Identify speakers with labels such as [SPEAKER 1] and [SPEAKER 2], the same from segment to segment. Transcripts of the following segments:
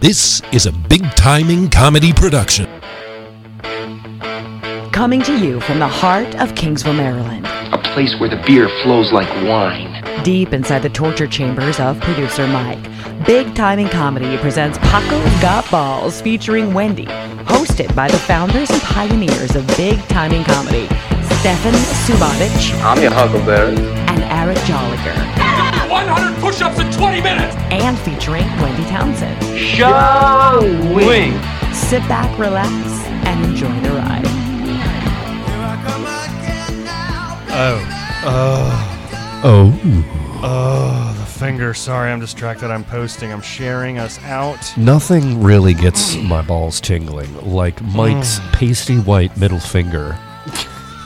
[SPEAKER 1] This is a big timing comedy production.
[SPEAKER 2] Coming to you from the heart of Kingsville, Maryland,
[SPEAKER 3] a place where the beer flows like wine.
[SPEAKER 2] deep inside the torture chambers of producer Mike, Big Time in Comedy presents Paco Got Balls featuring Wendy, hosted by the founders and pioneers of Big Time in Comedy, Stefan Subotic
[SPEAKER 3] I'm your huckleberry.
[SPEAKER 2] and Eric Jolliger,
[SPEAKER 4] 100 push-ups in 20 minutes.
[SPEAKER 2] and featuring Wendy Townsend.
[SPEAKER 3] Shall we?
[SPEAKER 2] Sit back, relax, and enjoy the ride.
[SPEAKER 5] Oh,
[SPEAKER 6] Oh, the finger. Sorry, I'm distracted. I'm posting. I'm sharing us out.
[SPEAKER 5] nothing really gets my balls tingling like Mike's
[SPEAKER 6] Mm.
[SPEAKER 5] pasty white middle finger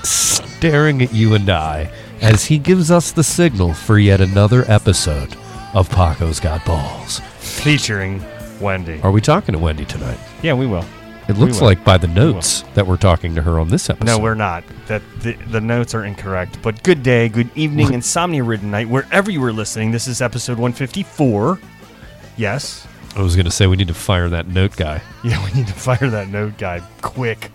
[SPEAKER 5] staring at you and I as he gives us the signal for yet another episode of Paco's Got Balls.
[SPEAKER 6] Featuring Wendy.
[SPEAKER 5] Are we talking to Wendy tonight?
[SPEAKER 6] Yeah, we will.
[SPEAKER 5] It looks
[SPEAKER 6] will.
[SPEAKER 5] like by the notes that we're talking to her on this episode.
[SPEAKER 6] No, we're not. That the, the notes are incorrect. But good day, good evening, insomnia ridden night, wherever you were listening. This is episode 154. Yes.
[SPEAKER 5] I was going to say we need to fire that note guy.
[SPEAKER 6] Yeah, we need to fire that note guy quick.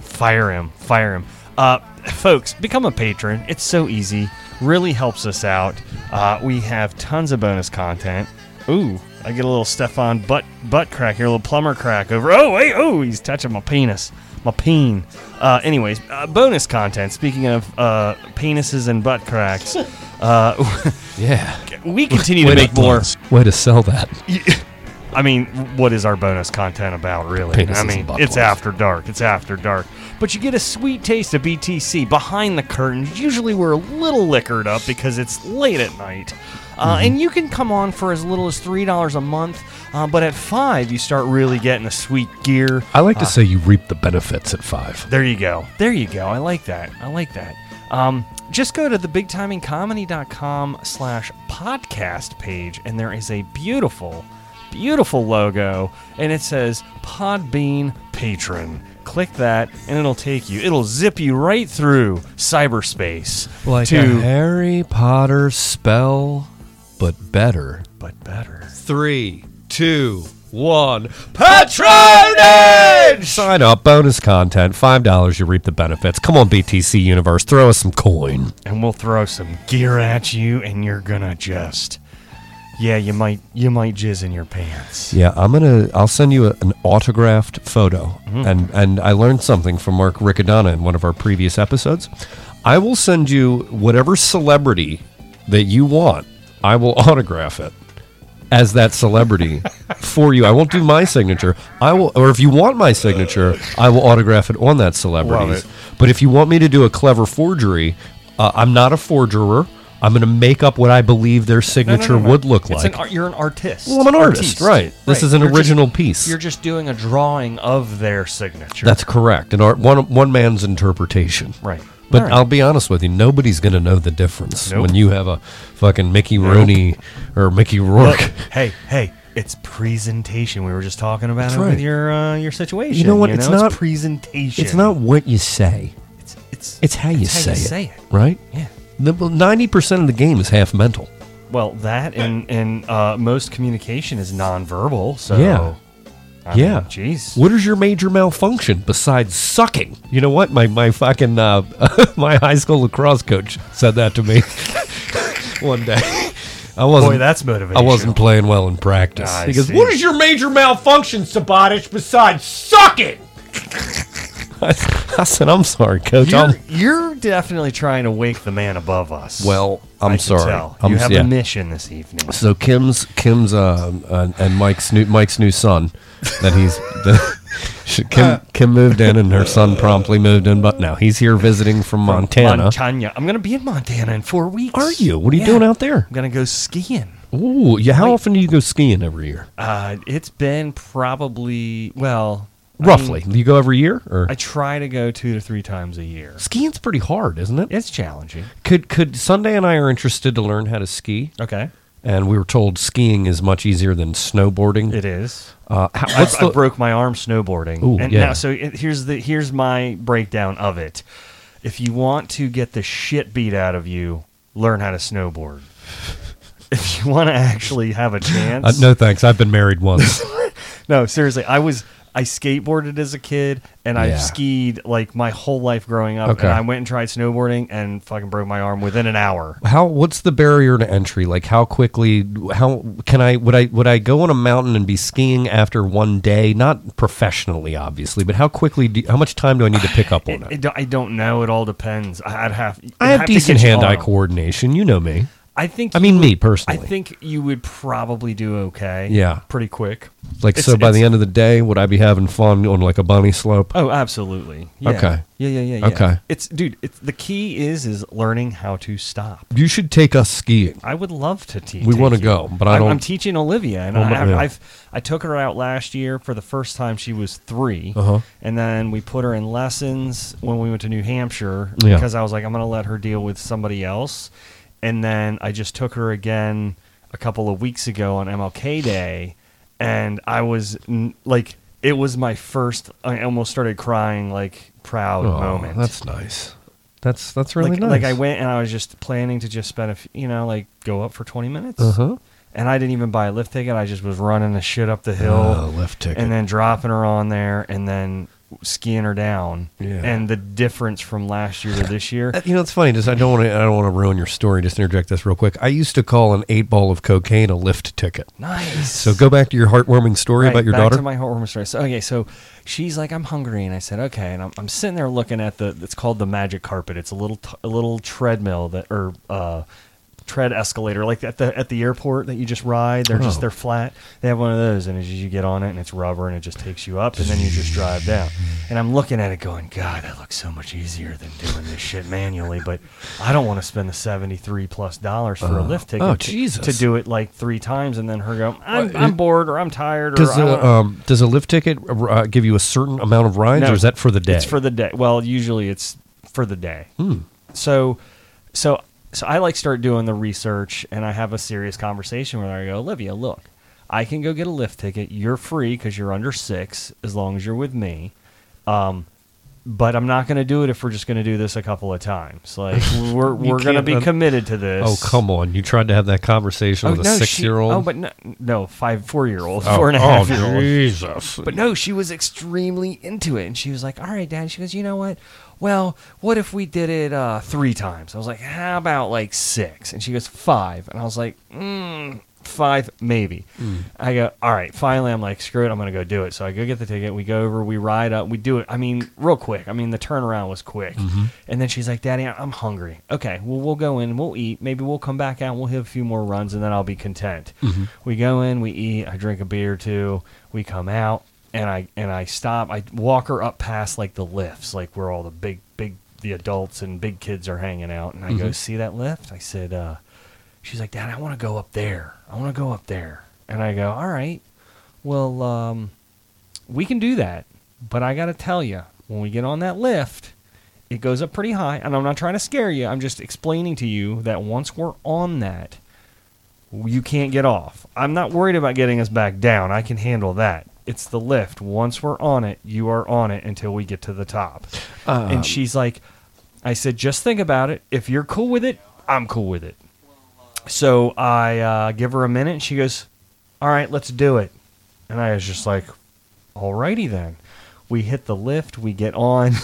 [SPEAKER 6] Fire him. Fire him. Uh, folks, become a patron. It's so easy. Really helps us out. Uh, we have tons of bonus content. Ooh, I get a little Stefan butt butt crack here, a little plumber crack over. Oh wait, oh he's touching my penis, my peen. Uh, anyways, uh, bonus content. Speaking of uh, penises and butt cracks, uh,
[SPEAKER 5] Yeah.
[SPEAKER 6] we continue to make more.
[SPEAKER 5] Way to sell that.
[SPEAKER 6] I mean, what is our bonus content about, really?
[SPEAKER 5] Penises
[SPEAKER 6] I
[SPEAKER 5] and
[SPEAKER 6] mean,
[SPEAKER 5] butt
[SPEAKER 6] it's
[SPEAKER 5] plugs.
[SPEAKER 6] after dark. It's after dark. But you get a sweet taste of BTC behind the curtain. Usually we're a little liquored up because it's late at night. Uh, And you can come on for as little as $3 a month. Uh, but at 5 you start really getting the sweet gear.
[SPEAKER 5] I like to say you reap the benefits at five.
[SPEAKER 6] There you go. There you go. I like that. I like that. Um, just go to the bigtimingcomedy.com slash podcast page, and there is a beautiful, beautiful logo, and it says Podbean Patron. Click that, and it'll take you. It'll zip you right through cyberspace
[SPEAKER 5] like
[SPEAKER 6] to
[SPEAKER 5] a Harry Potter spell, but better.
[SPEAKER 6] but better.
[SPEAKER 5] Three, two, one. Patronage! Sign up. Bonus content. Five dollars. You reap the benefits. Come on, BTC Universe. Throw us some coin.
[SPEAKER 6] and we'll throw some gear at you, and you're gonna just, yeah, you might, you might jizz in your pants.
[SPEAKER 5] Yeah, I'm gonna. I'll send you a, an autographed photo.
[SPEAKER 6] Mm-hmm.
[SPEAKER 5] And and I learned something from Mark Riccadonna in one of our previous episodes. I will send you whatever celebrity that you want. I will autograph it as that celebrity for you. I won't do my signature. I will, or if you want my signature, I will autograph it on that celebrity's.
[SPEAKER 6] it.
[SPEAKER 5] But if you want me to do a clever forgery, uh, I'm not a forgerer. I'm going to make up what I believe their
[SPEAKER 6] No, no,
[SPEAKER 5] signature
[SPEAKER 6] no, no.
[SPEAKER 5] would look
[SPEAKER 6] It's
[SPEAKER 5] like.
[SPEAKER 6] an ar- you're an artist.
[SPEAKER 5] Well, I'm an artist, right. This is an
[SPEAKER 6] You're just-
[SPEAKER 5] original piece.
[SPEAKER 6] You're just doing a drawing of their signature.
[SPEAKER 5] That's correct. An art, one one man's interpretation.
[SPEAKER 6] Right.
[SPEAKER 5] But
[SPEAKER 6] All right.
[SPEAKER 5] I'll be honest with you, nobody's going to know the difference
[SPEAKER 6] Nope.
[SPEAKER 5] when you have a fucking Mickey Rooney or Mickey
[SPEAKER 6] Look,
[SPEAKER 5] Rourke.
[SPEAKER 6] hey, hey, it's presentation. We were just talking about
[SPEAKER 5] That's
[SPEAKER 6] it
[SPEAKER 5] right.
[SPEAKER 6] with your uh, your situation.
[SPEAKER 5] You know what? It's not-
[SPEAKER 6] presentation.
[SPEAKER 5] It's not what you say;
[SPEAKER 6] It's it's,
[SPEAKER 5] it's how you, say, it,
[SPEAKER 6] say it.
[SPEAKER 5] Right?
[SPEAKER 6] Yeah.
[SPEAKER 5] Ninety percent of the game is half mental.
[SPEAKER 6] Well, that and and uh, most communication is nonverbal. So
[SPEAKER 5] Yeah.
[SPEAKER 6] I
[SPEAKER 5] yeah.
[SPEAKER 6] mean, Jeez.
[SPEAKER 5] What is your major malfunction besides sucking? You know what? My my fucking uh, my high school lacrosse coach said that to me one day. I wasn't.
[SPEAKER 6] Boy, that's motivation.
[SPEAKER 5] I wasn't playing well in practice.
[SPEAKER 6] I
[SPEAKER 5] he goes,
[SPEAKER 6] see.
[SPEAKER 5] "What is your major malfunction, Sabotage, besides sucking?" I, I said, "I'm sorry, Coach.
[SPEAKER 6] You're,
[SPEAKER 5] I'm
[SPEAKER 6] you're definitely trying to wake the man above us.
[SPEAKER 5] well. I'm
[SPEAKER 6] I can
[SPEAKER 5] sorry.
[SPEAKER 6] tell.
[SPEAKER 5] I'm
[SPEAKER 6] you have
[SPEAKER 5] yeah.
[SPEAKER 6] a mission this evening.
[SPEAKER 5] So Kim's Kim's uh, and, and Mike's new Mike's new son that he's the, Kim Kim moved in and her son promptly moved in, but now he's here visiting from Montana.
[SPEAKER 6] Montana. I'm gonna be in Montana in four weeks.
[SPEAKER 5] Are you? What are you doing out there?
[SPEAKER 6] I'm gonna go skiing.
[SPEAKER 5] Ooh, yeah. How often do you go skiing every year?
[SPEAKER 6] Uh, it's been probably well, I mean,
[SPEAKER 5] Roughly, do you go every year or
[SPEAKER 6] I, try to go two to three times a year.
[SPEAKER 5] skiing's pretty hard, isn't it?
[SPEAKER 6] It's challenging.
[SPEAKER 5] Could could Sunday and I are interested to learn how to ski,
[SPEAKER 6] Okay,
[SPEAKER 5] and we were told skiing is much easier than snowboarding.
[SPEAKER 6] it is.
[SPEAKER 5] Uh, how,
[SPEAKER 6] I,
[SPEAKER 5] what's
[SPEAKER 6] I
[SPEAKER 5] the
[SPEAKER 6] broke my arm snowboarding,
[SPEAKER 5] Ooh,
[SPEAKER 6] and
[SPEAKER 5] yeah.
[SPEAKER 6] now so it, here's the here's my breakdown of it. If you want to get the shit beat out of you, learn how to snowboard. if you want to actually have a chance.
[SPEAKER 7] Uh, no thanks. I've been married once.
[SPEAKER 6] No, seriously, I was I skateboarded as a kid and
[SPEAKER 7] Yeah.
[SPEAKER 6] I've skied like my whole life growing up.
[SPEAKER 7] Okay.
[SPEAKER 6] And I went and tried snowboarding and fucking broke my arm within an hour.
[SPEAKER 7] how? What's the barrier to entry? Like how quickly? How can I? Would I? Would I go on a mountain and be skiing after one day? Not professionally, obviously, but how quickly? Do, how much time do I need to pick up on
[SPEAKER 6] I
[SPEAKER 7] it?
[SPEAKER 6] don't- I don't know. It all depends. I- I'd have.
[SPEAKER 7] I
[SPEAKER 6] I'd
[SPEAKER 7] have
[SPEAKER 6] to
[SPEAKER 7] decent
[SPEAKER 6] get you
[SPEAKER 7] hand-eye
[SPEAKER 6] on 'em.
[SPEAKER 7] coordination. You know me.
[SPEAKER 6] I think.
[SPEAKER 7] I
[SPEAKER 6] you
[SPEAKER 7] mean,
[SPEAKER 6] would-
[SPEAKER 7] me personally.
[SPEAKER 6] I think you would probably do okay.
[SPEAKER 7] Yeah.
[SPEAKER 6] Pretty quick.
[SPEAKER 7] Like
[SPEAKER 6] It's-
[SPEAKER 7] so, by the
[SPEAKER 6] it's-
[SPEAKER 7] end of the day, would I be having fun on like a bunny slope?
[SPEAKER 6] Oh, absolutely. Yeah.
[SPEAKER 7] Okay.
[SPEAKER 6] Yeah, yeah, yeah, yeah.
[SPEAKER 7] Okay.
[SPEAKER 6] It's dude. It's the key is is learning how to stop.
[SPEAKER 7] You should take us skiing.
[SPEAKER 6] I would love to teach.
[SPEAKER 7] We
[SPEAKER 6] take
[SPEAKER 7] wanna
[SPEAKER 6] you.
[SPEAKER 7] go, but I
[SPEAKER 6] I'm- I'm
[SPEAKER 7] don't-
[SPEAKER 6] teaching Olivia, and
[SPEAKER 7] Well,
[SPEAKER 6] I,
[SPEAKER 7] my-
[SPEAKER 6] have
[SPEAKER 7] yeah.
[SPEAKER 6] I've I took her out last year for the first time. She was 3
[SPEAKER 7] Uh-huh.
[SPEAKER 6] and then we put her in lessons when we went to New Hampshire
[SPEAKER 7] Yeah.
[SPEAKER 6] because I was like, I'm gonna let her deal with somebody else, and then I just took her again a couple of weeks ago on MLK Day, and I was n- like, it was my first. I almost started crying, like proud
[SPEAKER 7] Oh,
[SPEAKER 6] moment
[SPEAKER 7] that's nice. That's that's really
[SPEAKER 6] like,
[SPEAKER 7] nice.
[SPEAKER 6] Like I went and I was just planning to just spend a, f- you know, like go up for 20 minutes.
[SPEAKER 7] Uh-huh.
[SPEAKER 6] And I didn't even buy a lift ticket. I just was running the shit up the hill.
[SPEAKER 7] Oh, lift ticket.
[SPEAKER 6] And then dropping her on there and then skiing her down.
[SPEAKER 7] Yeah.
[SPEAKER 6] And the difference from last year to this year.
[SPEAKER 7] Uh, You know, it's funny. Just I don't want to. I don't want to ruin your story. Just interject this real quick. I used to call an eight ball of cocaine a lift ticket.
[SPEAKER 6] nice.
[SPEAKER 7] So go back to your heartwarming story
[SPEAKER 6] Right,
[SPEAKER 7] about your
[SPEAKER 6] back
[SPEAKER 7] daughter.
[SPEAKER 6] To my heartwarming story. So okay, so she's like, I'm hungry, and I said, okay, and I'm, I'm sitting there looking at the. It's called the magic carpet. It's a little t- a little treadmill that or uh, tread escalator like at the at the airport that you just ride. They're
[SPEAKER 7] Oh.
[SPEAKER 6] just they're flat. They have one of those, and as you get on it, and it's rubber, and it just takes you up, and then you just drive down. And I'm looking at it, going, God, that looks so much easier than doing this shit manually. But I don't want to spend the seventy three plus dollars for a lift ticket
[SPEAKER 7] Oh,
[SPEAKER 6] to-
[SPEAKER 7] Jesus.
[SPEAKER 6] to do it like three times, and then her go, I'm,
[SPEAKER 7] Well,
[SPEAKER 6] I'm
[SPEAKER 7] it-
[SPEAKER 6] bored or I'm tired. or
[SPEAKER 7] does
[SPEAKER 6] I
[SPEAKER 7] a
[SPEAKER 6] wanna-
[SPEAKER 7] um, does a lift ticket uh, give you a certain amount of rides,
[SPEAKER 6] No,
[SPEAKER 7] or is that for the day?
[SPEAKER 6] It's for the day. Well, usually it's for the day.
[SPEAKER 7] Hmm.
[SPEAKER 6] So, so, so I like start doing the research, and I have a serious conversation with her. I go, Olivia, look, I can go get a lift ticket. You're free because you're under six, as long as you're with me. Um, but I'm not going to do it if we're just going to do this a couple of times. Like we're
[SPEAKER 7] You
[SPEAKER 6] we're going to
[SPEAKER 7] can't
[SPEAKER 6] be
[SPEAKER 7] un-
[SPEAKER 6] committed to this.
[SPEAKER 7] oh come on! You tried to have that conversation with a
[SPEAKER 6] no, she-
[SPEAKER 7] six-year-old. Oh,
[SPEAKER 6] Oh, but no, no five, four year old, four and a half year old.
[SPEAKER 7] Jesus!
[SPEAKER 6] But no, she was extremely into it, and she was like, "All right, Dad." She goes, "You know what? Well, what if we did it uh, three times?" I was like, "How about like six? And she goes, five. And I was like, mm, five, maybe." I go, "All right." Finally, I'm like, "Screw it, I'm gonna go do it." So I go get the ticket. We go over. We ride up. We do it. I mean, real quick. I mean, the turnaround was quick. And then she's like, "Daddy, I- I'm hungry." Okay, well, we'll go in. We'll eat. Maybe we'll come back out. and We'll have a few more runs, and then I'll be content. We go in. We eat. I drink a beer or two. We come out and I and I stop. I walk her up past like the lifts, like where all the big big the adults and big kids are hanging out. And I go see that lift. I said, uh, she's like, Dad, I want to go up there. I want to go up there. And I go, all right. Well, um, we can do that, but I gotta tell you, when we get on that lift, it goes up pretty high. And I'm not trying to scare you. I'm just explaining to you that once we're on that, you can't get off. I'm not worried about getting us back down. I can handle that. It's the lift. Once we're on it, you are on it until we get to the top. and she's like, I said, just think about it. If you're cool with it, I'm cool with it. So I uh, give her a minute. And she goes, All right, let's do it. And I was just like, Alrighty then. We hit the lift. We get on.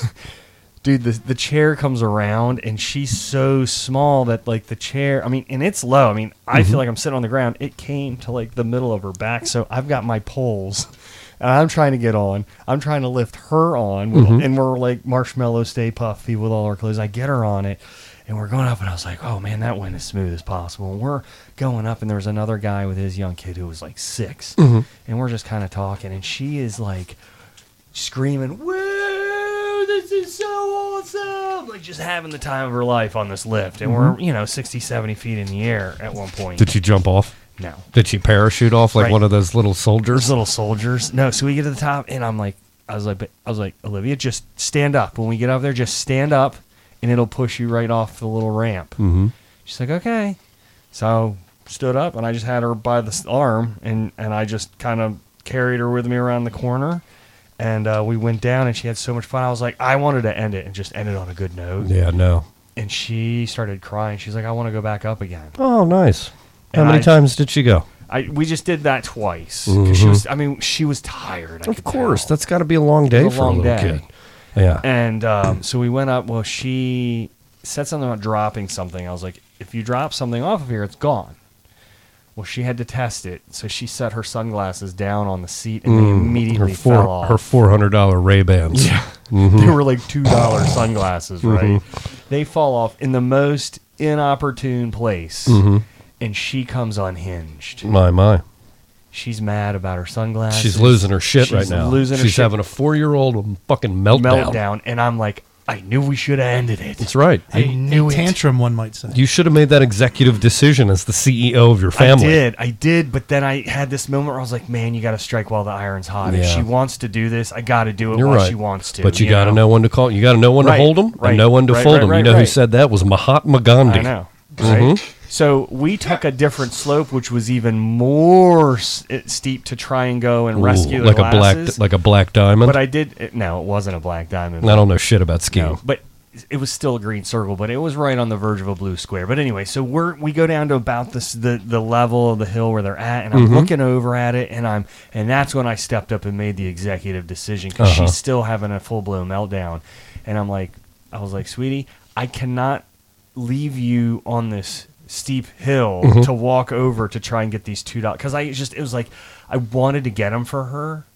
[SPEAKER 6] Dude, the, the chair comes around and she's so small that like the chair. I mean, and it's low. I mean, I feel like I'm sitting on the ground. It came to like the middle of her back, so I've got my poles, and I'm trying to get on. I'm trying to lift her on, with, and we're like marshmallow stay puffy with all our clothes. I get her on it, and we're going up, and I was like, oh man, that went as smooth as possible. And we're going up, and there was another guy with his young kid who was like 6 and we're just kind of talking, and she is like screaming, "Woo! This is so awesome!" Like just having the time of her life on this lift, and we're you know 60, 70 feet in the air at one point.
[SPEAKER 7] Did she jump off?
[SPEAKER 6] no,
[SPEAKER 7] Did she parachute off like
[SPEAKER 6] Right.
[SPEAKER 7] one of those little
[SPEAKER 6] there's
[SPEAKER 7] soldiers?
[SPEAKER 6] little soldiers. No, so we get to the top, and I'm like, I was like, I was like, Olivia, just stand up. When we get up there, just stand up, and it'll push you right off the little ramp. Mm-hmm. She's like, okay. So stood up, and I just had her by the s- arm, and and I just kind of carried her with me around the corner. And uh, we went down, and she had so much fun. I was like, I wanted to end it and just end it on a good note.
[SPEAKER 7] Yeah, no.
[SPEAKER 6] And she started crying. She's like, I want to go back up again.
[SPEAKER 7] Oh, nice. How
[SPEAKER 6] And
[SPEAKER 7] many
[SPEAKER 6] I-
[SPEAKER 7] times did she go?
[SPEAKER 6] I, we just did that twice. 'cause She was, I mean, she was tired. I
[SPEAKER 7] Mm-hmm. Of
[SPEAKER 6] could
[SPEAKER 7] course,
[SPEAKER 6] tell.
[SPEAKER 7] that's got to be a long day
[SPEAKER 6] a
[SPEAKER 7] for
[SPEAKER 6] long
[SPEAKER 7] a little
[SPEAKER 6] day.
[SPEAKER 7] kid. Yeah.
[SPEAKER 6] And um, so we went up. Well, she said something about dropping something. I was like, if you drop something off of here, it's gone. Well, she had to test it, so she set her sunglasses down on the seat and they
[SPEAKER 7] Mm. her
[SPEAKER 6] immediately fell
[SPEAKER 7] four
[SPEAKER 6] off.
[SPEAKER 7] her mm-hmm. four hundred dollar Ray Bans.
[SPEAKER 6] Yeah. They were like two dollar sunglasses,
[SPEAKER 7] Mm-hmm.
[SPEAKER 6] right? They fall off in the most inopportune place,
[SPEAKER 7] Mm-hmm.
[SPEAKER 6] and she comes unhinged.
[SPEAKER 7] My my.
[SPEAKER 6] She's mad about her sunglasses.
[SPEAKER 7] She's losing her shit
[SPEAKER 6] She's
[SPEAKER 7] right now.
[SPEAKER 6] Losing her
[SPEAKER 7] She's
[SPEAKER 6] shit.
[SPEAKER 7] having a four year old fucking meltdown.
[SPEAKER 6] meltdown. and I'm like, I knew we should have ended it.
[SPEAKER 7] That's right.
[SPEAKER 6] I knew it.
[SPEAKER 8] tantrum, one might say.
[SPEAKER 7] You should have made that executive decision as the CEO of your family.
[SPEAKER 6] I did, I did, but then I had this moment where I was like, "Man, you got to strike while the iron's hot. If
[SPEAKER 7] Yeah.
[SPEAKER 6] she wants to do this, I got to do it
[SPEAKER 7] You're
[SPEAKER 6] while
[SPEAKER 7] right.
[SPEAKER 6] she wants to."
[SPEAKER 7] But you, got to know when to call. You got to know when
[SPEAKER 6] Right,
[SPEAKER 7] to hold them
[SPEAKER 6] right,
[SPEAKER 7] and know when to
[SPEAKER 6] right,
[SPEAKER 7] fold
[SPEAKER 6] right,
[SPEAKER 7] them.
[SPEAKER 6] right,
[SPEAKER 7] you know who
[SPEAKER 6] right.
[SPEAKER 7] said that was Mahatma Gandhi.
[SPEAKER 6] I know.
[SPEAKER 7] Mm-hmm.
[SPEAKER 6] Right? So we took a different slope, which was even more s- steep to try and go and
[SPEAKER 7] Ooh,
[SPEAKER 6] rescue the
[SPEAKER 7] like a
[SPEAKER 6] glasses.
[SPEAKER 7] black like a black diamond.
[SPEAKER 6] but
[SPEAKER 7] I,
[SPEAKER 6] I did. No, it wasn't a black diamond.
[SPEAKER 7] don't know shit about skiing.
[SPEAKER 6] No, but it was still a green circle, but it was right on the verge of a blue square. But anyway, so we're we go down to about this the the level of the hill where they're at, and I'm looking over at it, and I'm and that's when I stepped up and made the executive decision because she's still having a full blown meltdown, and I'm like, I was like, sweetie, I cannot leave you on this steep hill to walk over to try and get these two dollars because I just it was like I wanted to get them for her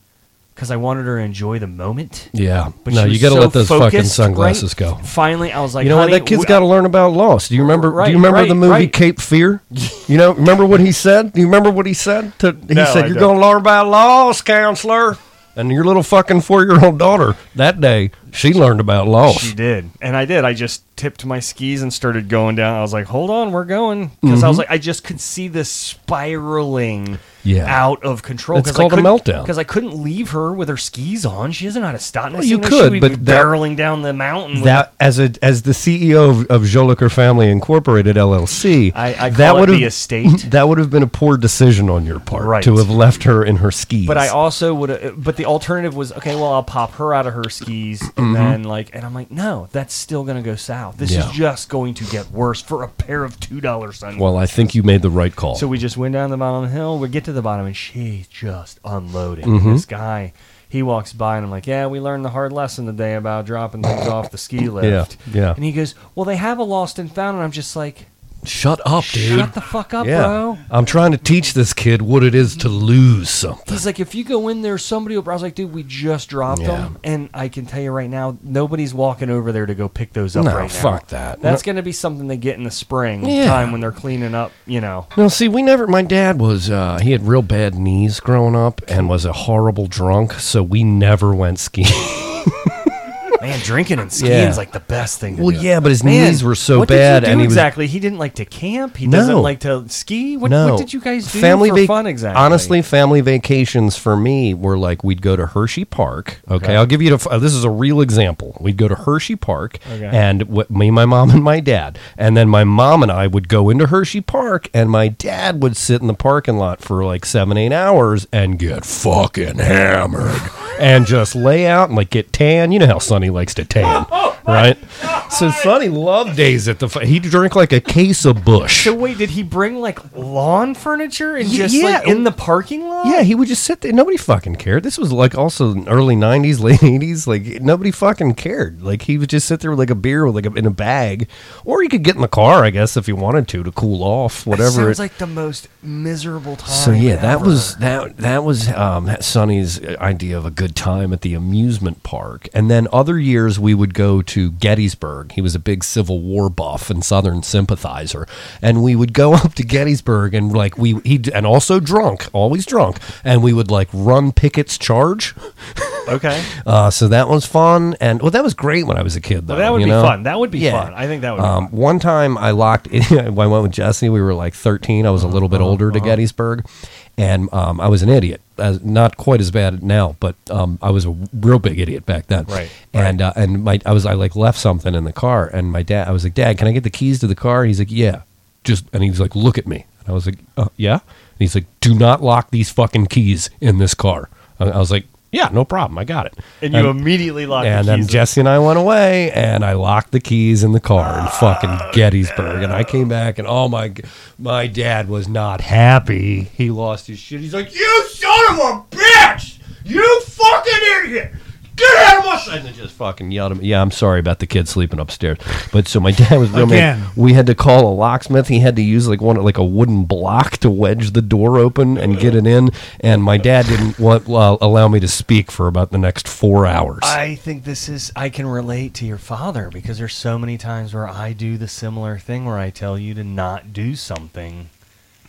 [SPEAKER 6] because I wanted her to enjoy the moment.
[SPEAKER 7] Yeah.
[SPEAKER 6] But
[SPEAKER 7] no,
[SPEAKER 6] she
[SPEAKER 7] you
[SPEAKER 6] was
[SPEAKER 7] got to
[SPEAKER 6] so
[SPEAKER 7] let those fucking
[SPEAKER 6] focused,
[SPEAKER 7] sunglasses
[SPEAKER 6] right?
[SPEAKER 7] go.
[SPEAKER 6] Finally, I was like,
[SPEAKER 7] you know what?
[SPEAKER 6] Honey,
[SPEAKER 7] That kid's
[SPEAKER 6] we-
[SPEAKER 7] got to learn about loss. Do you remember? do
[SPEAKER 6] Right,
[SPEAKER 7] you remember
[SPEAKER 6] right,
[SPEAKER 7] the movie
[SPEAKER 6] right.
[SPEAKER 7] Cape Fear? You know, remember what he said? Do you remember what he said? To, he
[SPEAKER 6] No,
[SPEAKER 7] said,
[SPEAKER 6] I
[SPEAKER 7] "You're
[SPEAKER 6] don't.
[SPEAKER 7] going to learn about loss, counselor." And your little fucking four-year-old daughter that day, she learned about loss.
[SPEAKER 6] She did, and I did. I just tipped my skis and started going down. I was like, "Hold on, we're going," because
[SPEAKER 7] Mm-hmm.
[SPEAKER 6] I was like, I just could see this spiraling.
[SPEAKER 7] Yeah.
[SPEAKER 6] out of control.
[SPEAKER 7] It's called a meltdown.
[SPEAKER 6] Because I couldn't leave her with her skis on. She doesn't know how to stop. Next
[SPEAKER 7] you
[SPEAKER 6] thing I know, she
[SPEAKER 7] could,
[SPEAKER 6] would
[SPEAKER 7] but
[SPEAKER 6] be
[SPEAKER 7] that-
[SPEAKER 6] barreling down the mountain. with-
[SPEAKER 7] that as a as the CEO of, of Jolicoeur Family Incorporated LLC,
[SPEAKER 6] I- I call
[SPEAKER 7] that
[SPEAKER 6] it
[SPEAKER 7] would
[SPEAKER 6] the
[SPEAKER 7] have-
[SPEAKER 6] estate.
[SPEAKER 7] That would have been a poor decision on your part
[SPEAKER 6] Right.
[SPEAKER 7] to have left her in her skis.
[SPEAKER 6] But I also would. But the alternative was okay. Well, I'll pop her out of her skis, and then like, and I'm like, no, that's still gonna go south. This
[SPEAKER 7] Mm-hmm. Yeah.
[SPEAKER 6] is just going to get worse for a pair of two dollar sunglasses.
[SPEAKER 7] well, I think you made the right call.
[SPEAKER 6] so we just went down the bottom of the hill. We get to the bottom, and she's just unloading.
[SPEAKER 7] Mm-hmm.
[SPEAKER 6] This guy, he walks by, and I'm like, yeah, we learned the hard lesson today about dropping things off the ski lift.
[SPEAKER 7] yeah.
[SPEAKER 6] And he goes, well, they have a lost and found, and I'm just like,
[SPEAKER 7] Shut up, dude.
[SPEAKER 6] shut the fuck up,
[SPEAKER 7] yeah,
[SPEAKER 6] bro.
[SPEAKER 7] I'm trying to teach this kid what it is to lose something.
[SPEAKER 6] He's like, if you go in there, somebody will. I was like, dude, we just dropped
[SPEAKER 7] Yeah.
[SPEAKER 6] them, and I can tell you right now, nobody's walking over there to go pick those up
[SPEAKER 7] No,
[SPEAKER 6] right now.
[SPEAKER 7] fuck that.
[SPEAKER 6] That's gonna be something they get in the spring
[SPEAKER 7] Yeah.
[SPEAKER 6] time when they're cleaning up. You know,
[SPEAKER 7] No, see, we never. My dad was uh, he had real bad knees growing up and was a horrible drunk, so we never went skiing.
[SPEAKER 6] man, drinking and skiing
[SPEAKER 7] Yeah.
[SPEAKER 6] is like the best thing. To
[SPEAKER 7] Well,
[SPEAKER 6] do.
[SPEAKER 7] yeah, but his
[SPEAKER 6] Man,
[SPEAKER 7] knees were so
[SPEAKER 6] what
[SPEAKER 7] bad,
[SPEAKER 6] Did you do
[SPEAKER 7] and he was
[SPEAKER 6] exactly. He didn't like to camp. He doesn't
[SPEAKER 7] No.
[SPEAKER 6] like to ski. What,
[SPEAKER 7] no.
[SPEAKER 6] what did you guys do for
[SPEAKER 7] vac-
[SPEAKER 6] fun exactly?
[SPEAKER 7] Honestly, family vacations for me were like we'd go to Hershey Park. Okay,
[SPEAKER 6] Okay.
[SPEAKER 7] I'll give you the, uh, this is a real example. We'd go to Hershey Park,
[SPEAKER 6] Okay.
[SPEAKER 7] and what, me, my mom, and my dad, and then my mom and I would go into Hershey Park, and my dad would sit in the parking lot for like seven, eight hours and get fucking hammered. And just lay out and like get tan. You know how Sonny likes to tan,
[SPEAKER 6] Oh
[SPEAKER 7] right? So Sonny loved days at the. fu- He drank like a case of Bush.
[SPEAKER 6] So wait, did he bring like lawn furniture and
[SPEAKER 7] Y-
[SPEAKER 6] just like
[SPEAKER 7] yeah.
[SPEAKER 6] in the parking lot?
[SPEAKER 7] Yeah, he would just sit there. Nobody fucking cared. This was like also in early '90s, late '80s. Like nobody fucking cared. Like he would just sit there with like a beer with like a, in a bag, or he could get in the car, I guess, if he wanted to to cool off, whatever.
[SPEAKER 6] Sounds like the most miserable time.
[SPEAKER 7] so yeah, that
[SPEAKER 6] ever.
[SPEAKER 7] was that that was um, Sonny's idea of a good time at the amusement park. And then other years we would go to Gettysburg. He was a big Civil War buff and Southern sympathizer, and we would go up to Gettysburg and like we he and also drunk, always drunk, and we would like run Pickett's charge.
[SPEAKER 6] okay.
[SPEAKER 7] Uh, so that was fun, and well, that was great when I was a kid. Though
[SPEAKER 6] Well, that would
[SPEAKER 7] you
[SPEAKER 6] be
[SPEAKER 7] know?
[SPEAKER 6] fun. That would be fun. I think that would be
[SPEAKER 7] Um, one time I locked. I went with Jesse. We were like 13. I was a little bit older
[SPEAKER 6] Uh-huh.
[SPEAKER 7] to Gettysburg, and um, I was an idiot. Uh, not quite as bad now, but um, I was a real big idiot back then.
[SPEAKER 6] Right,
[SPEAKER 7] And uh, and my I was I like left something in the car, and my dad. I was like, Dad, can I get the keys to the car? He's like, Yeah. Just and he's like, Look at me. And I was like, uh, Yeah. And he's like, Do not lock these fucking keys in this car. I I was like, yeah, no problem. I got it.
[SPEAKER 6] And you immediately lock
[SPEAKER 7] and
[SPEAKER 6] the
[SPEAKER 7] then
[SPEAKER 6] keys.
[SPEAKER 7] Jesse and I went away, and I locked the keys in the car in fucking
[SPEAKER 6] Oh,
[SPEAKER 7] Gettysburg. And I came back, and oh my, g- my dad was not happy. He lost his shit. He's like, "You son of a bitch! You fucking idiot! Get out of my sight!" And then just fucking yelled at me. Yeah, I'm sorry about the kid sleeping upstairs, but so my dad was real mad.
[SPEAKER 8] Again.
[SPEAKER 7] We had to call a locksmith. He had to use like one like a wooden block to wedge the door open and get it in. And my dad didn't want, well, allow me to speak for about the next four hours.
[SPEAKER 6] I think this is I can relate to your father because there's so many times where I do the similar thing where I tell you to not do something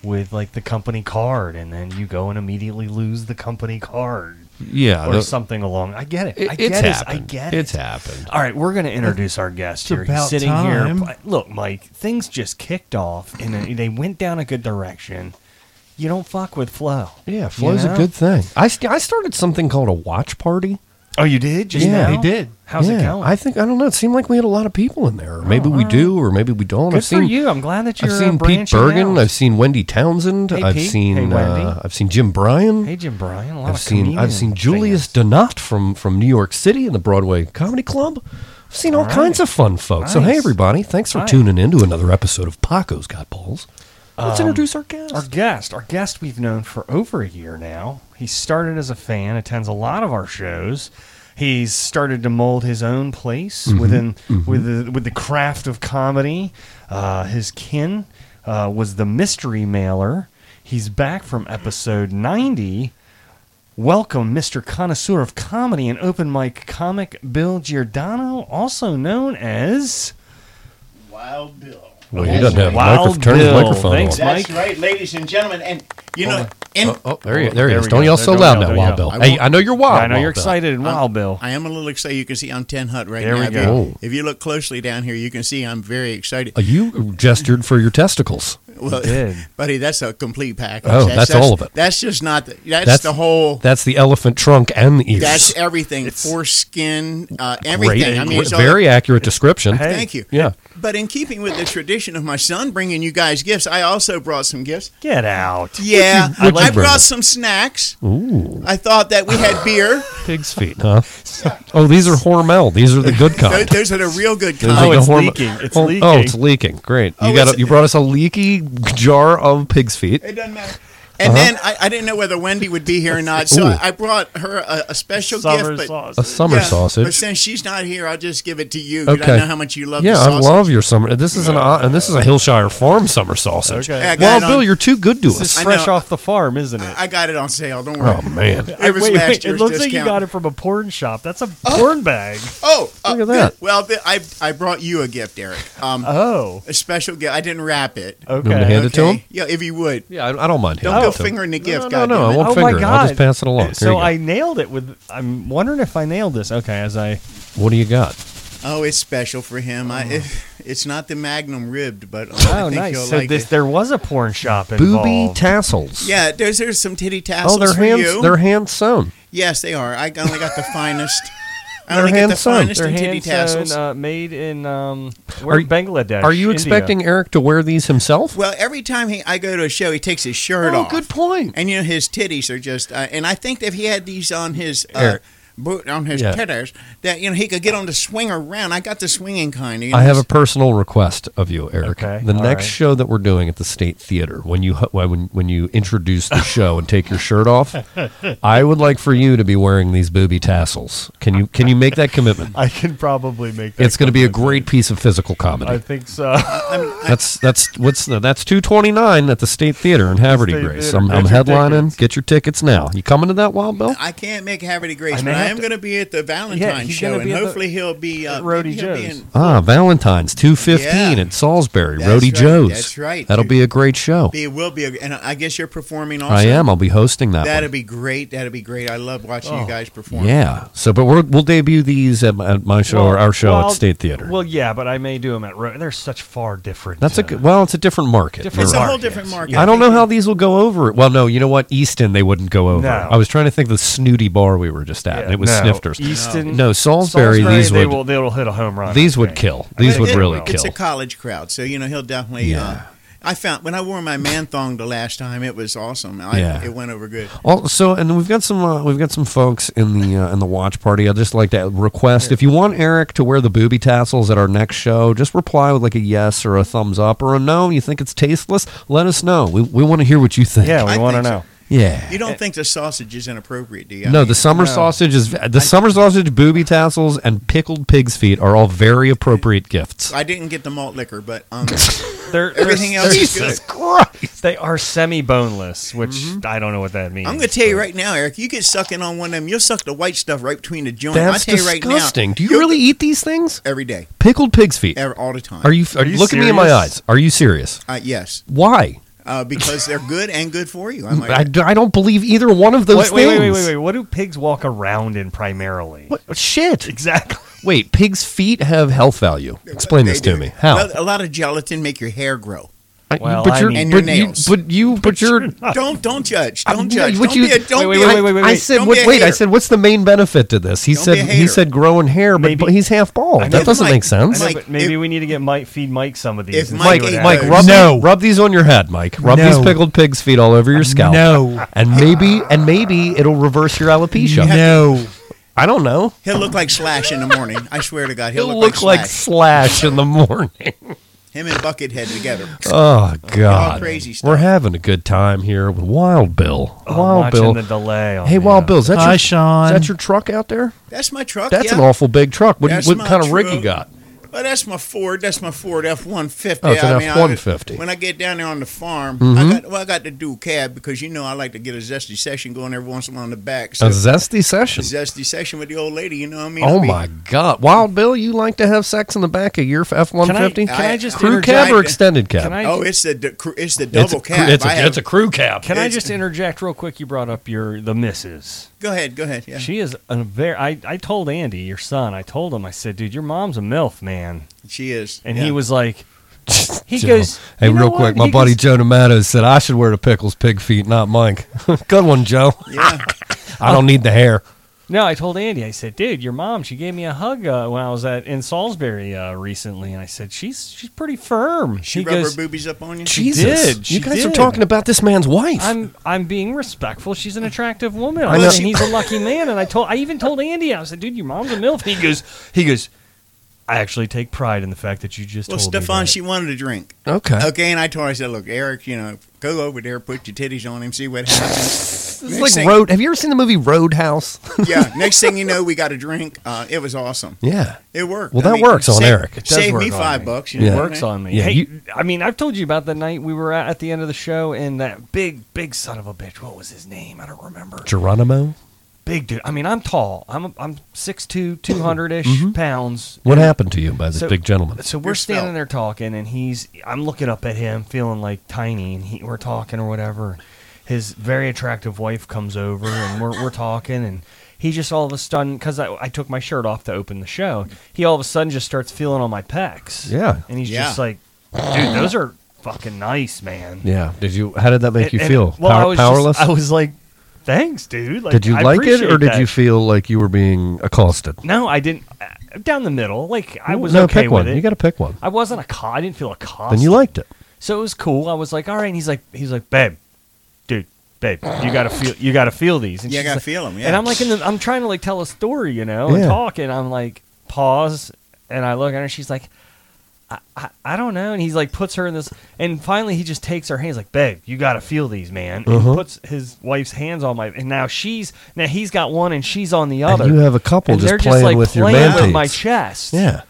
[SPEAKER 6] with like the company card and then you go and immediately lose the company card
[SPEAKER 7] yeah,
[SPEAKER 6] or
[SPEAKER 7] the-
[SPEAKER 6] something along. I get it.
[SPEAKER 7] It-
[SPEAKER 6] I get
[SPEAKER 7] it's
[SPEAKER 6] it. I
[SPEAKER 7] happened.
[SPEAKER 6] get it.
[SPEAKER 7] It's happened.
[SPEAKER 6] All right, we're going to introduce our guest here. He's
[SPEAKER 8] about
[SPEAKER 6] sitting here.
[SPEAKER 8] time.
[SPEAKER 6] Look, Mike, things just kicked off and then they went down a good direction. You don't fuck with flow.
[SPEAKER 7] Yeah,
[SPEAKER 6] you
[SPEAKER 7] flow's
[SPEAKER 6] know?
[SPEAKER 7] a good thing. I, st- I started something called a watch party.
[SPEAKER 6] Oh, you did? Just
[SPEAKER 7] Yeah,
[SPEAKER 6] now?
[SPEAKER 7] he
[SPEAKER 8] did.
[SPEAKER 6] How's
[SPEAKER 7] yeah,
[SPEAKER 6] it going? Oh,
[SPEAKER 7] I think I don't know. It seemed like we had a lot of people in there. Or maybe we do, or maybe we don't. I've
[SPEAKER 6] Good
[SPEAKER 7] seen
[SPEAKER 6] for you. I'm glad that you're
[SPEAKER 7] I've seen Pete
[SPEAKER 6] branching
[SPEAKER 7] Bergen.
[SPEAKER 6] out.
[SPEAKER 7] I've seen Wendy Townsend.
[SPEAKER 6] Hey,
[SPEAKER 7] I've
[SPEAKER 6] Pete.
[SPEAKER 7] seen
[SPEAKER 6] Hey, Wendy.
[SPEAKER 7] uh, I've seen Jim Bryan.
[SPEAKER 6] Hey, Jim Bryan. A lot
[SPEAKER 7] I've
[SPEAKER 6] of
[SPEAKER 7] seen I've
[SPEAKER 6] comedians
[SPEAKER 7] seen
[SPEAKER 6] and
[SPEAKER 7] Julius
[SPEAKER 6] things.
[SPEAKER 7] Donat from from New York City in the Broadway Comedy Club. I've seen all,
[SPEAKER 6] right.
[SPEAKER 7] kinds of fun folks. So hey
[SPEAKER 6] Nice.
[SPEAKER 7] everybody, thanks for
[SPEAKER 6] Hi.
[SPEAKER 7] tuning in to another episode of Paco's Got Balls. Let's introduce our guest.
[SPEAKER 6] Um, Our guest, our guest we've known for over a year now. He started as a fan, attends a lot of our shows. He's started to mold his own place
[SPEAKER 7] Mm-hmm.
[SPEAKER 6] within with the with the craft of comedy. Uh, his kin uh, was the mystery mailer. He's back from episode ninety. Welcome, Mr. Connoisseur of Comedy and Open Mic Comic Bill Giordano, also known as
[SPEAKER 9] Wild Bill.
[SPEAKER 7] well, Oh, he doesn't have a
[SPEAKER 6] Wild
[SPEAKER 7] microphone. Turn his
[SPEAKER 6] Bill.
[SPEAKER 7] microphone
[SPEAKER 6] Thanks,
[SPEAKER 7] on.
[SPEAKER 9] That's
[SPEAKER 6] Mike?
[SPEAKER 9] right, ladies and gentlemen. And you know, and
[SPEAKER 7] Oh, oh, there, you, there, he
[SPEAKER 6] There
[SPEAKER 7] is.
[SPEAKER 6] we
[SPEAKER 7] Don't
[SPEAKER 6] go.
[SPEAKER 7] yell
[SPEAKER 6] There-
[SPEAKER 7] so
[SPEAKER 6] don't
[SPEAKER 7] loud
[SPEAKER 6] yell,
[SPEAKER 7] now,
[SPEAKER 6] don't
[SPEAKER 7] Wild Bill.
[SPEAKER 6] yell.
[SPEAKER 9] I
[SPEAKER 7] Hey,
[SPEAKER 9] won't-
[SPEAKER 7] I know you're wild.
[SPEAKER 6] I know
[SPEAKER 7] Wild
[SPEAKER 6] you're
[SPEAKER 7] Bill.
[SPEAKER 6] excited and wild,
[SPEAKER 7] Oh.
[SPEAKER 6] Bill.
[SPEAKER 9] I am a little excited. You can see I'm ten hut right
[SPEAKER 6] There
[SPEAKER 9] now.
[SPEAKER 6] we
[SPEAKER 9] If
[SPEAKER 6] go.
[SPEAKER 9] you- If you look closely down here, you can see I'm very excited.
[SPEAKER 7] Uh, You gestured for your testicles.
[SPEAKER 9] Well,
[SPEAKER 6] did.
[SPEAKER 9] buddy, that's a complete package.
[SPEAKER 7] Oh, that's all of it.
[SPEAKER 9] That's just not. The, that's, the whole.
[SPEAKER 7] That's the elephant trunk and the ears.
[SPEAKER 9] that's everything.
[SPEAKER 6] It's-
[SPEAKER 9] Foreskin, uh,
[SPEAKER 7] Great,
[SPEAKER 9] everything. I mean,
[SPEAKER 7] gr-
[SPEAKER 9] it's all-
[SPEAKER 7] very accurate description.
[SPEAKER 6] Hey.
[SPEAKER 9] Thank you.
[SPEAKER 7] Yeah.
[SPEAKER 9] But in keeping with the tradition of my son bringing you guys gifts, I also brought some gifts.
[SPEAKER 6] Get out.
[SPEAKER 9] Yeah,
[SPEAKER 7] what'd you
[SPEAKER 9] I
[SPEAKER 7] bring?
[SPEAKER 9] brought some snacks. I thought that we had beer.
[SPEAKER 7] Pig's feet, huh? oh, these are Hormel. These are the good
[SPEAKER 9] Those,
[SPEAKER 7] kind.
[SPEAKER 9] those are the real good
[SPEAKER 7] Those
[SPEAKER 9] kind.
[SPEAKER 7] are
[SPEAKER 6] Oh,
[SPEAKER 7] the
[SPEAKER 6] it's
[SPEAKER 7] Hormel-
[SPEAKER 6] leaking. It's
[SPEAKER 7] oh,
[SPEAKER 6] leaking.
[SPEAKER 7] Oh, it's leaking. Great.
[SPEAKER 9] Oh,
[SPEAKER 7] you got.
[SPEAKER 9] it's-
[SPEAKER 7] A, you brought us a leaky jar of pig's feet.
[SPEAKER 9] It doesn't matter. And then I, I didn't know whether Wendy would be here or not, so
[SPEAKER 7] Uh-huh. Ooh.
[SPEAKER 9] I, I brought her a, a special
[SPEAKER 6] Summer
[SPEAKER 9] gift. But,
[SPEAKER 6] sausage.
[SPEAKER 7] A summer
[SPEAKER 9] Yeah, But
[SPEAKER 7] sausage.
[SPEAKER 9] since she's not here, I'll just give it to you because
[SPEAKER 7] Okay.
[SPEAKER 9] I know how much you love
[SPEAKER 7] yeah,
[SPEAKER 9] the
[SPEAKER 7] I
[SPEAKER 9] sausage.
[SPEAKER 7] love your summer. This is an uh, and this is a Hillshire Farm summer sausage.
[SPEAKER 6] Okay.
[SPEAKER 9] Yeah, I got
[SPEAKER 7] Well,
[SPEAKER 9] it on-
[SPEAKER 7] Bill, you're too good to
[SPEAKER 6] This
[SPEAKER 7] us.
[SPEAKER 6] is
[SPEAKER 9] I
[SPEAKER 6] fresh
[SPEAKER 9] know.
[SPEAKER 6] off the farm, isn't it?
[SPEAKER 9] I got it on sale. Don't worry.
[SPEAKER 7] Oh man.
[SPEAKER 9] It was
[SPEAKER 6] Wait,
[SPEAKER 9] last
[SPEAKER 6] wait, it
[SPEAKER 9] year's
[SPEAKER 6] looks like
[SPEAKER 9] discount.
[SPEAKER 6] you got it from a porn shop. That's a porn bag.
[SPEAKER 9] Oh, uh,
[SPEAKER 7] Look at that.
[SPEAKER 9] Well, th- I I brought you a gift, Eric. Um,
[SPEAKER 7] Uh,
[SPEAKER 6] Oh,
[SPEAKER 9] a special gift. I didn't wrap it.
[SPEAKER 7] You want me to
[SPEAKER 6] okay.
[SPEAKER 7] hand it to him?
[SPEAKER 9] Yeah, if you would.
[SPEAKER 7] Yeah, I, I don't mind.
[SPEAKER 9] Don't
[SPEAKER 7] handing
[SPEAKER 9] go
[SPEAKER 7] it to him.
[SPEAKER 9] fingering the gift.
[SPEAKER 7] No, no, no, I
[SPEAKER 9] goddammit.
[SPEAKER 7] won't
[SPEAKER 6] Oh my
[SPEAKER 7] finger it.
[SPEAKER 6] god!
[SPEAKER 7] I'll just pass it along. Here you
[SPEAKER 6] So
[SPEAKER 7] go.
[SPEAKER 6] I nailed it with. I'm wondering if I nailed this. Okay, as I
[SPEAKER 7] What do you got?
[SPEAKER 9] Oh, it's special for him. I,
[SPEAKER 7] Oh.
[SPEAKER 9] it's not the magnum ribbed, but um, I
[SPEAKER 6] oh
[SPEAKER 9] think
[SPEAKER 6] nice.
[SPEAKER 9] he'll
[SPEAKER 6] So
[SPEAKER 9] like
[SPEAKER 6] this
[SPEAKER 9] it.
[SPEAKER 6] there was a porn shop
[SPEAKER 7] Booby
[SPEAKER 6] involved.
[SPEAKER 7] tassels.
[SPEAKER 9] Yeah, there's there's some titty tassels
[SPEAKER 7] Oh, they're
[SPEAKER 9] for you.
[SPEAKER 7] hand they're hand sewn.
[SPEAKER 9] yes, they are. I only got the finest. I
[SPEAKER 7] They're
[SPEAKER 9] only got the
[SPEAKER 7] hand-sewn.
[SPEAKER 9] finest
[SPEAKER 6] They're
[SPEAKER 9] in titty
[SPEAKER 6] hand sewn,
[SPEAKER 9] tassels.
[SPEAKER 6] uh, made in um, where,
[SPEAKER 7] Are you-
[SPEAKER 6] Bangladesh.
[SPEAKER 7] Are you
[SPEAKER 6] India.
[SPEAKER 7] expecting Eric to wear these himself?
[SPEAKER 9] well, every time he, I go to a show, he takes his shirt
[SPEAKER 7] oh,
[SPEAKER 9] off.
[SPEAKER 7] good point.
[SPEAKER 9] And you know his titties are just. Uh, and I think that if he had these on his. Uh,
[SPEAKER 7] Eric.
[SPEAKER 9] Boot on his
[SPEAKER 7] Yeah.
[SPEAKER 9] tethers that you know he could get on to swing around. I got the swinging kind. You know,
[SPEAKER 7] I have a personal request of you, Eric.
[SPEAKER 6] Okay,
[SPEAKER 7] the
[SPEAKER 6] all
[SPEAKER 7] next
[SPEAKER 6] right.
[SPEAKER 7] show that we're doing at the State Theater, when you hu- when when you introduce the show and take your shirt off, I would like for you to be wearing these booby tassels. Can you can you make that commitment?
[SPEAKER 6] I can probably make. That
[SPEAKER 7] It's going to be a
[SPEAKER 6] comment.
[SPEAKER 7] great piece of physical
[SPEAKER 6] I
[SPEAKER 7] comedy.
[SPEAKER 6] think so.
[SPEAKER 7] That's that's what's the, that's two twenty nine at the State Theater in Haverty
[SPEAKER 6] State
[SPEAKER 7] Grace.
[SPEAKER 6] Theater.
[SPEAKER 7] I'm, I'm
[SPEAKER 6] Get your
[SPEAKER 7] headlining.
[SPEAKER 6] tickets.
[SPEAKER 7] Get your tickets now. You coming to that, Wild Bill?
[SPEAKER 9] I can't make Haverty Grace,
[SPEAKER 6] I may
[SPEAKER 9] but I
[SPEAKER 6] have
[SPEAKER 9] am
[SPEAKER 6] to-
[SPEAKER 9] going to be at the
[SPEAKER 6] Yeah,
[SPEAKER 9] Valentine
[SPEAKER 6] he's
[SPEAKER 9] show,
[SPEAKER 6] gonna
[SPEAKER 9] and
[SPEAKER 6] be at the-
[SPEAKER 9] hopefully he'll be uh,
[SPEAKER 6] at Roadie
[SPEAKER 9] maybe he'll be
[SPEAKER 6] Joe's.
[SPEAKER 9] in-
[SPEAKER 7] Ah, Valentine's two fifteen
[SPEAKER 9] Yeah.
[SPEAKER 7] at Salisbury,
[SPEAKER 9] That's
[SPEAKER 7] Rody
[SPEAKER 9] right,
[SPEAKER 7] Joe's.
[SPEAKER 9] that's right.
[SPEAKER 7] That'll be a great show.
[SPEAKER 9] be will be, a, and I guess you're performing also.
[SPEAKER 7] I am. I'll be hosting that.
[SPEAKER 9] That'd
[SPEAKER 7] one.
[SPEAKER 9] be great. That'd be great. I love watching
[SPEAKER 6] Oh.
[SPEAKER 9] you guys perform.
[SPEAKER 7] yeah. So, but we're, we'll debut these at my, at my show or
[SPEAKER 6] Well,
[SPEAKER 7] our show
[SPEAKER 6] well,
[SPEAKER 7] at State Theater.
[SPEAKER 6] Well, yeah, but I may do them at. Ro- they're such far different.
[SPEAKER 7] That's a
[SPEAKER 6] uh,
[SPEAKER 7] good. Well, it's a different market.
[SPEAKER 6] Different
[SPEAKER 7] You're
[SPEAKER 9] It's a
[SPEAKER 7] right.
[SPEAKER 9] whole different market.
[SPEAKER 7] I don't know how these will go over. Well, no, you know what? Easton, they wouldn't go over.
[SPEAKER 6] No.
[SPEAKER 7] I was trying to think of the snooty bar we were just at, and it was
[SPEAKER 6] no,
[SPEAKER 7] Snifters.
[SPEAKER 6] Easton,
[SPEAKER 7] No, Salisbury, these
[SPEAKER 6] they
[SPEAKER 7] would-
[SPEAKER 6] will they will hit a home run. I
[SPEAKER 7] These would
[SPEAKER 6] think.
[SPEAKER 7] kill. These
[SPEAKER 9] But
[SPEAKER 7] would
[SPEAKER 9] it-
[SPEAKER 7] really
[SPEAKER 9] It's
[SPEAKER 7] kill.
[SPEAKER 9] a college crowd, so you know he'll definitely. Uh, I found when I wore my man thong the last time, it was awesome. I,
[SPEAKER 7] Yeah.
[SPEAKER 9] It went over good.
[SPEAKER 7] Also, and we've got some uh, we've got some folks in the uh, in the watch party. I'd just like to request if you want Eric to wear the booby tassels at our next show, just reply with like a yes or a thumbs up or a no. You think it's tasteless? Let us know. We, we want to hear what you think.
[SPEAKER 6] Yeah, we
[SPEAKER 9] I
[SPEAKER 6] want to
[SPEAKER 9] think so.
[SPEAKER 6] know.
[SPEAKER 7] yeah.
[SPEAKER 9] You don't think the sausage is inappropriate, do you? I
[SPEAKER 7] No,
[SPEAKER 9] mean,
[SPEAKER 7] the summer sausage is the summer sausage, booby tassels, and pickled pig's feet are all very appropriate gifts.
[SPEAKER 9] I didn't get the malt liquor, but um,
[SPEAKER 6] They're,
[SPEAKER 9] everything else is good. Mm-hmm.
[SPEAKER 7] Jesus Christ!
[SPEAKER 6] They are semi-boneless, which I don't know what that means.
[SPEAKER 9] I'm going to tell you
[SPEAKER 6] but-
[SPEAKER 9] right now, Eric. You get sucking on one of them, you'll suck the white stuff right between the joint.
[SPEAKER 7] That's
[SPEAKER 9] I tell you right
[SPEAKER 7] disgusting.
[SPEAKER 9] now,
[SPEAKER 7] Do you
[SPEAKER 9] you'll-
[SPEAKER 7] really eat these things?
[SPEAKER 9] every day,
[SPEAKER 7] Pickled pig's feet.
[SPEAKER 9] ever, all the time?
[SPEAKER 7] Are you, are
[SPEAKER 6] you
[SPEAKER 7] look at me in my
[SPEAKER 6] serious?
[SPEAKER 7] eyes? Are you serious?
[SPEAKER 9] Uh, yes,
[SPEAKER 7] Why?
[SPEAKER 9] uh, because they're good and good for you. I might.
[SPEAKER 7] I, I don't believe either one of
[SPEAKER 6] Wait,
[SPEAKER 7] those
[SPEAKER 6] wait,
[SPEAKER 7] things.
[SPEAKER 6] wait, wait, wait, wait. What do pigs walk around in primarily?
[SPEAKER 7] What shit?
[SPEAKER 6] Exactly.
[SPEAKER 7] Wait, pigs' feet have health value. Explain this
[SPEAKER 9] They
[SPEAKER 7] to
[SPEAKER 9] do.
[SPEAKER 7] me. How?
[SPEAKER 9] A lot of gelatin make your hair grow.
[SPEAKER 7] I-
[SPEAKER 6] Well,
[SPEAKER 7] but
[SPEAKER 6] I
[SPEAKER 7] you're,
[SPEAKER 6] mean-
[SPEAKER 9] And your
[SPEAKER 7] but you,
[SPEAKER 9] nails.
[SPEAKER 7] but you, but you're.
[SPEAKER 9] Don't don't judge.
[SPEAKER 7] I'm-
[SPEAKER 9] Don't judge.
[SPEAKER 7] what
[SPEAKER 9] Don't
[SPEAKER 7] you-
[SPEAKER 9] be a, don't
[SPEAKER 6] wait,
[SPEAKER 9] be
[SPEAKER 6] wait,
[SPEAKER 9] a,
[SPEAKER 6] wait, wait, wait,
[SPEAKER 7] I
[SPEAKER 6] wait.
[SPEAKER 7] said
[SPEAKER 9] Don't
[SPEAKER 7] what?
[SPEAKER 9] be a
[SPEAKER 7] Wait, I
[SPEAKER 9] hater.
[SPEAKER 7] said what's the main benefit to this? He
[SPEAKER 9] Don't
[SPEAKER 7] said
[SPEAKER 9] be a
[SPEAKER 7] he
[SPEAKER 9] hater.
[SPEAKER 7] said growing hair, but,
[SPEAKER 6] Maybe-
[SPEAKER 7] but he's half bald.
[SPEAKER 6] I
[SPEAKER 7] That
[SPEAKER 6] know,
[SPEAKER 7] doesn't
[SPEAKER 9] Mike-
[SPEAKER 7] make
[SPEAKER 6] I
[SPEAKER 7] sense.
[SPEAKER 6] know,
[SPEAKER 9] Mike,
[SPEAKER 6] but maybe
[SPEAKER 9] if-
[SPEAKER 6] we need to get Mike feed Mike some of these.
[SPEAKER 9] If
[SPEAKER 6] and see
[SPEAKER 9] Mike
[SPEAKER 6] what
[SPEAKER 9] ate
[SPEAKER 6] happens.
[SPEAKER 7] Mike,
[SPEAKER 9] those.
[SPEAKER 7] rub,
[SPEAKER 8] No.
[SPEAKER 7] rub these on your head, Mike. Rub
[SPEAKER 8] No.
[SPEAKER 7] these pickled pig's feet all over your scalp.
[SPEAKER 8] No.
[SPEAKER 7] and maybe and maybe it'll reverse your alopecia.
[SPEAKER 8] No.
[SPEAKER 7] I don't know.
[SPEAKER 9] He'll look like Slash in the morning. I swear to God, he'll,
[SPEAKER 7] It'll, look, like,
[SPEAKER 9] Slash.
[SPEAKER 7] slash. in the morning.
[SPEAKER 9] Him and Buckethead together.
[SPEAKER 7] Oh God,
[SPEAKER 9] crazy stuff.
[SPEAKER 7] we're having a good time here with Wild Bill.
[SPEAKER 6] I'm
[SPEAKER 7] Wild
[SPEAKER 6] watching
[SPEAKER 7] Bill.
[SPEAKER 6] the delay. On
[SPEAKER 7] hey, Wild
[SPEAKER 6] that.
[SPEAKER 7] Bill, is that
[SPEAKER 8] Hi,
[SPEAKER 7] your
[SPEAKER 8] Sean.
[SPEAKER 7] Is that your truck out there?
[SPEAKER 9] That's my truck.
[SPEAKER 7] That's
[SPEAKER 9] yeah.
[SPEAKER 7] an awful big truck. What, do you-
[SPEAKER 9] That's
[SPEAKER 7] what
[SPEAKER 9] my
[SPEAKER 7] kind of rig
[SPEAKER 9] truck.
[SPEAKER 7] you got?
[SPEAKER 9] Well, that's my Ford. That's my Ford F one fifty.
[SPEAKER 7] Oh, it's an
[SPEAKER 9] I mean, I-
[SPEAKER 7] F-150.
[SPEAKER 9] When I get down there on the farm,
[SPEAKER 7] Mm-hmm.
[SPEAKER 9] I got well, I got the dual cab because you know I like to get a zesty session going every once in a while on the back.
[SPEAKER 7] A
[SPEAKER 9] So
[SPEAKER 7] zesty session.
[SPEAKER 9] zesty session with the old lady. You know what I mean?
[SPEAKER 7] Oh
[SPEAKER 9] I'll be-
[SPEAKER 7] my God, Wild Bill, you like to have sex in the back of your F one fifty?
[SPEAKER 6] Can I just
[SPEAKER 7] Crew
[SPEAKER 6] interject?
[SPEAKER 7] cab or extended cab?
[SPEAKER 6] Can I-
[SPEAKER 9] Oh, it's the, the it's the
[SPEAKER 7] It's
[SPEAKER 9] double
[SPEAKER 7] a cr-
[SPEAKER 9] cab.
[SPEAKER 7] It's
[SPEAKER 9] I
[SPEAKER 7] a,
[SPEAKER 9] have-
[SPEAKER 7] it's a crew cab.
[SPEAKER 6] Can I
[SPEAKER 9] It's-
[SPEAKER 6] just interject real quick? You brought up your the missus.
[SPEAKER 9] go ahead, go ahead. Yeah.
[SPEAKER 6] She is a very. I, I told Andy, your son. I told him. I said, dude, your mom's a milf, man.
[SPEAKER 9] She is.
[SPEAKER 6] And
[SPEAKER 9] Yeah.
[SPEAKER 6] he was like, he
[SPEAKER 7] Joe.
[SPEAKER 6] goes,
[SPEAKER 7] Hey,
[SPEAKER 6] "You know
[SPEAKER 7] real
[SPEAKER 6] what?"
[SPEAKER 7] quick, my
[SPEAKER 6] He
[SPEAKER 7] buddy
[SPEAKER 6] goes-
[SPEAKER 7] Joe D'Amato said I should wear the pickles pig feet, not Mike. Good one, Joe.
[SPEAKER 9] Yeah.
[SPEAKER 7] I don't need the hair.
[SPEAKER 6] No, I told Andy. I said, "Dude, your mom. She gave me a hug uh, when I was at in Salisbury uh, recently, and I said she's she's pretty firm."
[SPEAKER 9] She
[SPEAKER 6] he
[SPEAKER 9] rub
[SPEAKER 6] goes,
[SPEAKER 9] her boobies up on you.
[SPEAKER 7] Jesus,
[SPEAKER 6] did, she
[SPEAKER 7] you guys are
[SPEAKER 6] did.
[SPEAKER 7] talking about this man's wife.
[SPEAKER 6] "I'm I'm being respectful. She's an attractive woman.
[SPEAKER 7] I
[SPEAKER 6] I
[SPEAKER 7] know.
[SPEAKER 6] and he's a lucky man." And I told I even told Andy. I said, "Dude, your mom's a milf." He goes, he goes. I actually take pride in the fact that you just
[SPEAKER 9] Well,
[SPEAKER 6] told me
[SPEAKER 9] Stefan,
[SPEAKER 6] that."
[SPEAKER 9] she wanted a drink.
[SPEAKER 7] okay.
[SPEAKER 9] Okay, and I told her, I said, look, Eric, you know, go over there, put your titties on him, see what happens.
[SPEAKER 7] It's
[SPEAKER 9] Next
[SPEAKER 7] like
[SPEAKER 9] thing-
[SPEAKER 7] Road. Have you ever seen the movie Roadhouse?
[SPEAKER 9] yeah. Next thing you know, we got a drink. Uh, it was awesome.
[SPEAKER 7] yeah.
[SPEAKER 9] It worked.
[SPEAKER 7] Well, that works on
[SPEAKER 9] save,
[SPEAKER 7] Eric. It
[SPEAKER 6] does
[SPEAKER 9] Save
[SPEAKER 6] work
[SPEAKER 9] me
[SPEAKER 6] on
[SPEAKER 9] five
[SPEAKER 6] me.
[SPEAKER 9] bucks. You
[SPEAKER 7] It
[SPEAKER 9] know
[SPEAKER 6] works on me.
[SPEAKER 7] Yeah,
[SPEAKER 6] hey,
[SPEAKER 7] you-
[SPEAKER 6] I mean, I've told you about the night we were at, at the end of the show, and that big, big son of a bitch. What was his name? I don't remember.
[SPEAKER 7] Geronimo.
[SPEAKER 6] big dude. I mean, I'm tall. I'm I'm 6'2", 200 ish pounds.
[SPEAKER 7] What happened to you by this
[SPEAKER 6] So-
[SPEAKER 7] big gentleman?
[SPEAKER 6] So we're
[SPEAKER 9] You're
[SPEAKER 6] standing
[SPEAKER 9] svelte.
[SPEAKER 6] there talking, and he's I'm looking up at him, feeling like tiny, and he, we're talking or whatever. His very attractive wife comes over, and we're we're talking, and he just all of a sudden because I, I took my shirt off to open the show, he all of a sudden just starts feeling on my pecs.
[SPEAKER 7] Yeah.
[SPEAKER 6] and he's
[SPEAKER 9] Yeah.
[SPEAKER 6] just like, dude, those are fucking nice, man.
[SPEAKER 7] Yeah. Did you? How did that make
[SPEAKER 6] And-
[SPEAKER 7] you
[SPEAKER 6] and-
[SPEAKER 7] feel?
[SPEAKER 6] well, I
[SPEAKER 7] Power,
[SPEAKER 6] was just-
[SPEAKER 7] powerless.
[SPEAKER 6] I was like, thanks, dude. Like,
[SPEAKER 7] did you
[SPEAKER 6] I
[SPEAKER 7] like it, or
[SPEAKER 6] appreciate
[SPEAKER 7] did
[SPEAKER 6] that."
[SPEAKER 7] you feel like you were being accosted?
[SPEAKER 6] No, I didn't. uh, Down the middle, like I was
[SPEAKER 7] no.
[SPEAKER 6] okay
[SPEAKER 7] pick
[SPEAKER 6] with
[SPEAKER 7] one.
[SPEAKER 6] it.
[SPEAKER 7] You got to pick one.
[SPEAKER 6] I wasn't a cod. I didn't feel a cod.
[SPEAKER 7] Then you liked it.
[SPEAKER 6] So it was cool. I was like, all right. And he's like, he's like, babe, dude, babe, you gotta feel, you gotta feel these. And
[SPEAKER 9] Yeah, I
[SPEAKER 6] she's
[SPEAKER 9] gotta
[SPEAKER 6] like-
[SPEAKER 9] feel 'em, yeah.
[SPEAKER 6] And I'm like, in the, I'm trying to like tell a story, you know, and
[SPEAKER 7] Yeah.
[SPEAKER 6] talk, and I'm like, pause, and I look at her, and she's like, I, I, I don't know. And he's like, puts her in this, and finally he just takes her hands, like, babe, you gotta feel these, man. And
[SPEAKER 7] Uh-huh.
[SPEAKER 6] he puts his wife's hands on my, and now she's, now he's got one, and she's on the
[SPEAKER 7] And
[SPEAKER 6] other.
[SPEAKER 7] you have a couple
[SPEAKER 6] And
[SPEAKER 7] just
[SPEAKER 6] they're
[SPEAKER 7] playing
[SPEAKER 6] like
[SPEAKER 7] with your
[SPEAKER 6] playing
[SPEAKER 7] man
[SPEAKER 6] with my
[SPEAKER 7] teeth.
[SPEAKER 6] chest
[SPEAKER 7] Yeah.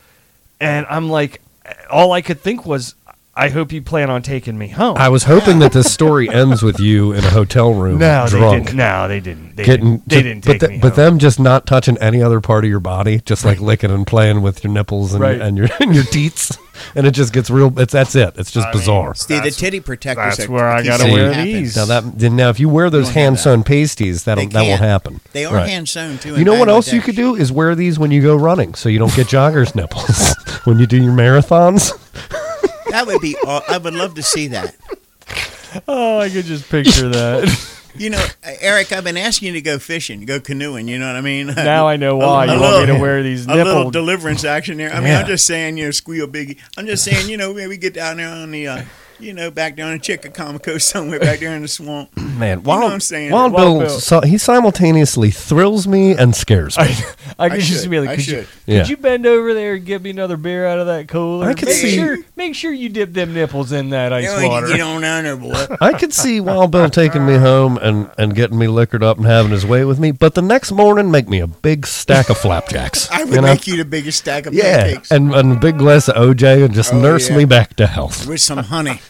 [SPEAKER 6] and I'm like, all I could think was, I hope you plan on taking me home.
[SPEAKER 7] I was hoping that this story ends with you in a hotel room,
[SPEAKER 6] no, they
[SPEAKER 7] drunk,
[SPEAKER 6] didn't. No, they didn't. They
[SPEAKER 7] getting,
[SPEAKER 6] didn't. They
[SPEAKER 7] ju-
[SPEAKER 6] didn't
[SPEAKER 7] but
[SPEAKER 6] take
[SPEAKER 7] the-
[SPEAKER 6] me
[SPEAKER 7] but
[SPEAKER 6] home.
[SPEAKER 7] them just not touching any other part of your body, just like licking and playing with your nipples and,
[SPEAKER 6] Right.
[SPEAKER 7] and your and your teats, and it just gets real. It's that's it. It's just bizarre.
[SPEAKER 9] See, the titty protectors.
[SPEAKER 6] that's
[SPEAKER 9] are-
[SPEAKER 6] where I
[SPEAKER 9] keeps
[SPEAKER 6] gotta
[SPEAKER 9] it
[SPEAKER 7] wear
[SPEAKER 9] happening.
[SPEAKER 6] these.
[SPEAKER 7] now that then now if you wear those
[SPEAKER 9] don't have
[SPEAKER 7] hand sewn pasties, that'll
[SPEAKER 9] They
[SPEAKER 7] that won't
[SPEAKER 9] can't.
[SPEAKER 7] happen.
[SPEAKER 9] They are
[SPEAKER 7] Right.
[SPEAKER 9] hand sewn too.
[SPEAKER 7] You
[SPEAKER 9] in
[SPEAKER 7] know what else
[SPEAKER 9] Bangladesh.
[SPEAKER 7] you could do is wear these when you go running, so you don't get joggers nipples when you do your marathons.
[SPEAKER 9] That would be. aw- I would love to see that.
[SPEAKER 6] oh, I could just picture that.
[SPEAKER 9] You know, Eric, I've been asking you to go fishing, go canoeing. You know what I mean?
[SPEAKER 6] now I know why you want me to wear these
[SPEAKER 9] a little
[SPEAKER 6] nipple.
[SPEAKER 9] deliverance action there. I mean,
[SPEAKER 7] Yeah.
[SPEAKER 9] I'm just saying, you know, squeal biggie. I'm just saying, you know, maybe get down there on the, uh, you know, back down in Chickacomico somewhere back there in the swamp.
[SPEAKER 7] Man,
[SPEAKER 9] know
[SPEAKER 7] Wild,
[SPEAKER 9] what I'm saying?
[SPEAKER 7] Wild,
[SPEAKER 6] Wild
[SPEAKER 7] Bill,
[SPEAKER 6] Bill.
[SPEAKER 7] so- he simultaneously thrills me and scares me.
[SPEAKER 6] I could just
[SPEAKER 9] should,
[SPEAKER 6] be like,
[SPEAKER 9] I
[SPEAKER 6] could, you,
[SPEAKER 9] should.
[SPEAKER 6] could
[SPEAKER 7] Yeah.
[SPEAKER 6] you bend over there and give me another beer out of that cooler?
[SPEAKER 7] I could
[SPEAKER 6] make
[SPEAKER 7] see-
[SPEAKER 6] Sure, make sure you dip them nipples in that ice
[SPEAKER 9] You know, you
[SPEAKER 6] water.
[SPEAKER 9] get on down there, boy.
[SPEAKER 7] I could see Wild Bill taking me home and, and getting me liquored up and having his way with me, but the next morning make me a big stack of flapjacks.
[SPEAKER 9] I would
[SPEAKER 7] you know?
[SPEAKER 9] make you the biggest stack of
[SPEAKER 7] yeah,
[SPEAKER 9] pancakes
[SPEAKER 7] and, and a big glass of OJ and just
[SPEAKER 9] Oh,
[SPEAKER 7] nurse
[SPEAKER 9] yeah.
[SPEAKER 7] me back to health.
[SPEAKER 9] with some honey,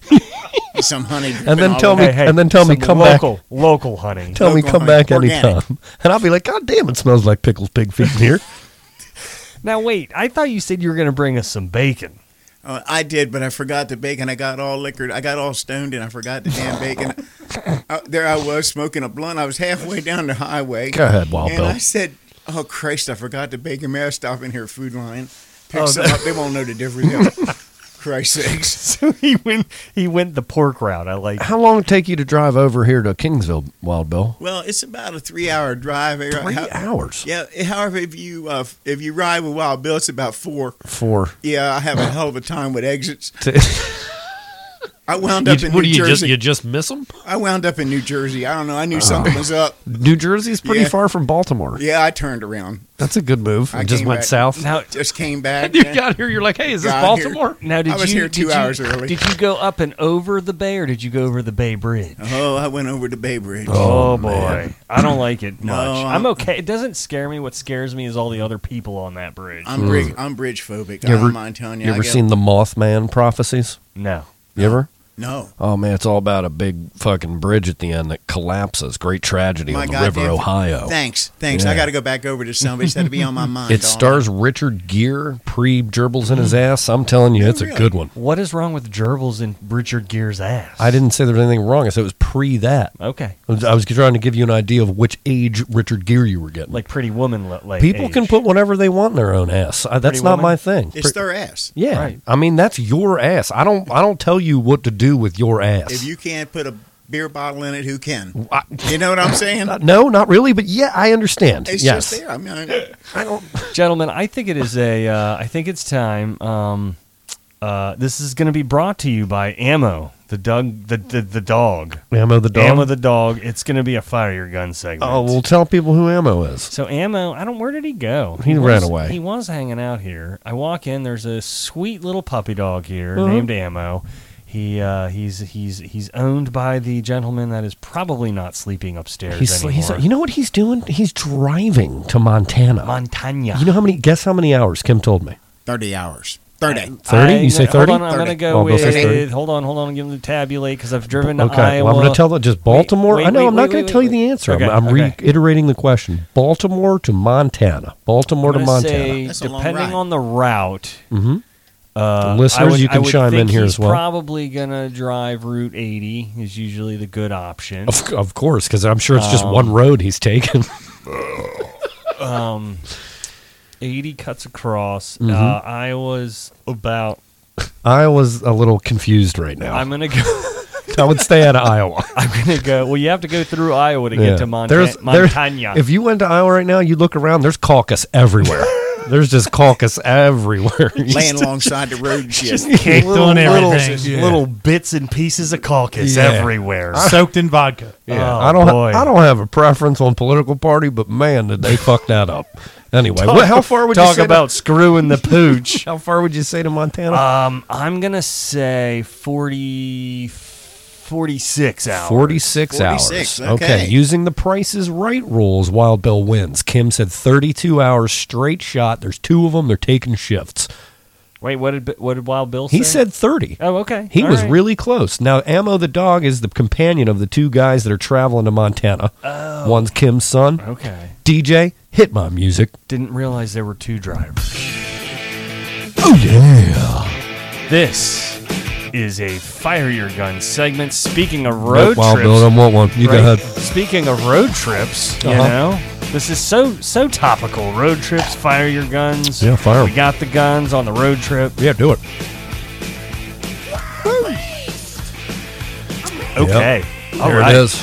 [SPEAKER 9] With some honey.
[SPEAKER 7] And then
[SPEAKER 9] dripping
[SPEAKER 7] tell
[SPEAKER 9] all
[SPEAKER 7] me-
[SPEAKER 9] over
[SPEAKER 6] Hey, hey,
[SPEAKER 7] and then tell me
[SPEAKER 6] some
[SPEAKER 7] come back.
[SPEAKER 6] local, Local, honey.
[SPEAKER 7] Tell me
[SPEAKER 9] Local
[SPEAKER 7] come
[SPEAKER 9] honey,
[SPEAKER 7] back
[SPEAKER 9] organic.
[SPEAKER 7] anytime. And I'll be like, God damn, it smells like pickled pig feet in here.
[SPEAKER 6] Now, wait, I thought you said you were going to bring us some bacon.
[SPEAKER 9] it. Uh, I did, but I forgot the bacon. I got all liquored. I got all stoned, and I forgot the damn bacon. Uh, there I was smoking a blunt. I was halfway down the highway.
[SPEAKER 7] Go ahead, Wild
[SPEAKER 9] and
[SPEAKER 7] Bill.
[SPEAKER 9] I said, "Oh Christ, I forgot the bacon. May I stop in here, food line? Pick
[SPEAKER 7] Oh,
[SPEAKER 9] some up. They won't know the difference." Christ sakes.
[SPEAKER 6] So he went, he went the pork route. I like.
[SPEAKER 7] How long it take you to drive over here to Kingsville, Wild Bill?
[SPEAKER 9] Well, it's about a three-hour drive. uh,
[SPEAKER 7] Three
[SPEAKER 9] How-
[SPEAKER 7] hours.
[SPEAKER 9] Yeah. eh, However, if you uh, if you ride with Wild Bill, it's about four.
[SPEAKER 7] For
[SPEAKER 9] Yeah, I have a hell of a time with exits.
[SPEAKER 7] to,
[SPEAKER 9] I wound
[SPEAKER 7] you,
[SPEAKER 9] up in
[SPEAKER 7] what do
[SPEAKER 9] New
[SPEAKER 7] you just
[SPEAKER 9] Jersey.
[SPEAKER 7] you Uh-huh. just miss them?
[SPEAKER 9] I wound up in New Jersey. I don't know. I knew something was up.
[SPEAKER 7] New Jersey's pretty
[SPEAKER 9] Yeah.
[SPEAKER 7] far from Baltimore.
[SPEAKER 9] Yeah, I turned around.
[SPEAKER 7] That's a good move.
[SPEAKER 9] I
[SPEAKER 7] It just
[SPEAKER 9] came
[SPEAKER 7] went
[SPEAKER 9] back.
[SPEAKER 7] south.
[SPEAKER 6] Now,
[SPEAKER 9] Just came back.
[SPEAKER 7] you
[SPEAKER 9] yeah.
[SPEAKER 7] got here, you're like, hey, is this
[SPEAKER 9] Got here.
[SPEAKER 7] Baltimore?
[SPEAKER 6] now did
[SPEAKER 9] I was
[SPEAKER 6] you,
[SPEAKER 9] here two
[SPEAKER 6] did you-
[SPEAKER 9] hours early.
[SPEAKER 6] Did you go up and over the bay, or did you go over the Bay Bridge?
[SPEAKER 9] Oh, I went over to Bay Bridge.
[SPEAKER 6] Oh, boy, I don't like it much. I'm
[SPEAKER 9] I'm-
[SPEAKER 6] okay. It doesn't scare me. What scares me is all the other people on that bridge.
[SPEAKER 9] I'm bridge. I'm bridge phobic.
[SPEAKER 7] Hmm.
[SPEAKER 9] I
[SPEAKER 7] You ever-
[SPEAKER 9] don't mind telling you.
[SPEAKER 7] You
[SPEAKER 9] I
[SPEAKER 7] ever
[SPEAKER 9] get-
[SPEAKER 7] seen the Mothman prophecies?
[SPEAKER 6] no,
[SPEAKER 7] You ever?
[SPEAKER 9] No.
[SPEAKER 7] Oh man, it's all about a big fucking bridge at the end that collapses. Great tragedy
[SPEAKER 9] My
[SPEAKER 7] on the
[SPEAKER 9] goddamn-
[SPEAKER 7] River Ohio.
[SPEAKER 9] Thanks. Thanks.
[SPEAKER 7] Yeah.
[SPEAKER 9] I got to go back over to somebody. It's had to be on my mind.
[SPEAKER 7] It
[SPEAKER 9] all
[SPEAKER 7] stars Richard Gere, pre dribbles in
[SPEAKER 6] Mm.
[SPEAKER 7] his ass. I'm telling you, it's a
[SPEAKER 6] Oh,
[SPEAKER 9] really?
[SPEAKER 7] good one.
[SPEAKER 6] what is wrong with gerbils in Richard Gere's ass?
[SPEAKER 7] I didn't say there was anything wrong. I said it was pre that.
[SPEAKER 6] Okay,
[SPEAKER 7] I was- I was trying to give you an idea of which age Richard Gere you were getting.
[SPEAKER 6] like Pretty Woman. Lo- like
[SPEAKER 7] people can
[SPEAKER 6] age.
[SPEAKER 7] put whatever they want in their own ass. I, that's
[SPEAKER 6] Pretty
[SPEAKER 7] not
[SPEAKER 6] woman?
[SPEAKER 7] my thing.
[SPEAKER 9] It's
[SPEAKER 7] Pre-
[SPEAKER 9] their ass.
[SPEAKER 7] yeah,
[SPEAKER 6] Right.
[SPEAKER 7] I mean that's your ass. I don't. I don't tell you what to do with your ass.
[SPEAKER 9] If you can't put a beer bottle in it, who can?
[SPEAKER 7] I-
[SPEAKER 9] You know what I'm saying?
[SPEAKER 7] Uh, no, not really, but yeah, I understand.
[SPEAKER 9] It's
[SPEAKER 7] yes.
[SPEAKER 9] just there. I mean,
[SPEAKER 7] I don't.
[SPEAKER 6] gentlemen i think it is a uh, i think it's time um, uh, this is going to be brought to you by ammo the dog the, the, the dog
[SPEAKER 7] Ammo the dog.
[SPEAKER 6] ammo the dog it's going to be a fire your gun segment
[SPEAKER 7] oh, well, tell people who Ammo is.
[SPEAKER 6] so ammo i don't where did he go
[SPEAKER 7] He
[SPEAKER 6] was-
[SPEAKER 7] ran away.
[SPEAKER 6] he was hanging out here i walk in there's a sweet little puppy dog here
[SPEAKER 7] Mhm.
[SPEAKER 6] named ammo he uh, he's he's he's owned by the gentleman that is probably not sleeping upstairs
[SPEAKER 7] He's,
[SPEAKER 6] anymore.
[SPEAKER 7] he's you know what he's doing? He's driving to Montana.
[SPEAKER 6] Montagna.
[SPEAKER 7] You know how many? Guess how many hours Kim told me?
[SPEAKER 9] 30 hours. 30.
[SPEAKER 7] Thirty?
[SPEAKER 6] I-
[SPEAKER 7] You say
[SPEAKER 6] Hold
[SPEAKER 7] thirty?
[SPEAKER 6] on, I'm going to go
[SPEAKER 7] Oh, Bill
[SPEAKER 6] with.
[SPEAKER 7] says 30.
[SPEAKER 6] Hold on, hold on. Give them the tabulate because I've driven to
[SPEAKER 7] Okay.
[SPEAKER 6] Iowa.
[SPEAKER 7] Well, I'm going to tell that just Baltimore.
[SPEAKER 6] wait,
[SPEAKER 7] I know
[SPEAKER 6] wait,
[SPEAKER 7] I'm not
[SPEAKER 6] wait,
[SPEAKER 7] going
[SPEAKER 6] wait,
[SPEAKER 7] to tell you
[SPEAKER 6] wait.
[SPEAKER 7] the answer.
[SPEAKER 6] Okay,
[SPEAKER 7] I'm, I'm
[SPEAKER 6] okay.
[SPEAKER 7] reiterating the question: Baltimore to Montana. Baltimore
[SPEAKER 6] I'm
[SPEAKER 7] to
[SPEAKER 6] gonna
[SPEAKER 7] Montana.
[SPEAKER 6] Say,
[SPEAKER 9] That's a long
[SPEAKER 6] depending
[SPEAKER 9] ride.
[SPEAKER 6] on the route,
[SPEAKER 7] hmm
[SPEAKER 6] uh,
[SPEAKER 7] Listeners,
[SPEAKER 6] I would-
[SPEAKER 7] you
[SPEAKER 6] I
[SPEAKER 7] can
[SPEAKER 6] would
[SPEAKER 7] chime
[SPEAKER 6] think
[SPEAKER 7] in here
[SPEAKER 6] he's
[SPEAKER 7] as well.
[SPEAKER 6] Probably going to drive Route 80 is usually the good option.
[SPEAKER 7] Of, of course, because I'm sure it's just
[SPEAKER 6] Um,
[SPEAKER 7] one road he's taking.
[SPEAKER 6] 80 cuts across. Uh,
[SPEAKER 7] Mm-hmm.
[SPEAKER 6] Iowa's about.
[SPEAKER 7] I was a little confused right now.
[SPEAKER 6] I'm going to go.
[SPEAKER 7] I would stay out of Iowa.
[SPEAKER 6] I'm going to go. Well, you have to go through Iowa to
[SPEAKER 7] Yeah.
[SPEAKER 6] get to Monta-
[SPEAKER 7] There's- there-
[SPEAKER 6] Montagna.
[SPEAKER 7] if you went to Iowa right now, you look around, there's caucus everywhere. there's just caucus everywhere.
[SPEAKER 9] Laying alongside the road and shit.
[SPEAKER 8] Caked
[SPEAKER 6] little,
[SPEAKER 8] on
[SPEAKER 6] little,
[SPEAKER 8] everything. Yeah.
[SPEAKER 6] little bits and pieces of caucus
[SPEAKER 7] Yeah.
[SPEAKER 6] everywhere.
[SPEAKER 8] Soaked in vodka.
[SPEAKER 7] Yeah,
[SPEAKER 6] Oh,
[SPEAKER 7] I don't.
[SPEAKER 6] boy.
[SPEAKER 7] I don't have a preference on political party, but man, did they fuck that up. Anyway, what, how far would you
[SPEAKER 6] talk
[SPEAKER 7] say
[SPEAKER 6] about screwing the pooch?
[SPEAKER 7] To, how far would you say to Montana?
[SPEAKER 6] um, I'm gonna say 40, 46 hours.
[SPEAKER 7] Forty-six hours.
[SPEAKER 9] 46, okay.
[SPEAKER 7] using the prices right rules, Wild Bill wins. Kim said thirty-two hours straight shot. There's two of them. They're taking shifts.
[SPEAKER 6] Wait, what did what did Wild Bill say?
[SPEAKER 7] He said thirty.
[SPEAKER 6] "Oh, okay."
[SPEAKER 7] He
[SPEAKER 6] All
[SPEAKER 7] was
[SPEAKER 6] right.
[SPEAKER 7] really close. Now, Ammo the dog is the companion of the two guys that are traveling to Montana. One's Kim's son.
[SPEAKER 6] Oh. okay.
[SPEAKER 7] DJ, hit my music.
[SPEAKER 6] Didn't realize there were two drivers.
[SPEAKER 7] Oh, yeah.
[SPEAKER 6] This is a fire your gun segment. Speaking of road
[SPEAKER 7] Wild
[SPEAKER 6] trips,
[SPEAKER 7] Bill, I don't want one. You go
[SPEAKER 6] right?
[SPEAKER 7] ahead.
[SPEAKER 6] Speaking of road trips, you
[SPEAKER 7] Uh-huh.
[SPEAKER 6] know, this is so so topical. Road trips, fire your guns.
[SPEAKER 7] Yeah, fire 'em.
[SPEAKER 6] We got the guns on the road trip.
[SPEAKER 7] Yeah, do it.
[SPEAKER 6] Okay. All right.
[SPEAKER 7] there it is.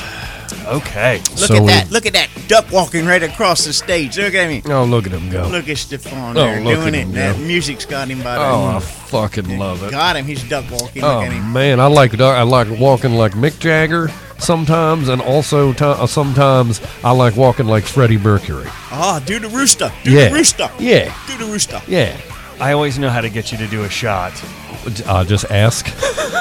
[SPEAKER 6] Okay.
[SPEAKER 9] Look
[SPEAKER 7] So
[SPEAKER 9] at
[SPEAKER 7] we-
[SPEAKER 9] that. Look at that duck walking right across the stage. Look at me.
[SPEAKER 7] Oh, look at him go.
[SPEAKER 9] Look at Stefan
[SPEAKER 7] Oh,
[SPEAKER 9] there
[SPEAKER 7] look
[SPEAKER 9] doing
[SPEAKER 7] at
[SPEAKER 9] it.
[SPEAKER 7] him
[SPEAKER 9] that
[SPEAKER 7] go.
[SPEAKER 9] music's got him by the
[SPEAKER 7] Oh, I fucking love it.
[SPEAKER 9] Got him. He's duck walking.
[SPEAKER 7] Oh
[SPEAKER 9] Look at him.
[SPEAKER 7] man, I like du- I like walking like Mick Jagger sometimes, and also ti- uh, sometimes I like walking like Freddie Mercury.
[SPEAKER 9] Oh, do the rooster. Do
[SPEAKER 7] Yeah.
[SPEAKER 9] the rooster.
[SPEAKER 7] Yeah.
[SPEAKER 9] Do the rooster.
[SPEAKER 7] Yeah,
[SPEAKER 6] I always know how to get you to do a shot,
[SPEAKER 7] uh, just ask.
[SPEAKER 9] Oh,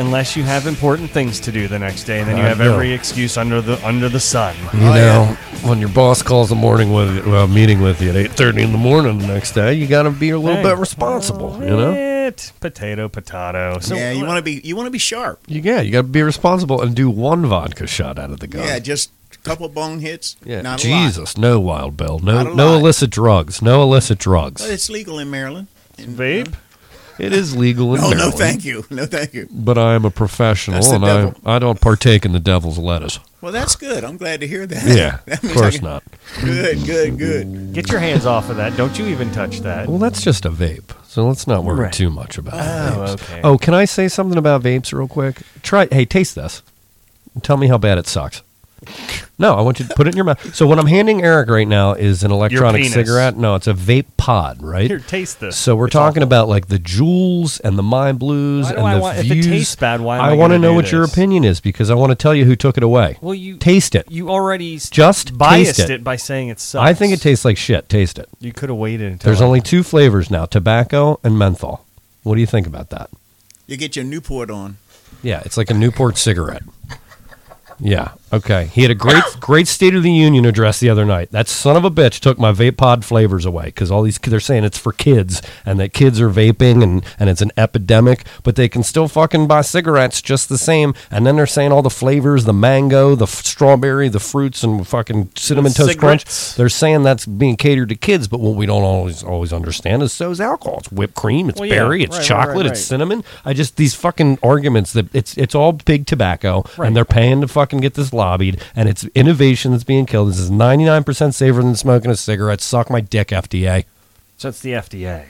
[SPEAKER 6] unless you have important things to do the next day, and then you
[SPEAKER 7] I
[SPEAKER 6] have
[SPEAKER 7] know.
[SPEAKER 6] every excuse under the under the sun.
[SPEAKER 7] You
[SPEAKER 9] Oh,
[SPEAKER 7] know, when your boss calls a morning with well, meeting with you at eight thirty in the morning the next day, you got to be a little
[SPEAKER 6] Hey.
[SPEAKER 7] bit responsible. You
[SPEAKER 9] Oh,
[SPEAKER 7] know,
[SPEAKER 6] It potato potato. So
[SPEAKER 9] yeah, you want to be you want to be sharp.
[SPEAKER 7] You- yeah, you got to be responsible and do one vodka shot out of the gun.
[SPEAKER 9] Yeah, just a couple bong hits.
[SPEAKER 7] Yeah.
[SPEAKER 9] Not a lot.
[SPEAKER 7] Jesus, no wild bill, no
[SPEAKER 9] Not a
[SPEAKER 7] no
[SPEAKER 9] lot.
[SPEAKER 7] illicit drugs, no illicit
[SPEAKER 9] But
[SPEAKER 7] drugs.
[SPEAKER 9] it's legal in Maryland. And-
[SPEAKER 6] vape.
[SPEAKER 7] It is legal in
[SPEAKER 9] Oh no,
[SPEAKER 7] Maryland.
[SPEAKER 9] thank you. No, thank you.
[SPEAKER 7] but I am a professional
[SPEAKER 9] That's the
[SPEAKER 7] and I,
[SPEAKER 9] devil.
[SPEAKER 7] I don't partake in the devil's lettuce.
[SPEAKER 9] Well, that's good. I'm glad to hear that.
[SPEAKER 7] Yeah,
[SPEAKER 9] that
[SPEAKER 7] of
[SPEAKER 9] means I
[SPEAKER 7] course
[SPEAKER 9] can-
[SPEAKER 7] not.
[SPEAKER 9] Good, good, good.
[SPEAKER 6] Get your hands off of that. Don't you even touch that.
[SPEAKER 7] Well, that's just a vape, so let's not worry
[SPEAKER 6] Right.
[SPEAKER 7] too much about vapes.
[SPEAKER 6] okay.
[SPEAKER 7] Oh, can I say something about vapes real quick? Try, hey, taste this. and Tell me how bad it sucks. No, I want you to put it in your mouth. So what I'm handing Eric right now is an electronic
[SPEAKER 6] penis.
[SPEAKER 7] cigarette. No, it's a vape pod, right?
[SPEAKER 6] Here, taste this.
[SPEAKER 7] So we're
[SPEAKER 6] It's awful.
[SPEAKER 7] talking about like the jewels and the My Blues
[SPEAKER 6] Why do
[SPEAKER 7] and
[SPEAKER 6] I
[SPEAKER 7] the
[SPEAKER 6] want- if it
[SPEAKER 7] views.
[SPEAKER 6] tastes bad, why am I
[SPEAKER 7] want to
[SPEAKER 6] gonna
[SPEAKER 7] know
[SPEAKER 6] do
[SPEAKER 7] what your
[SPEAKER 6] this?
[SPEAKER 7] opinion is because I want to tell you who took it away.
[SPEAKER 6] Well, you
[SPEAKER 7] taste it.
[SPEAKER 6] You already s-
[SPEAKER 7] Just
[SPEAKER 6] biased
[SPEAKER 7] taste it.
[SPEAKER 6] by saying it sucks.
[SPEAKER 7] I think it tastes like shit. Taste it.
[SPEAKER 6] You could have waited until.
[SPEAKER 7] There's
[SPEAKER 6] I-
[SPEAKER 7] only two flavors now: tobacco and menthol. What do you think about that?
[SPEAKER 9] You get your Newport on.
[SPEAKER 7] Yeah, it's like a Newport cigarette. Yeah. Okay. He had a great, great State of the Union address the other night. That son of a bitch took my vape pod flavors away because all these they're saying it's for kids and that kids are vaping and and it's an epidemic, but they can still fucking buy cigarettes just the same. And then they're saying all the flavors, the mango, the f- strawberry, the fruits, and fucking cinnamon toast
[SPEAKER 6] cigarettes.
[SPEAKER 7] crunch. They're saying that's being catered to kids, but what we don't always always understand is so is alcohol. It's whipped cream. It's
[SPEAKER 6] Well, yeah.
[SPEAKER 7] berry. It's
[SPEAKER 6] Right, right,
[SPEAKER 7] chocolate.
[SPEAKER 6] right,
[SPEAKER 7] It's
[SPEAKER 6] right.
[SPEAKER 7] cinnamon. I just these fucking arguments that it's it's all big tobacco
[SPEAKER 6] Right.
[SPEAKER 7] and they're paying to fucking get this lobbied and it's innovation that's being killed. This is ninety nine percent safer than smoking a cigarette. Suck my dick, FDA.
[SPEAKER 6] So it's the FDA.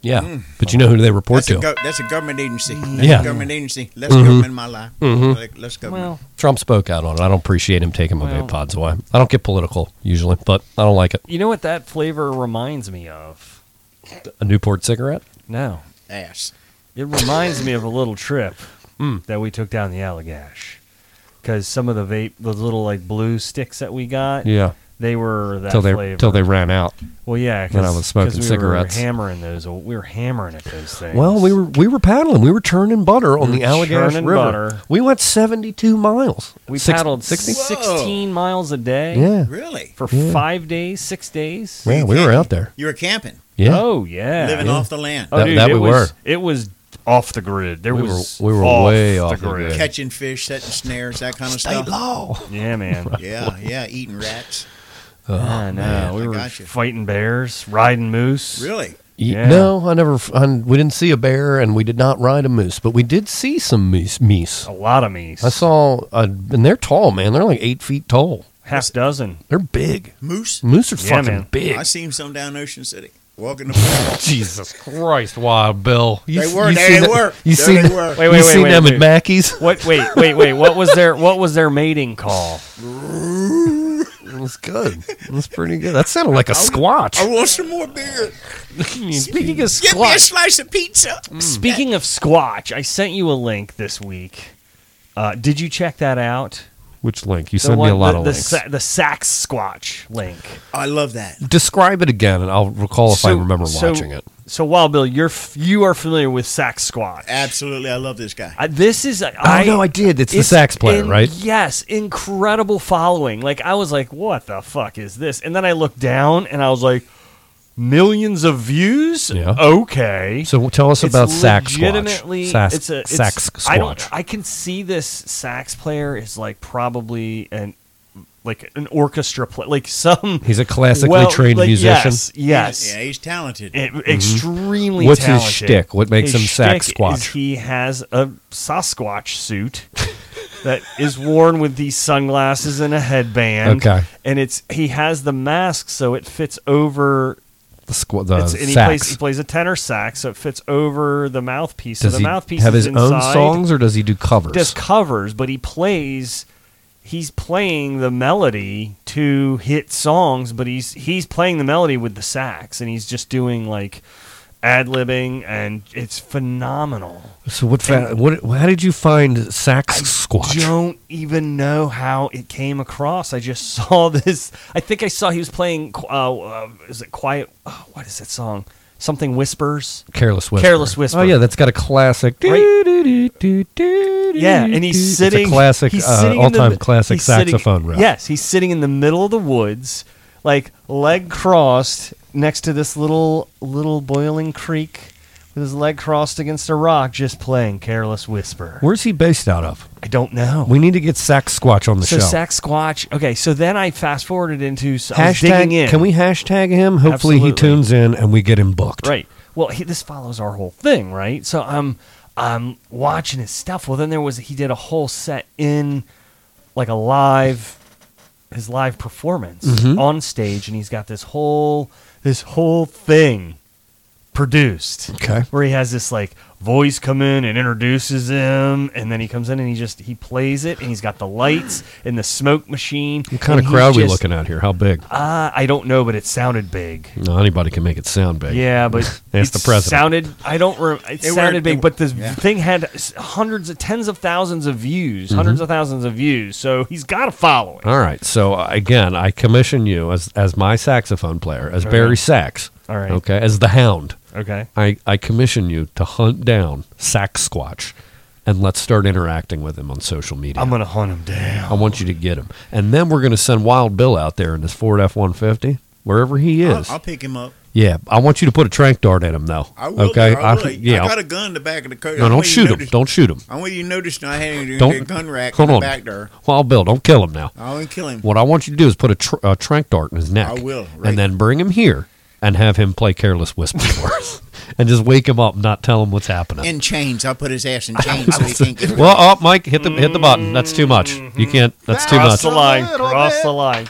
[SPEAKER 7] Yeah,
[SPEAKER 6] Hmm.
[SPEAKER 7] but you know who they report
[SPEAKER 9] That's a,
[SPEAKER 7] to?
[SPEAKER 9] go- that's a government agency. That's
[SPEAKER 7] Yeah. Mm-hmm.
[SPEAKER 9] a government agency. Let's government my life. Like, let's government.
[SPEAKER 6] Well,
[SPEAKER 7] Trump spoke out on it. I don't appreciate him taking my
[SPEAKER 6] Well-
[SPEAKER 7] vape pods away. I don't get political usually, but I don't like it.
[SPEAKER 6] you know what that flavor reminds me of?
[SPEAKER 7] A Newport cigarette.
[SPEAKER 6] No,
[SPEAKER 9] Ass.
[SPEAKER 6] It reminds me of a little trip
[SPEAKER 7] Hmm.
[SPEAKER 6] that we took down the Allagash. Because some of the vape, those little like blue sticks that we got,
[SPEAKER 7] Yeah,
[SPEAKER 6] they were that
[SPEAKER 7] till they
[SPEAKER 6] flavor.
[SPEAKER 7] till they ran out.
[SPEAKER 6] well, yeah,
[SPEAKER 7] When I
[SPEAKER 6] 'cause-
[SPEAKER 7] was smoking
[SPEAKER 6] 'cause we
[SPEAKER 7] cigarettes.
[SPEAKER 6] were hammering those. We were hammering at those things.
[SPEAKER 7] Well, we were we were paddling. We were churning butter on
[SPEAKER 6] We
[SPEAKER 7] the
[SPEAKER 6] were
[SPEAKER 7] Allegash
[SPEAKER 6] churning
[SPEAKER 7] River.
[SPEAKER 6] butter.
[SPEAKER 7] We went seventy two miles.
[SPEAKER 6] we
[SPEAKER 7] Six-
[SPEAKER 6] paddled
[SPEAKER 7] 60?
[SPEAKER 6] 16 miles a day.
[SPEAKER 7] Yeah,
[SPEAKER 9] Really?
[SPEAKER 6] for five days, six days.
[SPEAKER 7] yeah, we were out there.
[SPEAKER 9] You were camping,
[SPEAKER 7] Yeah.
[SPEAKER 6] Oh yeah,
[SPEAKER 9] living
[SPEAKER 7] Yeah.
[SPEAKER 9] off the land,
[SPEAKER 6] Oh,
[SPEAKER 7] That-
[SPEAKER 6] dude,
[SPEAKER 7] that
[SPEAKER 6] it
[SPEAKER 7] we
[SPEAKER 6] was,
[SPEAKER 7] were.
[SPEAKER 6] It was off the grid. There
[SPEAKER 7] We were-
[SPEAKER 6] was
[SPEAKER 7] we were
[SPEAKER 6] off
[SPEAKER 7] way
[SPEAKER 6] the
[SPEAKER 7] off the
[SPEAKER 6] grid.
[SPEAKER 7] grid.
[SPEAKER 9] catching fish, setting snares, that kind of stuff.
[SPEAKER 7] law.
[SPEAKER 6] Yeah, man.
[SPEAKER 9] Yeah, yeah, eating rats.
[SPEAKER 7] Oh,
[SPEAKER 6] I know.
[SPEAKER 9] I
[SPEAKER 6] We were
[SPEAKER 9] got you.
[SPEAKER 6] fighting bears, riding moose.
[SPEAKER 9] Really?
[SPEAKER 6] Yeah.
[SPEAKER 7] No, I never. f- I, we didn't see a bear, and we did not ride a moose, but we did see some moose. Meese.
[SPEAKER 6] A lot of meese.
[SPEAKER 7] I saw, a, and they're tall, man. They're like eight feet tall.
[SPEAKER 6] half dozen.
[SPEAKER 7] They're big.
[SPEAKER 9] Moose?
[SPEAKER 7] Moose are
[SPEAKER 6] Yeah,
[SPEAKER 7] fucking
[SPEAKER 6] man.
[SPEAKER 7] big.
[SPEAKER 9] I seen some down Ocean City walking the park.
[SPEAKER 7] Jesus Christ, Wild Bill. You,
[SPEAKER 9] They
[SPEAKER 7] s-
[SPEAKER 9] were,
[SPEAKER 7] You
[SPEAKER 9] they
[SPEAKER 7] seen that-
[SPEAKER 9] were,
[SPEAKER 7] You
[SPEAKER 9] they
[SPEAKER 7] seen?
[SPEAKER 9] were.
[SPEAKER 6] Wait, wait,
[SPEAKER 7] you
[SPEAKER 6] wait,
[SPEAKER 7] seen
[SPEAKER 6] wait,
[SPEAKER 7] them
[SPEAKER 6] wait.
[SPEAKER 7] at Mackey's?
[SPEAKER 6] What? Wait, wait, wait. What was their What was their mating call?
[SPEAKER 7] It was good. It was pretty good. That sounded
[SPEAKER 9] Oh,
[SPEAKER 7] like a
[SPEAKER 9] I
[SPEAKER 7] squatch.
[SPEAKER 9] want some more beer.
[SPEAKER 6] Speaking of
[SPEAKER 9] Give me a
[SPEAKER 6] squatch,
[SPEAKER 9] slice of pizza.
[SPEAKER 6] Mm. speaking of squatch, I sent you a link this week. Uh, did you check that out?
[SPEAKER 7] Which link? You
[SPEAKER 6] The
[SPEAKER 7] sent me a
[SPEAKER 6] one-
[SPEAKER 7] lot
[SPEAKER 6] the,
[SPEAKER 7] of
[SPEAKER 6] the,
[SPEAKER 7] links.
[SPEAKER 6] sa- the Sax Squatch link.
[SPEAKER 9] I love that.
[SPEAKER 7] Describe it again, and I'll recall if I remember
[SPEAKER 6] so-
[SPEAKER 7] watching it.
[SPEAKER 6] So, Wild Bill, you're f- you are familiar with Sax Squatch.
[SPEAKER 9] Absolutely, I love this guy.
[SPEAKER 6] I, this is I,
[SPEAKER 7] Oh, no, I did. It's the sax player, right?
[SPEAKER 6] Yes, incredible following. Like I was like, what the fuck is this? And then I looked down and I was like, millions of views.
[SPEAKER 7] Yeah.
[SPEAKER 6] Okay.
[SPEAKER 7] So tell us about Sax
[SPEAKER 6] legitimately
[SPEAKER 7] Squatch. Sax,
[SPEAKER 6] it's a it's,
[SPEAKER 7] sax
[SPEAKER 6] I don't.
[SPEAKER 7] Squatch.
[SPEAKER 6] I can see this sax player is like probably an like an orchestra play, like some
[SPEAKER 7] He's a classically
[SPEAKER 6] well,
[SPEAKER 7] trained
[SPEAKER 6] like,
[SPEAKER 7] musician.
[SPEAKER 6] Yes, yes.
[SPEAKER 9] Yeah, he's talented.
[SPEAKER 6] E- extremely
[SPEAKER 7] Mm-hmm. What's his
[SPEAKER 6] talented.
[SPEAKER 7] shtick? What makes
[SPEAKER 6] His
[SPEAKER 7] him Sax
[SPEAKER 6] shtick
[SPEAKER 7] Squatch?
[SPEAKER 6] is He has a Sasquatch suit that is worn with these sunglasses and a headband.
[SPEAKER 7] Okay.
[SPEAKER 6] and it's he has the mask so it fits over.
[SPEAKER 7] The, squ- the
[SPEAKER 6] it's, and he
[SPEAKER 7] sax.
[SPEAKER 6] plays he plays a tenor sax so it fits over the mouthpiece. so
[SPEAKER 7] does
[SPEAKER 6] the
[SPEAKER 7] he
[SPEAKER 6] mouthpiece
[SPEAKER 7] have
[SPEAKER 6] is
[SPEAKER 7] his own
[SPEAKER 6] inside.
[SPEAKER 7] songs or does he do covers?
[SPEAKER 6] Does covers, but he plays he's playing the melody to hit songs, but he's he's playing the melody with the sax, and he's just doing like ad libbing, and it's phenomenal.
[SPEAKER 7] So what? Fa- what? How did you find Sax Squatch?
[SPEAKER 6] Don't even know how it came across. I just saw this. I think I saw he was playing. Uh, uh, is it quiet? Oh, what is that song? Something whispers.
[SPEAKER 7] Careless Whisper.
[SPEAKER 6] Careless Whisper.
[SPEAKER 7] Oh yeah, that's got a classic.
[SPEAKER 6] Right.
[SPEAKER 7] Yeah,
[SPEAKER 6] Yeah, and he's sitting.
[SPEAKER 7] It's a classic,
[SPEAKER 6] he's
[SPEAKER 7] uh,
[SPEAKER 6] sitting in the
[SPEAKER 7] all-time
[SPEAKER 6] mi-
[SPEAKER 7] classic
[SPEAKER 6] he's sitting-
[SPEAKER 7] saxophone riff.
[SPEAKER 6] Yes, he's sitting in the middle of the woods, like leg crossed next to this little little boiling creek, with his leg crossed against a rock, just playing "Careless Whisper."
[SPEAKER 7] Where's he based out of?
[SPEAKER 6] I don't know.
[SPEAKER 7] We need to get Sax Squatch on the
[SPEAKER 6] so
[SPEAKER 7] show.
[SPEAKER 6] Sax Squatch. Okay, so then I fast forwarded into so I was digging
[SPEAKER 7] hashtag.
[SPEAKER 6] in.
[SPEAKER 7] Can we hashtag him? Hopefully
[SPEAKER 6] Absolutely.
[SPEAKER 7] he tunes in and we get him booked.
[SPEAKER 6] Right. Well, he, this follows our whole thing, right? So I'm I'm watching his stuff. Well, then there was he did a whole set in like a live his live performance
[SPEAKER 7] Mm-hmm.
[SPEAKER 6] on stage, and he's got this whole this whole thing produced
[SPEAKER 7] Okay.
[SPEAKER 6] where he has this like voice come in and introduces him and then he comes in and he just he plays it and he's got the lights and the smoke machine
[SPEAKER 7] What kind of crowd we looking at here? How big?
[SPEAKER 6] uh, i don't know but it sounded big
[SPEAKER 7] No, anybody can make it sound big.
[SPEAKER 6] yeah, but
[SPEAKER 7] That's
[SPEAKER 6] it
[SPEAKER 7] the president.
[SPEAKER 6] Sounded I don't remember. It,
[SPEAKER 9] It
[SPEAKER 6] sounded
[SPEAKER 9] worked,
[SPEAKER 6] big,
[SPEAKER 9] it
[SPEAKER 6] but the
[SPEAKER 9] yeah.
[SPEAKER 6] thing had s- hundreds of tens of thousands of
[SPEAKER 7] Mm-hmm.
[SPEAKER 6] views, hundreds of thousands of views. So he's got a following.
[SPEAKER 7] All right. So uh, again, I commission you as as my saxophone player, as Barry Sax.
[SPEAKER 6] All right.
[SPEAKER 7] Okay. As the Hound.
[SPEAKER 6] Okay.
[SPEAKER 7] I, I commission you to hunt down Sax Squatch, and let's start interacting with him on social media.
[SPEAKER 6] I'm gonna hunt him down.
[SPEAKER 7] I want you to get him. And then we're going to send Wild Bill out there in his Ford F 150, wherever he
[SPEAKER 9] I'll,
[SPEAKER 7] is.
[SPEAKER 9] I'll pick him up.
[SPEAKER 7] yeah. I want you to put a trank dart in him, though.
[SPEAKER 9] I will.
[SPEAKER 7] okay.
[SPEAKER 9] I, will. I,
[SPEAKER 7] yeah.
[SPEAKER 9] got a gun in the back of the car.
[SPEAKER 7] no, don't shoot him. Don't shoot him.
[SPEAKER 9] I want you to notice now I had a
[SPEAKER 7] Don't.
[SPEAKER 9] gun rack
[SPEAKER 7] hold
[SPEAKER 9] in the
[SPEAKER 7] on.
[SPEAKER 9] back there.
[SPEAKER 7] Wild Bill, don't kill him now.
[SPEAKER 9] I won't kill him.
[SPEAKER 7] What I want you to do is put a, tr- a trank dart in his neck.
[SPEAKER 9] I will, right.
[SPEAKER 7] And then bring him here and have him play Careless Whisper for us. And just wake him up, not tell him what's happening.
[SPEAKER 9] In chains. I'll put his ass in chains so he can't get
[SPEAKER 7] well, oh, Mike, hit the hit the button. That's too much. You can't. That's too
[SPEAKER 6] Cross
[SPEAKER 7] much.
[SPEAKER 6] the line. Cross the line.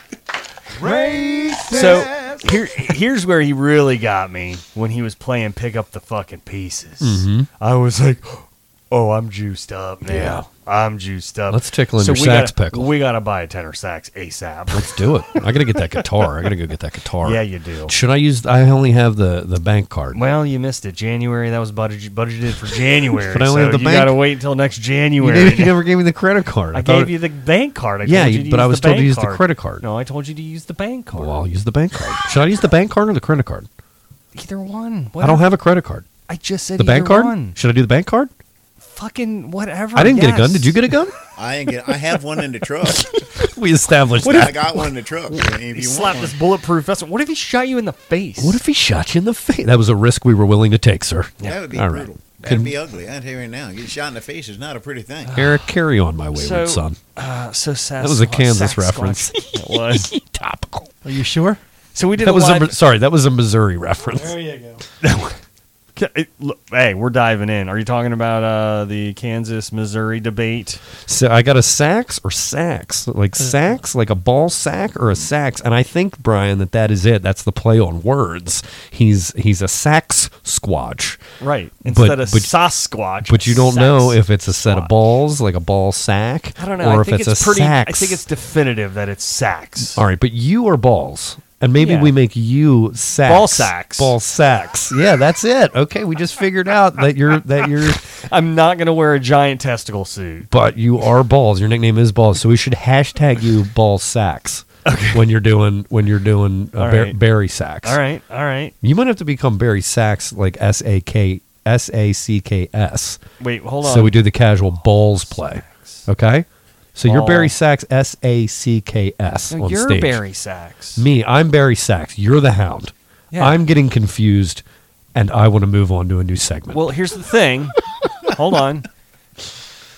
[SPEAKER 6] So here, here's where he really got me when he was playing "Pick Up the Fucking Pieces." I was like, "Oh, I'm juiced up now.
[SPEAKER 7] Mm-hmm. Yeah.
[SPEAKER 6] I'm juiced up."
[SPEAKER 7] Let's tickle in your
[SPEAKER 6] we
[SPEAKER 7] sax
[SPEAKER 6] gotta,
[SPEAKER 7] pickle.
[SPEAKER 6] We gotta buy a tenor sax asap.
[SPEAKER 7] Let's do it. I gotta get that guitar. I gotta go get that guitar.
[SPEAKER 6] Yeah, you do.
[SPEAKER 7] Should I use? I only have the the bank card.
[SPEAKER 6] Well, you missed it. January that was budgeted, budgeted for January.
[SPEAKER 7] But I only
[SPEAKER 6] so
[SPEAKER 7] have the
[SPEAKER 6] you
[SPEAKER 7] bank.
[SPEAKER 6] gotta wait until next
[SPEAKER 7] you,
[SPEAKER 6] January.
[SPEAKER 7] never, you never gave me the credit card.
[SPEAKER 6] I
[SPEAKER 7] thought
[SPEAKER 6] gave
[SPEAKER 7] it-
[SPEAKER 6] you the bank card. I
[SPEAKER 7] Yeah,
[SPEAKER 6] told
[SPEAKER 7] you-
[SPEAKER 6] you to
[SPEAKER 7] but
[SPEAKER 6] use
[SPEAKER 7] I was
[SPEAKER 6] the
[SPEAKER 7] told to
[SPEAKER 6] bank
[SPEAKER 7] use the credit card.
[SPEAKER 6] No, I told you to use the bank card.
[SPEAKER 7] Well, I'll use the bank card. Should I use the bank card or the credit card?
[SPEAKER 6] either one.
[SPEAKER 7] I don't have a credit card.
[SPEAKER 6] I just said
[SPEAKER 7] The bank
[SPEAKER 6] either
[SPEAKER 7] card?
[SPEAKER 6] One.
[SPEAKER 7] Should I do the bank card?
[SPEAKER 6] Fucking whatever.
[SPEAKER 7] I didn't get a gun.
[SPEAKER 6] yes.
[SPEAKER 7] Did you get a gun?
[SPEAKER 9] I ain't get, I have one in the truck.
[SPEAKER 7] we established
[SPEAKER 9] I
[SPEAKER 7] that.
[SPEAKER 9] got one in the truck. If you
[SPEAKER 6] He
[SPEAKER 9] want
[SPEAKER 6] slapped
[SPEAKER 9] one.
[SPEAKER 6] this bulletproof vest. What if he shot you in the face?
[SPEAKER 7] What if he shot you in the face? That was a risk we were willing to take, sir.
[SPEAKER 9] That would be
[SPEAKER 7] All right.
[SPEAKER 9] brutal. That'd be ugly. I'd tell you right now. Getting shot in the face is not a pretty thing.
[SPEAKER 7] Eric, carry on, my wayward
[SPEAKER 6] So-
[SPEAKER 7] son.
[SPEAKER 6] Uh, so sad.
[SPEAKER 7] That was a Kansas reference.
[SPEAKER 6] it was.
[SPEAKER 7] Topical. Are you sure?
[SPEAKER 6] So we did
[SPEAKER 7] That
[SPEAKER 6] a
[SPEAKER 7] was a,
[SPEAKER 6] live-
[SPEAKER 7] Mi- sorry. That was a Missouri reference.
[SPEAKER 6] K- it- look, Hey, we're diving in. Are you talking about uh, the Kansas Missouri debate?
[SPEAKER 7] So I got a sax or sacks, like sacks, like a ball sack or a sax. And I think Brian that that is it. That's the play on words. He's he's a sax squatch.
[SPEAKER 6] Right. Instead of
[SPEAKER 7] but-
[SPEAKER 6] Sasquatch.
[SPEAKER 7] But you don't
[SPEAKER 6] Sax.
[SPEAKER 7] know if it's a set of
[SPEAKER 6] squatch.
[SPEAKER 7] balls, like a ball sack,
[SPEAKER 6] I don't know.
[SPEAKER 7] or
[SPEAKER 6] I
[SPEAKER 7] if
[SPEAKER 6] think
[SPEAKER 7] it's,
[SPEAKER 6] it's,
[SPEAKER 7] a
[SPEAKER 6] pretty.
[SPEAKER 7] sax.
[SPEAKER 6] I think it's definitive that it's sacks.
[SPEAKER 7] all right. But you are balls, and maybe
[SPEAKER 6] Yeah.
[SPEAKER 7] we make you sacks.
[SPEAKER 6] Ball sacks.
[SPEAKER 7] Ball sacks. Yeah, that's it. Okay, we just figured out that you're that you're,
[SPEAKER 6] I'm not gonna wear a giant testicle suit.
[SPEAKER 7] but you are balls. Your nickname is balls, so we should hashtag you ball sacks. When you're doing when you're doing uh,
[SPEAKER 6] All
[SPEAKER 7] Bar-
[SPEAKER 6] right.
[SPEAKER 7] Barry sacks.
[SPEAKER 6] All right, all right.
[SPEAKER 7] You might have to become Barry Sacks like S A K S A C K S.
[SPEAKER 6] Wait, hold on.
[SPEAKER 7] So we do the casual balls play. Okay? So you're
[SPEAKER 6] Ball.
[SPEAKER 7] Barry Sacks S A C K S
[SPEAKER 6] No,
[SPEAKER 7] on
[SPEAKER 6] you're
[SPEAKER 7] stage.
[SPEAKER 6] Barry Sacks.
[SPEAKER 7] Me, I'm Barry Sacks. You're the hound.
[SPEAKER 6] Yeah.
[SPEAKER 7] I'm getting confused and I want to move on to a new segment.
[SPEAKER 6] Well, here's the thing. hold on.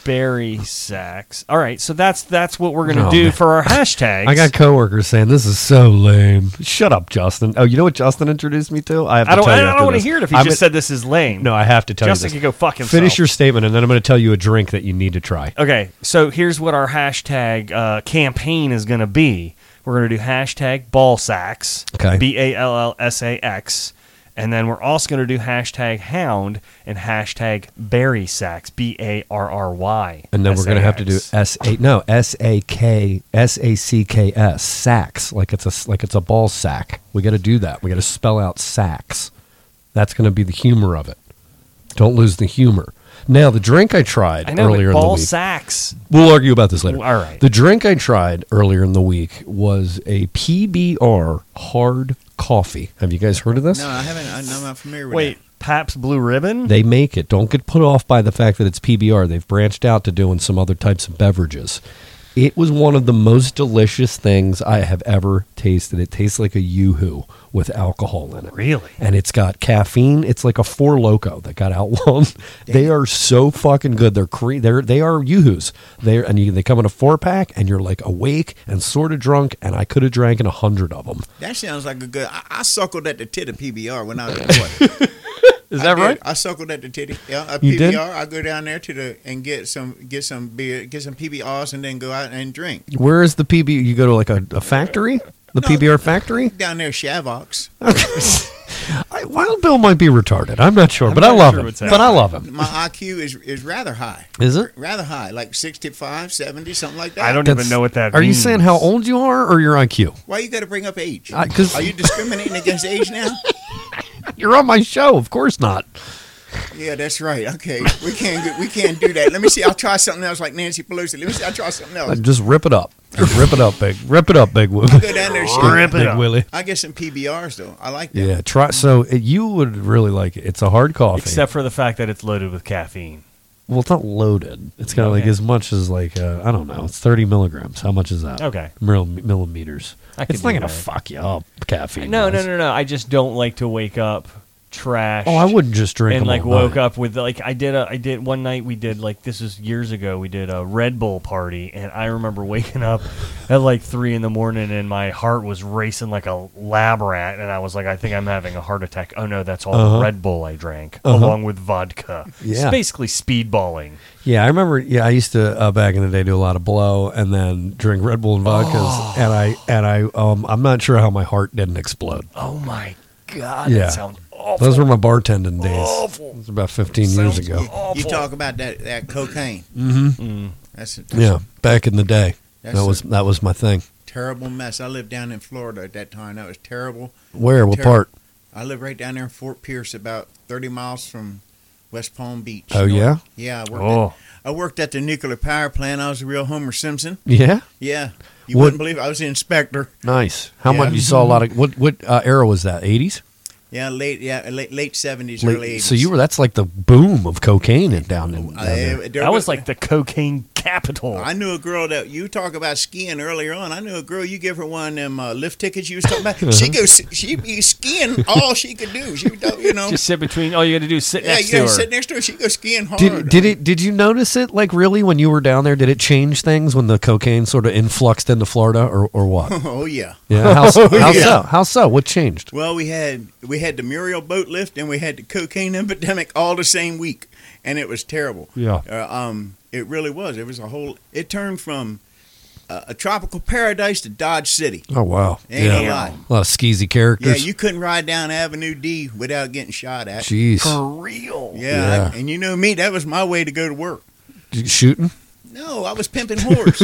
[SPEAKER 6] Barry Sacks. All right, so that's that's what we're gonna
[SPEAKER 7] Oh,
[SPEAKER 6] do
[SPEAKER 7] man.
[SPEAKER 6] for our hashtags.
[SPEAKER 7] I got coworkers saying this is so lame. Shut up, Justin. Oh, you know what Justin introduced me to? I have to
[SPEAKER 6] I don't.
[SPEAKER 7] tell
[SPEAKER 6] I
[SPEAKER 7] you
[SPEAKER 6] don't,
[SPEAKER 7] after
[SPEAKER 6] want to
[SPEAKER 7] this.
[SPEAKER 6] hear it if he
[SPEAKER 7] I'm
[SPEAKER 6] just
[SPEAKER 7] a-
[SPEAKER 6] said this is lame.
[SPEAKER 7] No, I have to tell
[SPEAKER 6] Justin
[SPEAKER 7] you.
[SPEAKER 6] can
[SPEAKER 7] this.
[SPEAKER 6] go fuck himself.
[SPEAKER 7] Finish your statement and then I'm going to tell you a drink that you need to try.
[SPEAKER 6] Okay, so here's what our hashtag uh, campaign is going to be. We're going to do hashtag ball sacks,
[SPEAKER 7] Okay.
[SPEAKER 6] B A L L S A X, And then we're also going to do hashtag hound and hashtag Barry Sacks, B A R R Y.
[SPEAKER 7] And then we're going to have to do
[SPEAKER 6] S A X.
[SPEAKER 7] S A no S A K S A C K S sacks like it's a s- like it's a ball sack. We got to do that. We got to spell out sacks. That's going to be the humor of it. Don't lose the humor. Now the drink I tried
[SPEAKER 6] I know, but
[SPEAKER 7] earlier in the
[SPEAKER 6] ball
[SPEAKER 7] week.
[SPEAKER 6] sacks.
[SPEAKER 7] We'll argue about this later.
[SPEAKER 6] All right.
[SPEAKER 7] The drink I tried earlier in the week was a PBR hard coffee. Have you guys heard of this?
[SPEAKER 9] No, I haven't. I- I'm not familiar with
[SPEAKER 6] Wait, Paps Blue Ribbon?
[SPEAKER 7] They make it. Don't get put off by the fact that it's PBR. They've branched out to doing some other types of beverages. It was one of the most delicious things I have ever tasted. It tastes like a yoo-hoo with alcohol in it.
[SPEAKER 6] really?
[SPEAKER 7] And it's got caffeine. It's like a four loco that got outlawed. they are so fucking good. They're cre- they're they are yoo-hoos. They're and you, they come in a four pack, and you're like awake and sort of drunk. And I could have drank in a hundred of them.
[SPEAKER 9] that. That sounds like a good. I, I suckled at the titty PBR when I was a boy.
[SPEAKER 7] Is
[SPEAKER 9] I did. I suckled at the titty. Yeah, a
[SPEAKER 7] You
[SPEAKER 9] PBR.
[SPEAKER 7] did?
[SPEAKER 9] I go down there to the and get some get some beer, get some PBRs, and then go out and drink
[SPEAKER 7] Where is the PB? You go to like a, a factory, the PBR factory.
[SPEAKER 9] down there. Shavox.
[SPEAKER 7] I, Wild Bill might be retarded. I'm not sure, but
[SPEAKER 6] not
[SPEAKER 7] I love
[SPEAKER 6] sure
[SPEAKER 7] him.
[SPEAKER 6] what's
[SPEAKER 7] But I love him.
[SPEAKER 9] My IQ is is rather high.
[SPEAKER 7] Is it?
[SPEAKER 9] Rather high, like 65, 70, something like that.
[SPEAKER 6] I don't
[SPEAKER 7] That's-
[SPEAKER 6] even know what that
[SPEAKER 7] Are you
[SPEAKER 6] means.
[SPEAKER 7] saying how old you are or your IQ?
[SPEAKER 9] Why you got to bring up age?
[SPEAKER 7] I- 'cause-
[SPEAKER 9] Are you discriminating against age now?
[SPEAKER 7] You're on my show. Of course not.
[SPEAKER 9] Yeah, that's right. Okay, we can't go- we can't do that. Let me see. I'll try something else, like Nancy Pelosi. Let me see. I'll try something else.
[SPEAKER 7] Like, just rip it up. Just rip it up, big. Rip it up, big Willie.
[SPEAKER 9] Go down there.
[SPEAKER 6] Rip
[SPEAKER 9] Shit.
[SPEAKER 6] it
[SPEAKER 7] Big
[SPEAKER 6] up.
[SPEAKER 7] Willie.
[SPEAKER 9] I get some PBRs though. I like that.
[SPEAKER 7] Yeah. Try. So it, you would really like it. It's a hard coffee.
[SPEAKER 6] Except for the fact that it's loaded with caffeine.
[SPEAKER 7] well, it's not loaded. It's got like
[SPEAKER 6] Okay.
[SPEAKER 7] as much as like uh, I don't know. It's 30 milligrams. How much is that?
[SPEAKER 6] Okay.
[SPEAKER 7] Mill- millimeters.
[SPEAKER 6] I could
[SPEAKER 7] It's not
[SPEAKER 6] do
[SPEAKER 7] gonna
[SPEAKER 6] that.
[SPEAKER 7] fuck you up, caffeine.
[SPEAKER 6] No, no,
[SPEAKER 7] wise.
[SPEAKER 6] no, no. I just don't like to wake up trash.
[SPEAKER 7] Oh, I wouldn't just drink
[SPEAKER 6] and
[SPEAKER 7] them
[SPEAKER 6] like
[SPEAKER 7] all night.
[SPEAKER 6] woke up with like I did a I did one night we did like this was years ago we did a Red Bull party and I remember waking up at like three in the morning and my heart was racing like a lab rat and I was like I think I'm having a heart attack oh no that's all the Red Bull I drank along with vodka
[SPEAKER 7] Uh-huh. Yeah.
[SPEAKER 6] it's basically speedballing
[SPEAKER 7] Yeah, I remember. Yeah, I used to uh, back in the day do a lot of blow and then drink Red Bull and vodkas,
[SPEAKER 9] Oh.
[SPEAKER 7] and I and I um I'm not sure how my heart didn't explode.
[SPEAKER 6] oh my god
[SPEAKER 7] Yeah.
[SPEAKER 6] that sounds awful
[SPEAKER 7] Those were my bartending days.
[SPEAKER 9] Oh.
[SPEAKER 7] It was about 15 years ago.
[SPEAKER 9] You talk about that that cocaine. That's a, that's
[SPEAKER 7] Mm-hmm. Yeah, back in the day,
[SPEAKER 9] That's
[SPEAKER 7] that was
[SPEAKER 9] a-
[SPEAKER 7] that was my thing.
[SPEAKER 9] a terrible mess. I lived down in Florida at that time. That was terrible.
[SPEAKER 7] Where? What
[SPEAKER 9] Ter-
[SPEAKER 7] part?
[SPEAKER 9] I lived right down there in Fort Pierce, about thirty miles from West Palm Beach.
[SPEAKER 7] Oh yeah,
[SPEAKER 9] Yeah, I worked,
[SPEAKER 6] oh
[SPEAKER 9] at, I worked at the nuclear power plant. I was a real Homer Simpson.
[SPEAKER 7] yeah.
[SPEAKER 9] Yeah, you
[SPEAKER 7] What-
[SPEAKER 9] wouldn't believe it. I was the inspector.
[SPEAKER 7] Nice. How
[SPEAKER 9] Yeah.
[SPEAKER 7] much you saw a lot of what what uh, era was that? 80s.
[SPEAKER 9] Yeah, late yeah late late seventies,
[SPEAKER 7] Late-
[SPEAKER 9] early eighties.
[SPEAKER 7] so you were that's like the boom of cocaine and down in. Down there.
[SPEAKER 9] I, uh, there
[SPEAKER 6] that was like the cocaine capital
[SPEAKER 9] I knew a girl that you talk about skiing earlier on. I knew a girl you give her one of them uh, lift tickets you was talking about.
[SPEAKER 7] Uh-huh.
[SPEAKER 9] She goes, she be skiing all she could do. She would, you know,
[SPEAKER 6] just sit between all you got to do is sit
[SPEAKER 9] yeah,
[SPEAKER 6] next
[SPEAKER 9] you
[SPEAKER 6] to
[SPEAKER 9] know,
[SPEAKER 6] her
[SPEAKER 9] sit next to her. She goes skiing hard.
[SPEAKER 7] Did, did it? Did you notice it? Like really, when you were down there, did it change things when the cocaine sort of influxed into Florida, or, or what?
[SPEAKER 9] Oh yeah.
[SPEAKER 7] Oh, Yeah. How, so- how
[SPEAKER 9] Yeah.
[SPEAKER 7] so? How so? What changed?
[SPEAKER 9] Well, we had we had the Muriel boat lift and we had the cocaine epidemic all the same week, and it was terrible.
[SPEAKER 7] Yeah.
[SPEAKER 9] Uh, um, it really was. It was a whole. It turned from uh, a tropical paradise to Dodge City.
[SPEAKER 7] Oh wow.
[SPEAKER 9] Ain't
[SPEAKER 7] yeah.
[SPEAKER 9] no lie.
[SPEAKER 7] A lot of skeezy
[SPEAKER 9] Yeah,
[SPEAKER 7] characters.
[SPEAKER 9] you couldn't ride down Avenue D without getting shot
[SPEAKER 6] Oh.
[SPEAKER 9] at.
[SPEAKER 7] Jeez.
[SPEAKER 6] real
[SPEAKER 9] Yeah,
[SPEAKER 7] Yeah.
[SPEAKER 9] I, and you know me, that was my way to go to work.
[SPEAKER 7] Did you Shooting.
[SPEAKER 9] No, I was pimping whores.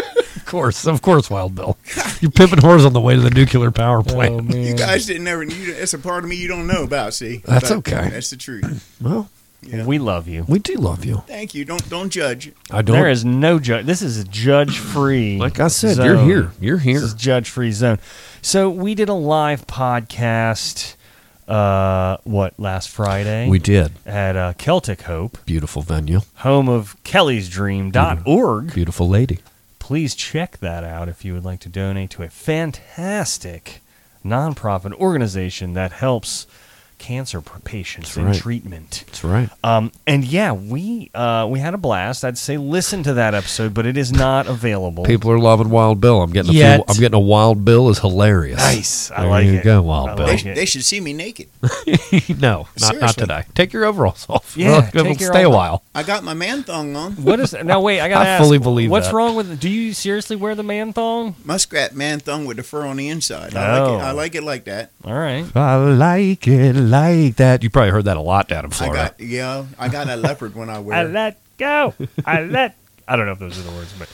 [SPEAKER 7] Of course. Of course. Wild Bill. You're pimping whores on the way to the nuclear power plant.
[SPEAKER 9] you guys didn't ever. You, that's a part of me you don't know about. See,
[SPEAKER 7] That's
[SPEAKER 9] But
[SPEAKER 7] okay.
[SPEAKER 9] That's the truth.
[SPEAKER 7] Well,
[SPEAKER 6] we love you
[SPEAKER 7] we do love you.
[SPEAKER 9] Thank you. Don't don't judge.
[SPEAKER 7] I don't.
[SPEAKER 6] There is no judge. This is a judge free.
[SPEAKER 7] like I said, you're here. You're
[SPEAKER 6] This
[SPEAKER 7] here.
[SPEAKER 6] is judge free zone. So we did a live podcast. Uh, what last Friday?
[SPEAKER 7] We did.
[SPEAKER 6] at uh, Celtic Hope,
[SPEAKER 7] Beautiful venue.
[SPEAKER 6] home of Kelly's Dream.org.
[SPEAKER 7] Beautiful lady.
[SPEAKER 6] Please check that out if you would like to donate to a fantastic nonprofit organization that helps cancer pr- patients
[SPEAKER 8] That's
[SPEAKER 6] in
[SPEAKER 8] right.
[SPEAKER 6] treatment.
[SPEAKER 8] That's right.
[SPEAKER 6] Um, and yeah, we uh, we had a blast. I'd say listen to that episode, but it is not available.
[SPEAKER 7] People are loving Wild Bill. I'm getting a
[SPEAKER 6] Yet.
[SPEAKER 7] few, I'm getting a Wild Bill is hilarious.
[SPEAKER 6] nice. I
[SPEAKER 7] There
[SPEAKER 6] like
[SPEAKER 7] you
[SPEAKER 6] it.
[SPEAKER 7] go, Wild
[SPEAKER 6] I
[SPEAKER 7] Bill.
[SPEAKER 9] They,
[SPEAKER 6] like it.
[SPEAKER 9] they should see me naked.
[SPEAKER 7] no, not, not
[SPEAKER 9] Seriously.
[SPEAKER 7] today. Take your overalls off.
[SPEAKER 6] Yeah,
[SPEAKER 7] It'll- it'll
[SPEAKER 6] take your
[SPEAKER 7] stay a
[SPEAKER 6] overall-
[SPEAKER 7] while.
[SPEAKER 9] I got my man thong on,
[SPEAKER 6] What is now? Wait, I gotta
[SPEAKER 7] I
[SPEAKER 6] ask.
[SPEAKER 7] fully believe
[SPEAKER 6] What's
[SPEAKER 7] that.
[SPEAKER 6] wrong with? Do you seriously wear the man thong?
[SPEAKER 9] muskrat man thong with the fur on the inside. I
[SPEAKER 6] Oh.
[SPEAKER 9] like it. I like it like that.
[SPEAKER 6] All right.
[SPEAKER 7] I like it like that. You probably heard that a lot down in Florida.
[SPEAKER 9] I got yeah. I got a leopard when I wear.
[SPEAKER 6] I
[SPEAKER 9] it.
[SPEAKER 6] let go. I let. I don't know if those are the words, but.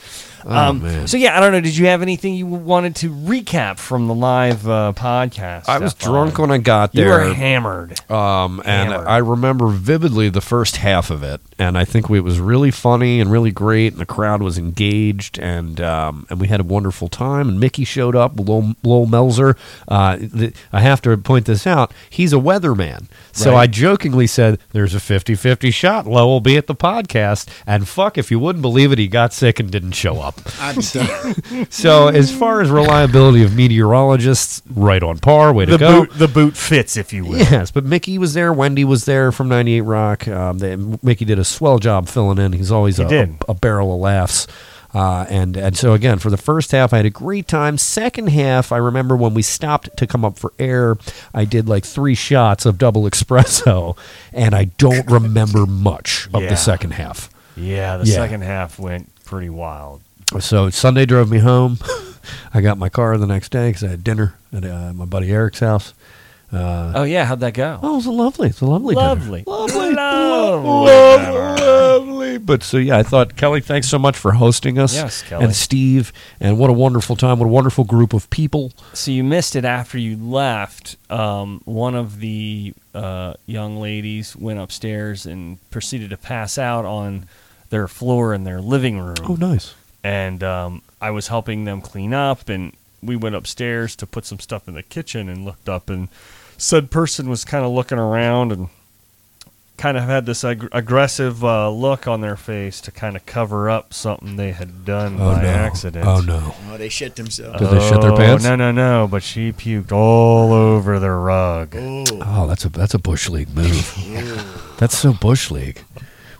[SPEAKER 7] Oh,
[SPEAKER 6] Um,
[SPEAKER 7] man.
[SPEAKER 6] so yeah, I don't know. Did you have anything you wanted to recap from the live uh, podcast?
[SPEAKER 7] I was
[SPEAKER 6] Stefan?
[SPEAKER 7] drunk when I got
[SPEAKER 6] You
[SPEAKER 7] there.
[SPEAKER 6] were hammered.
[SPEAKER 7] Um, and
[SPEAKER 6] Hammered.
[SPEAKER 7] I remember vividly the first half of it, and I think we- it was really funny and really great, and the crowd was engaged, and um, and we had a wonderful time. And Mickey showed up, Lowell, Lowell Melzer. Uh, th- I have to point this out; he's a weatherman. So
[SPEAKER 6] Right.
[SPEAKER 7] I jokingly said, "There's a 50-50 shot Lowell will be at the podcast." And fuck, if you wouldn't believe it, he got sick and didn't show up.
[SPEAKER 9] I'm done.
[SPEAKER 7] so as far as reliability of meteorologists, right on par. Way to
[SPEAKER 6] The
[SPEAKER 7] go.
[SPEAKER 6] boot, the boot fits, if you will.
[SPEAKER 7] Yes, but Mickey was there. Wendy was there from 98 Rock. Um, they, Mickey did a swell job filling in. He's always a,
[SPEAKER 6] did.
[SPEAKER 7] a barrel of laughs. Uh, and, and so, again, for the first half, I had a great time. Second half, I remember when we stopped to come up for air, I did like three shots of double espresso, and I don't remember much of
[SPEAKER 6] Yeah.
[SPEAKER 7] the second half.
[SPEAKER 6] Yeah, the
[SPEAKER 7] Yeah.
[SPEAKER 6] second half went pretty wild.
[SPEAKER 7] So Sunday drove me home. I got my car the next day because I had dinner at uh, my buddy Eric's house. Uh,
[SPEAKER 6] oh yeah, how'd that go?
[SPEAKER 7] Oh, it was a lovely. It's a lovely, dinner.
[SPEAKER 6] Lovely.
[SPEAKER 7] lovely,
[SPEAKER 6] Lovely
[SPEAKER 7] lovely,
[SPEAKER 6] dinner.
[SPEAKER 7] lovely. But so yeah, I thought Kelly, thanks so much for hosting us.
[SPEAKER 6] Yes, Kelly.
[SPEAKER 7] and Steve, and what a wonderful time. What a wonderful group of people.
[SPEAKER 6] So you missed it after you left. Um, one of the uh, young ladies went upstairs and proceeded to pass out on their floor in their living room.
[SPEAKER 7] Oh, nice.
[SPEAKER 6] And um, I was helping them clean up, and we went upstairs to put some stuff in the kitchen and looked up, and said person was kind of looking around and kind of had this ag- aggressive uh, look on their face to kind of cover up something they had done
[SPEAKER 7] Oh
[SPEAKER 6] by
[SPEAKER 7] no.
[SPEAKER 6] accident.
[SPEAKER 7] Oh no.
[SPEAKER 9] Oh, they shit themselves.
[SPEAKER 7] Did they shit their
[SPEAKER 6] Oh,
[SPEAKER 7] pants?
[SPEAKER 6] No, no, no. But she puked all over the rug.
[SPEAKER 7] Oh, that's a that's a bush league move. that's so bush league.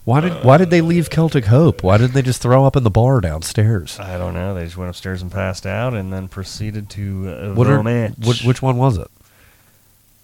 [SPEAKER 7] Why did why did they leave Celtic Hope? Why didn't they just throw up in the bar downstairs?
[SPEAKER 6] I don't know. They just went upstairs and passed out, and then proceeded to uh,
[SPEAKER 7] What are,
[SPEAKER 6] vomit.
[SPEAKER 7] which, which one was it?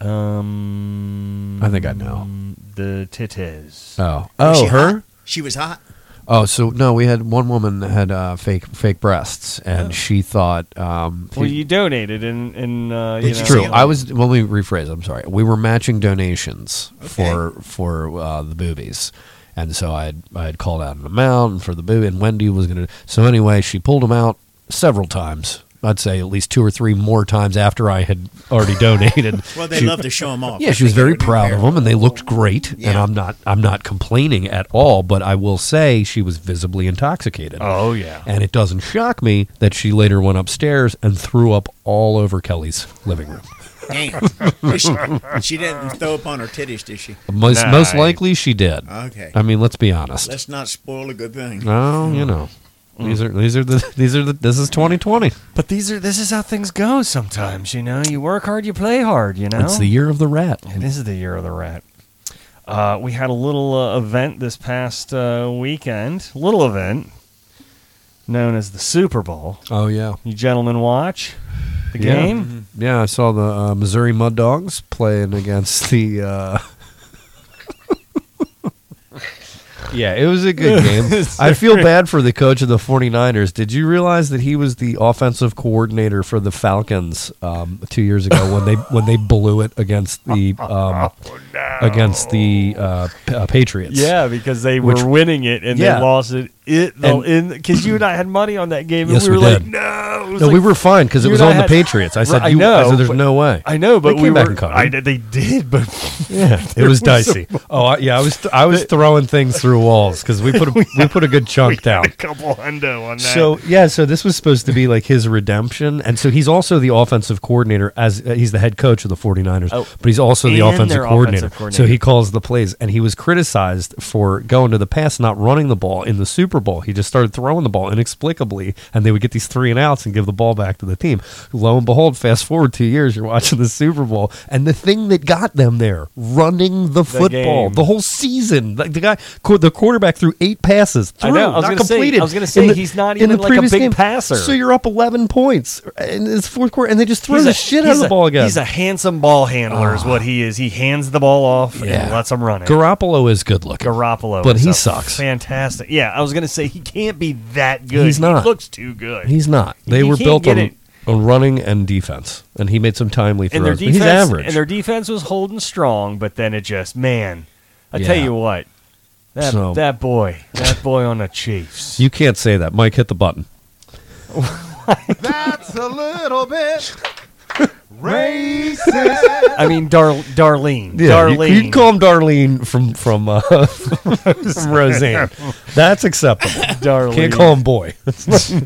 [SPEAKER 6] Um,
[SPEAKER 7] I think I know.
[SPEAKER 6] The titties.
[SPEAKER 7] Oh,
[SPEAKER 9] Was
[SPEAKER 7] oh,
[SPEAKER 9] she
[SPEAKER 7] her.
[SPEAKER 9] hot? She was hot.
[SPEAKER 7] Oh, so no, we had one woman that had uh, fake fake breasts, and she thought. Um,
[SPEAKER 6] well, you donated, and and uh, you
[SPEAKER 7] it's
[SPEAKER 6] know,
[SPEAKER 7] true. I was. Let me rephrase. I'm sorry. We were matching donations
[SPEAKER 9] Okay.
[SPEAKER 7] for for uh, the boobies, and so I had I had called out an amount for the boob, and Wendy was gonna. So anyway, she pulled them out several times. I'd say at least two or three more times after I had already donated.
[SPEAKER 9] Well, they
[SPEAKER 7] She-
[SPEAKER 9] love to show them off.
[SPEAKER 7] Yeah, she was very proud of them, and they looked great. And
[SPEAKER 9] Yeah.
[SPEAKER 7] I'm not, I'm not complaining at all. But I will say, she was visibly intoxicated.
[SPEAKER 6] Oh yeah.
[SPEAKER 7] And it doesn't shock me that she later went upstairs and threw up all over Kelly's living room.
[SPEAKER 9] Damn. she, she didn't throw up on her titties, did she?
[SPEAKER 7] Most,
[SPEAKER 6] Nah,
[SPEAKER 7] most
[SPEAKER 6] I-
[SPEAKER 7] likely she did.
[SPEAKER 9] Okay.
[SPEAKER 7] I mean, let's be honest.
[SPEAKER 9] Let's not spoil a good thing.
[SPEAKER 7] Um, No, you know. These are these are the these are the this is 2020.
[SPEAKER 6] But these are this is how things go sometimes. You know, you work hard, you play hard. You know,
[SPEAKER 7] It's the year of the rat.
[SPEAKER 6] It is the year of the rat. Uh, we had a little uh, event this past uh, weekend, little event known as the Super Bowl.
[SPEAKER 7] Oh yeah,
[SPEAKER 6] You gentlemen watch the
[SPEAKER 7] Yeah. Mm-hmm.
[SPEAKER 6] game?
[SPEAKER 7] yeah. I saw the uh, Missouri Mud Dogs playing against the. Uh... yeah, it was a good game. I feel bad for the coach of the 49ers. Did you realize that he was the offensive coordinator for the Falcons um, two years ago when they when they blew it against the um, against the uh, P- uh, Patriots?
[SPEAKER 6] Yeah, because they
[SPEAKER 7] Which-
[SPEAKER 6] were winning it and
[SPEAKER 7] Yeah.
[SPEAKER 6] they lost it. It
[SPEAKER 7] And-
[SPEAKER 6] because you and I had money on that game, and
[SPEAKER 7] Yes,
[SPEAKER 6] we were
[SPEAKER 7] we
[SPEAKER 6] like,
[SPEAKER 7] did.
[SPEAKER 6] no, it was
[SPEAKER 7] No,
[SPEAKER 6] like-
[SPEAKER 7] we were fine because it
[SPEAKER 6] you
[SPEAKER 7] was
[SPEAKER 6] and I
[SPEAKER 7] on the
[SPEAKER 6] had-
[SPEAKER 7] Patriots. I said,
[SPEAKER 6] I
[SPEAKER 7] you,
[SPEAKER 6] know,
[SPEAKER 7] said, there's
[SPEAKER 6] but-
[SPEAKER 7] no way.
[SPEAKER 6] I know, but
[SPEAKER 7] They
[SPEAKER 6] we
[SPEAKER 7] came back
[SPEAKER 6] were.
[SPEAKER 7] and caught
[SPEAKER 6] I,
[SPEAKER 7] it.
[SPEAKER 6] they did, but
[SPEAKER 7] Yeah, it was dicey. Oh, I, yeah, I was I was throwing things through walls because we put a, we put a good chunk
[SPEAKER 6] a
[SPEAKER 7] down.
[SPEAKER 6] couple hundo on that.
[SPEAKER 7] So yeah, so this was supposed to be like his redemption, and so he's also the offensive coordinator as uh, he's the head coach of the 49ers,
[SPEAKER 6] Oh.
[SPEAKER 7] but he's also the
[SPEAKER 6] And
[SPEAKER 7] offensive
[SPEAKER 6] their
[SPEAKER 7] coordinator.
[SPEAKER 6] offensive
[SPEAKER 7] So
[SPEAKER 6] coordinator.
[SPEAKER 7] he calls the plays, and he was criticized for going to the pass, not running the ball in the Super Super Bowl. He just started throwing the ball inexplicably, and they would get these three and outs and give the ball back to the team. Lo and behold, fast forward two years, you're watching the Super Bowl, and the thing that got them there, running the, football
[SPEAKER 6] game.
[SPEAKER 7] the whole season. Like the guy, qu- the quarterback threw eight passes.
[SPEAKER 6] I
[SPEAKER 7] Through,
[SPEAKER 6] know. I was
[SPEAKER 7] not
[SPEAKER 6] gonna say-
[SPEAKER 7] completed.
[SPEAKER 6] I was gonna
[SPEAKER 7] in
[SPEAKER 6] say, he's not
[SPEAKER 7] in
[SPEAKER 6] even like a
[SPEAKER 7] previous
[SPEAKER 6] big passer.
[SPEAKER 7] So you're up 11 points in this fourth quarter, and they just throw
[SPEAKER 6] He's
[SPEAKER 7] the
[SPEAKER 6] a-
[SPEAKER 7] shit out
[SPEAKER 6] he's
[SPEAKER 7] of the
[SPEAKER 6] a-
[SPEAKER 7] ball again. Ah.
[SPEAKER 6] He's a handsome ball handler, is what he is. He hands the ball off and lets him run it.
[SPEAKER 7] Garoppolo is good looking.
[SPEAKER 6] Garoppolo,
[SPEAKER 7] But
[SPEAKER 6] is
[SPEAKER 7] he
[SPEAKER 6] a
[SPEAKER 7] sucks.
[SPEAKER 6] Fantastic. Yeah, I was gonna say he can't be that good.
[SPEAKER 7] He's not.
[SPEAKER 6] He looks too good.
[SPEAKER 7] He's not. They
[SPEAKER 6] You
[SPEAKER 7] were
[SPEAKER 6] can't
[SPEAKER 7] built
[SPEAKER 6] get
[SPEAKER 7] on,
[SPEAKER 6] it.
[SPEAKER 7] on running and defense, and he made some timely
[SPEAKER 6] and their
[SPEAKER 7] throws. but
[SPEAKER 6] defense.
[SPEAKER 7] he's average.
[SPEAKER 6] And their defense was holding strong, but then it just man. I tell
[SPEAKER 7] Yeah.
[SPEAKER 6] you what, that
[SPEAKER 7] So-
[SPEAKER 6] that boy, that boy on the Chiefs.
[SPEAKER 7] you can't say that. Mike, hit the button.
[SPEAKER 8] That's a little bit racist.
[SPEAKER 6] I mean, Dar- Darlene.
[SPEAKER 7] you-
[SPEAKER 6] Darlene.
[SPEAKER 7] You, can call him Darlene from from, uh, from Roseanne. That's acceptable.
[SPEAKER 6] Darlene.
[SPEAKER 7] Can't call him boy.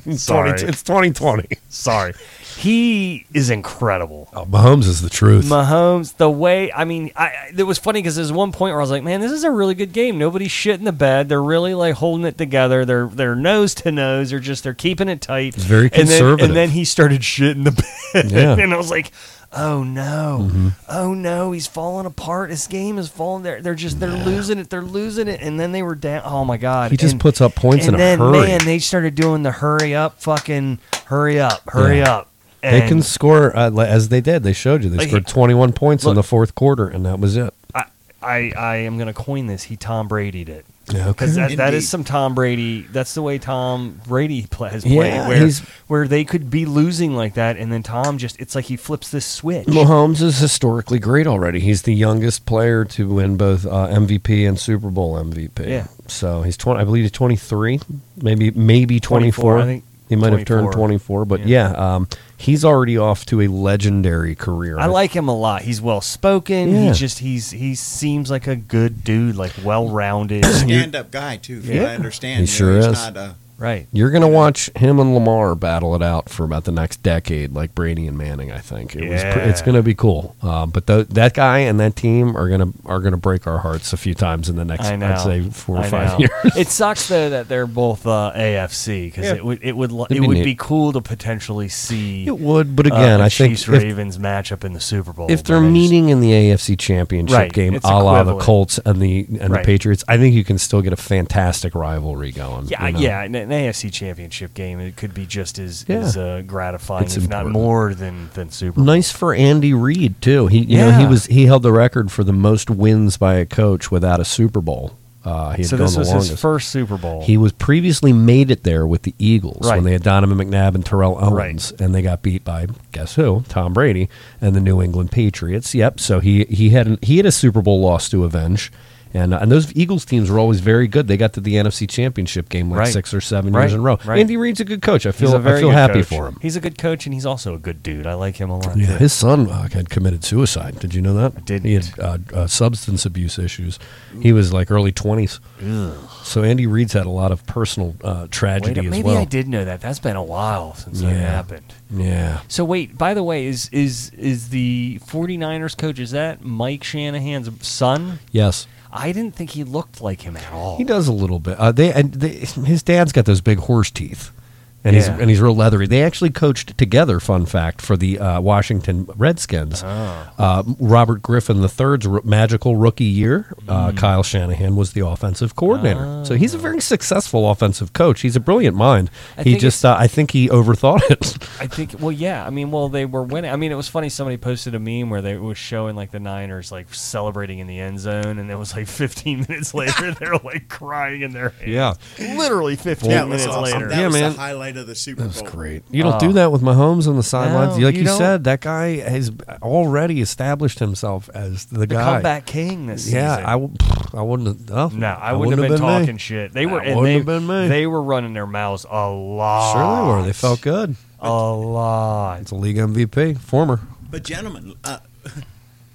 [SPEAKER 7] It's,
[SPEAKER 6] Sorry.
[SPEAKER 7] 20, it's 2020.
[SPEAKER 6] Sorry. He is incredible.
[SPEAKER 7] Oh, Mahomes is the truth.
[SPEAKER 6] Mahomes, the way I mean, I, I it was funny because there's one point where I was like, man, this is a really good game. Nobody's shitting the bed. They're really like holding it together. They're they're nose to nose. They're just they're keeping it tight.
[SPEAKER 7] It's very
[SPEAKER 6] And then-
[SPEAKER 7] conservative.
[SPEAKER 6] And then, he started shitting the bed.
[SPEAKER 7] Yeah. Mm-hmm.
[SPEAKER 6] and I was like, oh no, oh no, he's falling apart. His game is falling. They're they're just they're losing it. They're losing it. And then they were down. Oh my god.
[SPEAKER 7] He just
[SPEAKER 6] And-
[SPEAKER 7] puts up points
[SPEAKER 6] and
[SPEAKER 7] in a
[SPEAKER 6] then,
[SPEAKER 7] hurry.
[SPEAKER 6] Man, they started doing the hurry up, fucking hurry up, hurry
[SPEAKER 7] Yeah.
[SPEAKER 6] up.
[SPEAKER 7] they
[SPEAKER 6] And
[SPEAKER 7] can score uh, li- as they did. They showed you they
[SPEAKER 6] Like,
[SPEAKER 7] scored 21 points in
[SPEAKER 6] look-
[SPEAKER 7] the fourth quarter, and that was it.
[SPEAKER 6] I, I, I am going to coin this. He Tom Brady'd it.
[SPEAKER 7] Yeah, okay.
[SPEAKER 6] Because that, that
[SPEAKER 9] Indeed.
[SPEAKER 6] is some Tom Brady. That's the way Tom Brady pla has played,
[SPEAKER 7] Yeah,
[SPEAKER 6] where,
[SPEAKER 7] he's-
[SPEAKER 6] where they could be losing like that, and then Tom just, it's like he flips this switch.
[SPEAKER 7] Mahomes is historically great already. He's the youngest player to win both uh, MVP and Super Bowl MVP.
[SPEAKER 6] Yeah.
[SPEAKER 7] So he's twenty. I believe he's twenty three, maybe maybe twenty
[SPEAKER 6] 24,
[SPEAKER 7] four.
[SPEAKER 6] I think
[SPEAKER 7] he might have turned
[SPEAKER 6] 24.
[SPEAKER 7] twenty four, but yeah,
[SPEAKER 6] Yeah.
[SPEAKER 7] um, he's already off to a legendary career.
[SPEAKER 6] I like him a lot. He's well spoken.
[SPEAKER 7] Yeah.
[SPEAKER 6] He just he's he seems like a good dude, like well rounded.
[SPEAKER 9] Stand up guy too. From
[SPEAKER 6] Yeah.
[SPEAKER 9] what I understand.
[SPEAKER 7] He
[SPEAKER 9] You know,
[SPEAKER 7] sure
[SPEAKER 9] he's
[SPEAKER 7] is.
[SPEAKER 9] Not uh, a,
[SPEAKER 6] right.
[SPEAKER 7] You're gonna watch him and Lamar battle it out for about the next decade, like Brady and Manning. I think it was. Pr-
[SPEAKER 6] Yeah.
[SPEAKER 7] it's gonna be cool. Um, but tho- that guy and that team are gonna are gonna break our hearts a few times in the next,
[SPEAKER 6] I know.
[SPEAKER 7] I'd say four or
[SPEAKER 6] I know.
[SPEAKER 7] five years.
[SPEAKER 6] It sucks though that they're both uh, AFC because
[SPEAKER 7] Yeah.
[SPEAKER 6] it would it would li-
[SPEAKER 7] It'd
[SPEAKER 6] it
[SPEAKER 7] be
[SPEAKER 6] would
[SPEAKER 7] neat.
[SPEAKER 6] be cool to potentially see
[SPEAKER 7] It would, but
[SPEAKER 6] uh,
[SPEAKER 7] again,
[SPEAKER 6] a
[SPEAKER 7] I think
[SPEAKER 6] Chiefs
[SPEAKER 7] if-
[SPEAKER 6] Ravens matchup in the Super Bowl.
[SPEAKER 7] if
[SPEAKER 6] but
[SPEAKER 7] they're
[SPEAKER 6] I just-
[SPEAKER 7] meeting in the AFC Championship
[SPEAKER 6] Right,
[SPEAKER 7] game,
[SPEAKER 6] it's
[SPEAKER 7] a la the
[SPEAKER 6] equivalent.
[SPEAKER 7] Colts and the and the
[SPEAKER 6] Right.
[SPEAKER 7] Patriots, I think you can still get a fantastic rivalry going.
[SPEAKER 6] Yeah,
[SPEAKER 7] you know?
[SPEAKER 6] yeah, an, an AFC Championship game it could be just as,
[SPEAKER 7] Yeah.
[SPEAKER 6] as uh, gratifying,
[SPEAKER 7] It's
[SPEAKER 6] if
[SPEAKER 7] important.
[SPEAKER 6] not more than than Super. Bowl.
[SPEAKER 7] Nice for Andy Reid too. He, you know, he
[SPEAKER 6] Yeah.
[SPEAKER 7] was he held the record for the most wins by a coach without a Super Bowl. Uh, he had
[SPEAKER 6] So
[SPEAKER 7] gone
[SPEAKER 6] this
[SPEAKER 7] the
[SPEAKER 6] was
[SPEAKER 7] longest.
[SPEAKER 6] his first Super Bowl.
[SPEAKER 7] He was previously made it there with the Eagles
[SPEAKER 6] Right.
[SPEAKER 7] when they had Donovan McNabb and Terrell Owens,
[SPEAKER 6] Right.
[SPEAKER 7] and they got beat by guess who? Tom Brady and the New England Patriots. Yep. So he he had an, he had a Super Bowl loss to avenge, and uh, and those Eagles teams were always very good. They got to the NFC Championship game like
[SPEAKER 6] Right.
[SPEAKER 7] six or seven
[SPEAKER 6] Right.
[SPEAKER 7] years in a row.
[SPEAKER 6] Right.
[SPEAKER 7] Andy Reid's a good coach. I
[SPEAKER 6] He's
[SPEAKER 7] feel
[SPEAKER 6] a very
[SPEAKER 7] I feel
[SPEAKER 6] good
[SPEAKER 7] happy
[SPEAKER 6] coach.
[SPEAKER 7] for him.
[SPEAKER 6] He's a good coach and he's also a good dude. I like him a lot.
[SPEAKER 7] Yeah,
[SPEAKER 6] too.
[SPEAKER 7] his son uh, had committed suicide. Did you know that? I
[SPEAKER 6] didn't.
[SPEAKER 7] He had uh, uh, substance abuse issues. He was like early twenties. So Andy Reid's had a lot of personal uh,
[SPEAKER 6] Wait,
[SPEAKER 7] tragedy as
[SPEAKER 6] maybe
[SPEAKER 7] well.
[SPEAKER 6] I did know that. That's been a while since
[SPEAKER 7] Yeah.
[SPEAKER 6] that happened.
[SPEAKER 7] Yeah.
[SPEAKER 6] So wait, by the way, is is is the 49ers coach is that Mike Shanahan's son?
[SPEAKER 7] Yes.
[SPEAKER 6] I didn't think he looked like him at all.
[SPEAKER 7] He does a little bit. Uh, they and they, his dad's got those big horse teeth, and he's
[SPEAKER 6] Yeah.
[SPEAKER 7] and he's real leathery. They actually coached together. Fun fact for the uh, Washington Redskins,
[SPEAKER 6] Oh.
[SPEAKER 7] uh, Robert Griffin III's r- magical rookie year, uh,
[SPEAKER 6] Mm.
[SPEAKER 7] Kyle Shanahan was the offensive coordinator. So he's a very successful offensive coach. He's a brilliant mind.
[SPEAKER 6] I
[SPEAKER 7] he
[SPEAKER 6] think
[SPEAKER 7] just uh, I think he overthought it.
[SPEAKER 6] I think. Well, yeah. I mean, well, they were winning. I mean, it was funny. Somebody posted a meme where they was showing like the Niners like celebrating in the end zone, and it was like 15 minutes later they're like crying in their hands.
[SPEAKER 7] yeah,
[SPEAKER 6] literally 15
[SPEAKER 9] that was
[SPEAKER 6] minutes
[SPEAKER 9] awesome.
[SPEAKER 6] later.
[SPEAKER 9] That
[SPEAKER 7] Yeah,
[SPEAKER 9] was
[SPEAKER 7] man.
[SPEAKER 9] the highlight of the Super
[SPEAKER 7] That was
[SPEAKER 9] Bowl.
[SPEAKER 7] great. You don't do that with Mahomes on the sidelines.
[SPEAKER 6] Oh. No,
[SPEAKER 7] like you,
[SPEAKER 6] you don't.
[SPEAKER 7] said, that guy has already established himself as the,
[SPEAKER 6] The
[SPEAKER 7] guy.
[SPEAKER 6] comeback king this
[SPEAKER 7] Yeah,
[SPEAKER 6] season.
[SPEAKER 7] I, w- I wouldn't have. No,
[SPEAKER 6] no, I, wouldn't, have been, talking shit. They were
[SPEAKER 7] That
[SPEAKER 6] and
[SPEAKER 7] wouldn't
[SPEAKER 6] they,
[SPEAKER 7] have been me.
[SPEAKER 6] they were running their mouths a lot.
[SPEAKER 7] Sure, they were. They felt good.
[SPEAKER 6] a lot.
[SPEAKER 7] It's a league MVP, former.
[SPEAKER 9] But gentlemen, uh,